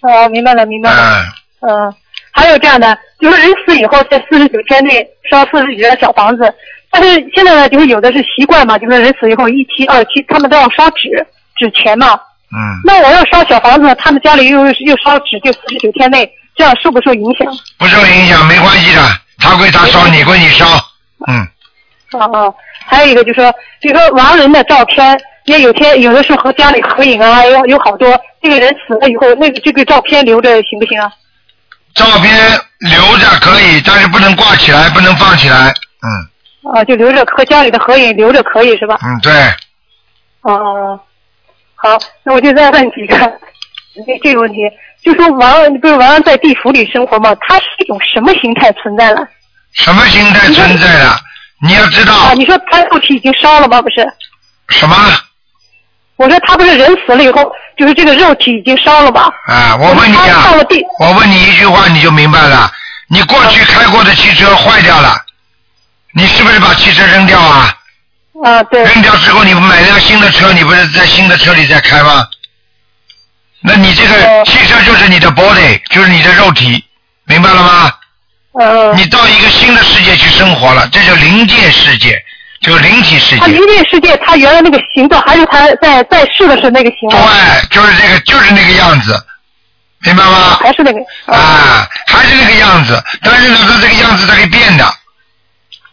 [SPEAKER 9] 哦，明白了，明白了。
[SPEAKER 2] 嗯，
[SPEAKER 9] 嗯，还有这样的，就是人死以后在四十九天内烧四十九间小房子，但是现在呢，就是有的是习惯嘛，就是人死以后一期、二期，他们都要烧纸纸钱嘛。
[SPEAKER 2] 嗯。
[SPEAKER 9] 那我要烧小房子，他们家里又又烧纸，就四十九天内，这样受不受影响？
[SPEAKER 2] 不受影响，没关系的，他归他烧，你归你烧，嗯。
[SPEAKER 9] 啊啊，还有一个就是说，比如说亡人的照片，也有天有的时候和家里合影啊，有有好多这个人死了以后，那个这个照片留着行不行啊？
[SPEAKER 2] 照片留着可以，但是不能挂起来，不能放起来。嗯
[SPEAKER 9] 啊，就留着和家里的合影留着可以是吧？
[SPEAKER 2] 嗯，对，
[SPEAKER 9] 哦，好，那我就再问几个这这个问题，就说王不是王在地府里生活嘛，他是一种什么形态存在了？
[SPEAKER 2] 什么心态存在的？你要知道
[SPEAKER 9] 啊，你说他肉体已经烧了吗？不是，
[SPEAKER 2] 什么
[SPEAKER 9] 我说他不是人死了以后，就是这个肉体已经烧了吗？
[SPEAKER 2] 啊？我问你啊，我问你一句话你就明白了。你过
[SPEAKER 9] 嗯
[SPEAKER 2] 去开过的汽车坏掉了，你是不是把汽车扔掉啊？
[SPEAKER 9] 啊，对。
[SPEAKER 2] 扔掉之后，你买辆新的车，你不是在新的车里再开吗？那你这
[SPEAKER 9] 嗯
[SPEAKER 2] 个汽车就是你的 body，就是你的肉体，明白了吗？
[SPEAKER 9] 嗯。
[SPEAKER 2] 你到一个新的世界去生活了，这叫灵界世界，就灵体世
[SPEAKER 9] 他
[SPEAKER 2] 界
[SPEAKER 9] 灵。界世界，他原来那个形状，还是他在在世的时候那个形状，
[SPEAKER 2] 哎，就是这个，就是那个样子，明白吗？
[SPEAKER 9] 还是那个
[SPEAKER 2] 啊，还是那个样子，但是呢，它这个样子它可以变的，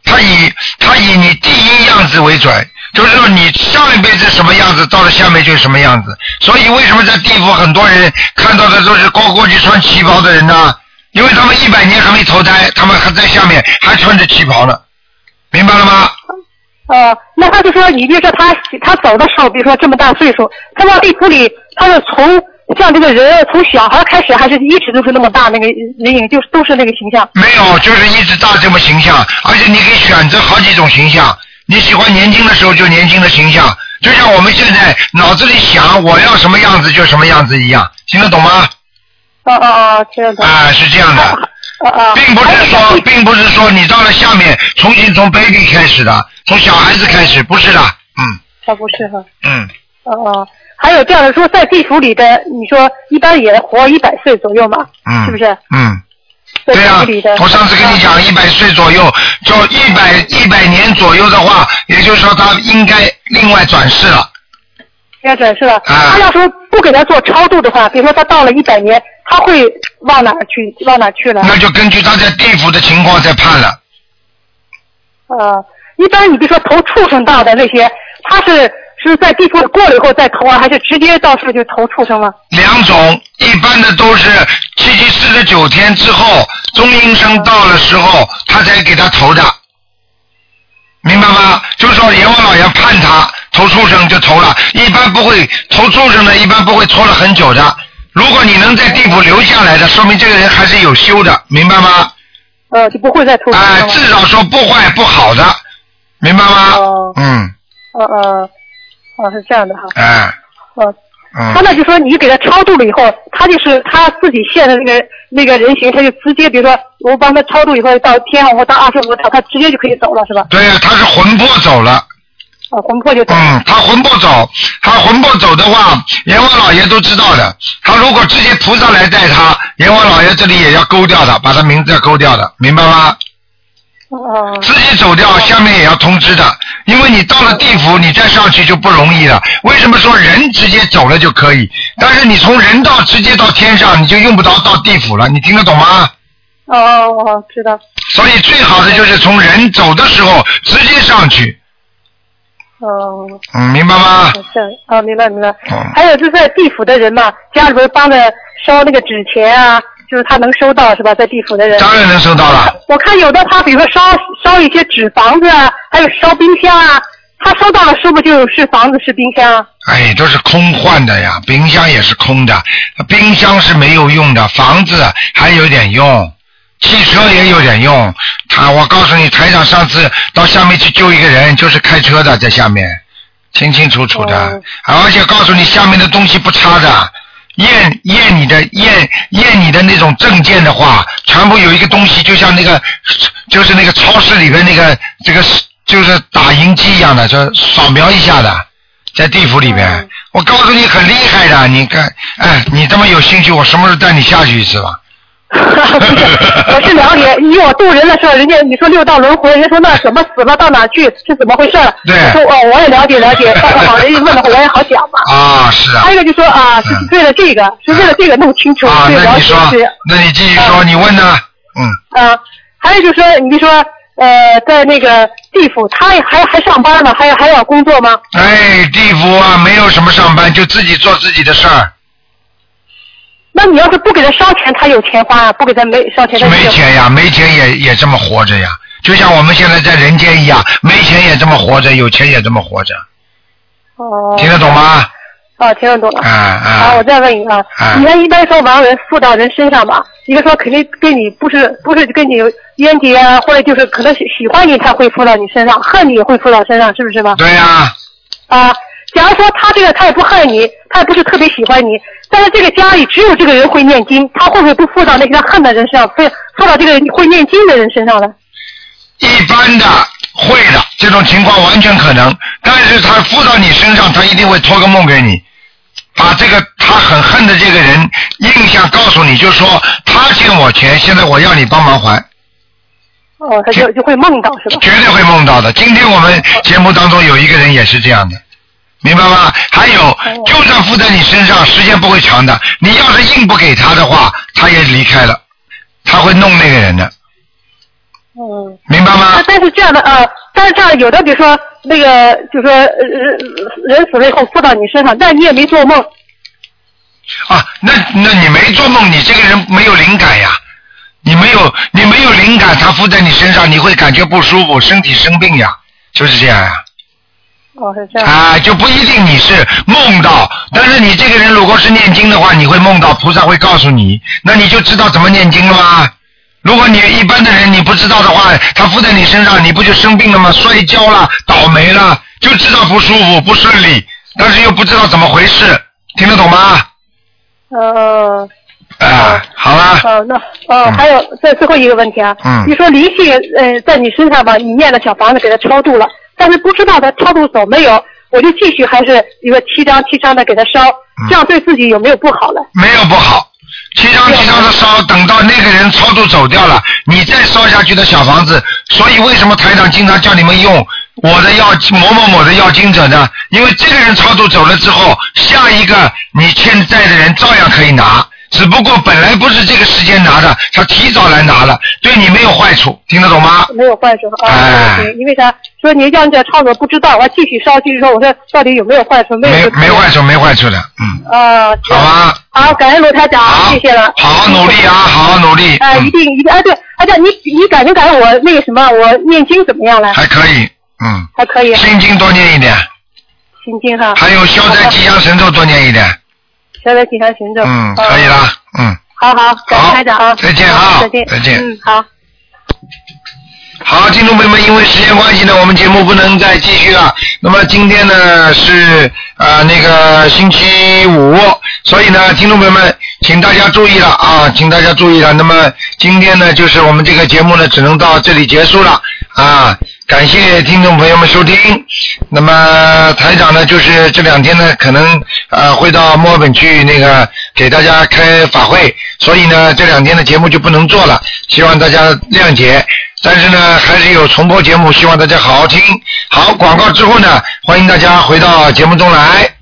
[SPEAKER 2] 它以它以你第一样子为准，就是说你上一辈子什么样子，到了下面就是什么样子。所以为什么在地府很多人看到的都是光过去穿旗袍的人呢？因为他们一百年还没投胎，他们还在下面还穿着旗袍呢，明白了吗？
[SPEAKER 9] 呃，那他就说，你比如说他他走的时候，比如说这么大岁数，他到地府里，他是从像这个人从小孩开始，还是一直都是那么大那个人影，就是都是那个形象。
[SPEAKER 2] 没有，就是一直大这么形象，而且你可以选择好几种形象。你喜欢年轻的时候就年轻的形象，就像我们现在脑子里想我要什么样子就什么样子一样，听得懂吗？
[SPEAKER 9] 哦哦哦，听得懂。
[SPEAKER 2] 啊，是这样的，
[SPEAKER 9] 哦哦。
[SPEAKER 2] 并不是说，并不是说你到了下面重新从 baby 开始的，从小孩子开始，不是的，嗯
[SPEAKER 9] 他不是哈。
[SPEAKER 2] 嗯，
[SPEAKER 9] 哦哦，还有这样的说，在地府里的，你说一般也活一百岁左右嘛，
[SPEAKER 2] 嗯
[SPEAKER 9] 是不是？
[SPEAKER 2] 嗯，
[SPEAKER 9] 在
[SPEAKER 2] 对
[SPEAKER 9] 地
[SPEAKER 2] 啊
[SPEAKER 9] 府里的。，嗯
[SPEAKER 2] 我上次跟你讲，一百岁左右，就一百一百年左右的话，也就是说他应该另外转世了。
[SPEAKER 9] 要转世了。他要说不给他做超度的话，比如说他到了一百年，他会往哪儿去？往哪儿去了？
[SPEAKER 2] 那就根据他在地府的情况再判了。
[SPEAKER 9] 呃，一般你比如说投畜生道的那些，他是是在地府过了以后再投啊，还是直接到时候就投畜生了？
[SPEAKER 2] 两种，一般的都是七七四十九天之后，中阴身到了时候，他才给他投的，明白吗？就是说阎王老爷判他投畜生就投了，一般不会投畜生的，一般不会拖了很久的。如果你能在地府留下来的，说明这个人还是有修的，明白吗？啊
[SPEAKER 9] 呃，就不会再投畜生了。
[SPEAKER 2] 至少说不坏不好的，明白吗？嗯，
[SPEAKER 9] 呃呃，哦是这样的哈，
[SPEAKER 2] 哎，
[SPEAKER 9] 呃。
[SPEAKER 2] 嗯。
[SPEAKER 9] 他那就说你给他超度了以后，他就是他自己现的那个那个人形，他就直接比如说我帮他超度以后到天上或到二十五道，他直接就可以走了是吧？
[SPEAKER 2] 对呀、他是魂魄走了。
[SPEAKER 9] 啊，魂魄就
[SPEAKER 2] 走。嗯，他魂魄走，他魂魄走的话，阎王老爷都知道的。他如果直接菩萨来带他，阎王老爷这里也要勾掉的，把他名字要勾掉的，明白吗？
[SPEAKER 9] 哦，
[SPEAKER 2] 自己走掉，下面也要通知的，因为你到了地府，你再上去就不容易了。为什么说人直接走了就可以？但是你从人道直接到天上，你就用不着到地府了。你听得懂吗？
[SPEAKER 9] 哦哦哦，知道。
[SPEAKER 2] 所以最好的就是从人走的时候直接上去，
[SPEAKER 9] 哦。
[SPEAKER 2] 嗯，明白吗？
[SPEAKER 9] 是，哦，明白明白。
[SPEAKER 2] 嗯
[SPEAKER 9] 还有就是在地府的人嘛，家里边帮着烧那个纸钱啊，就是他能收到是吧？在地府的人。
[SPEAKER 2] 当然能收到了。
[SPEAKER 9] 我看有的他比如说烧烧一些纸房子啊，还有烧冰箱啊，他收到了是不是就是房子是冰箱啊？
[SPEAKER 2] 哎，都是空换的呀，冰箱也是空的，冰箱是没有用的，房子还有点用，汽车也有点用。他，我告诉你，台长上次到下面去救一个人，就是开车的在下面，清清楚楚的，而且告诉你下面的东西不差的。验验你的验验你的那种证件的话，全部有一个东西，就像那个就是那个超市里边那个这个就是打印机一样的，就扫描一下的。在地府里
[SPEAKER 9] 哦
[SPEAKER 2] 边，我告诉你很厉害的，你看，哎，你这么有兴趣，我什么时候带你下去一次吧？
[SPEAKER 9] 我是了解，你我渡人的时候，人家你说六道轮回，人家说那怎么死了到哪去是怎么回事儿？
[SPEAKER 2] 对
[SPEAKER 9] 我说哦，我也了解了解，到个好人一问的话，我也好讲嘛。
[SPEAKER 2] 啊，是啊
[SPEAKER 9] 还。有一个就说啊，是为了这个，是为了这个弄清楚，
[SPEAKER 2] 啊，
[SPEAKER 9] 对
[SPEAKER 2] 那
[SPEAKER 9] 了
[SPEAKER 2] 你
[SPEAKER 9] 解
[SPEAKER 2] 说
[SPEAKER 9] 是，
[SPEAKER 2] 那你继续说，你问呢？嗯，
[SPEAKER 9] 呃，还有就是说，你就说呃，在那个地府，他也还还上班呢，还还要工作吗？
[SPEAKER 2] 哎，地府啊，没有什么上班，就自己做自己的事儿，
[SPEAKER 9] 那你要是不给他烧钱，他有钱花啊；不给他没烧钱，他没
[SPEAKER 2] 没钱呀，没钱也也这么活着呀，就像我们现在在人间一样，没钱也这么活着，有钱也这么活着，
[SPEAKER 9] 哦，
[SPEAKER 2] 听得懂？吗？
[SPEAKER 9] 啊，听得懂了。
[SPEAKER 2] 啊
[SPEAKER 9] 啊，
[SPEAKER 2] 啊
[SPEAKER 9] 我，再问一个，啊
[SPEAKER 2] 啊，
[SPEAKER 9] 你看一般说亡人附到人身上吧，一个说肯定跟你不是不是跟你有冤结啊，或者就是可能喜喜欢你，他会附到你身上，恨你也会附到身上，是不是吧？
[SPEAKER 2] 对呀、
[SPEAKER 9] 啊，假如说他这个他也不恨你，他也不是特别喜欢你，但是这个家里只有这个人会念经，他会不会不附到那个他恨的人身上，非附到这个会念经的人身上呢？
[SPEAKER 2] 一般的会的，这种情况完全可能，但是他附到你身上，他一定会托个梦给你，把这个他很恨的这个人印象告诉你，就说他欠我钱，现在我要你帮忙还，
[SPEAKER 9] 哦，他就就会梦到是吧？
[SPEAKER 2] 绝对会梦到的。今天我们节目当中有一个人也是这样的，明白吗？还有，就算附在你身上，时间不会长的，你要是硬不给他的话，他也离开了，他会弄那个人的，
[SPEAKER 9] 嗯。
[SPEAKER 2] 明白吗？
[SPEAKER 9] 那但是这样的啊、呃但是这样有的，比如说那个，就说呃人人死了以后附到你身上，但你也没做梦，
[SPEAKER 2] 啊，那那你没做梦，你这个人没有灵感呀，你没有你没有灵感，它附在你身上，你会感觉不舒服，身体生病呀，就是这样呀。
[SPEAKER 9] 哦，是这样。
[SPEAKER 2] 啊，就不一定你是梦到，但是你这个人如果是念经的话，你会梦到菩萨会告诉你，那你就知道怎么念经了吗？如果你一般的人你不知道的话，他附在你身上，你不就生病了吗？摔跤了，倒霉了，就知道不舒服、不顺利，但是又不知道怎么回事，听得懂吗？
[SPEAKER 9] 呃，
[SPEAKER 2] 啊，好啦。
[SPEAKER 9] 哦，那哦，还有再最后一个问题啊，
[SPEAKER 2] 嗯
[SPEAKER 9] 你说灵性呃在你身上吧，你念了小房子给他超度了，但是不知道他超度走没有，我就继续还是一个七张七张的给他烧，
[SPEAKER 2] 嗯
[SPEAKER 9] 这样对自己有没有不好呢？
[SPEAKER 2] 没有不好。七张七张的烧，等到那个人超度走掉了，你再烧下去的小房子。所以为什么台长经常叫你们用我的要某某某的要经者呢？因为这个人超度走了之后，下一个你欠债的人照样可以拿，只不过本来不是这个时间拿的，他提早来拿了，对你没有坏处，听得懂吗？
[SPEAKER 9] 没有坏处啊，
[SPEAKER 2] 哎
[SPEAKER 9] 对因为啥？说你让这超度不知道，我继续烧，继续烧，我说到底有没有坏处？没有
[SPEAKER 2] 没没坏处，没坏处的，嗯，
[SPEAKER 9] 啊，好
[SPEAKER 2] 啊，
[SPEAKER 9] 好，感恩罗台长，谢谢了，
[SPEAKER 2] 好好努力啊，好好努力，嗯
[SPEAKER 9] 哎，一定一定，哎对，哎对，你你感觉感觉我那个什么，我念经怎么样了？
[SPEAKER 2] 还可以，嗯，
[SPEAKER 9] 还可以，啊
[SPEAKER 2] 心经多念一点，
[SPEAKER 9] 心经哈，
[SPEAKER 2] 还有消灾吉祥神咒多念一点，
[SPEAKER 9] 消灾吉祥神咒，
[SPEAKER 2] 嗯，可以
[SPEAKER 9] 了。
[SPEAKER 2] 啦，嗯，
[SPEAKER 9] 好好，感谢台长啊，
[SPEAKER 2] 再见啊
[SPEAKER 9] 好再见，
[SPEAKER 2] 再见
[SPEAKER 9] 嗯，好。
[SPEAKER 2] 好，听众朋友们，因为时间关系呢，我们节目不能再继续了。那么今天呢是呃那个星期五，所以呢，听众朋友们，请大家注意了啊，请大家注意了。那么今天呢，就是我们这个节目呢，只能到这里结束了啊。感谢听众朋友们收听。那么台长呢，就是这两天呢，可能呃会到墨尔本去那个给大家开法会，所以呢这两天的节目就不能做了，希望大家谅解。但是呢，还是有重播节目，希望大家好好听。好，广告之后呢，欢迎大家回到节目中来。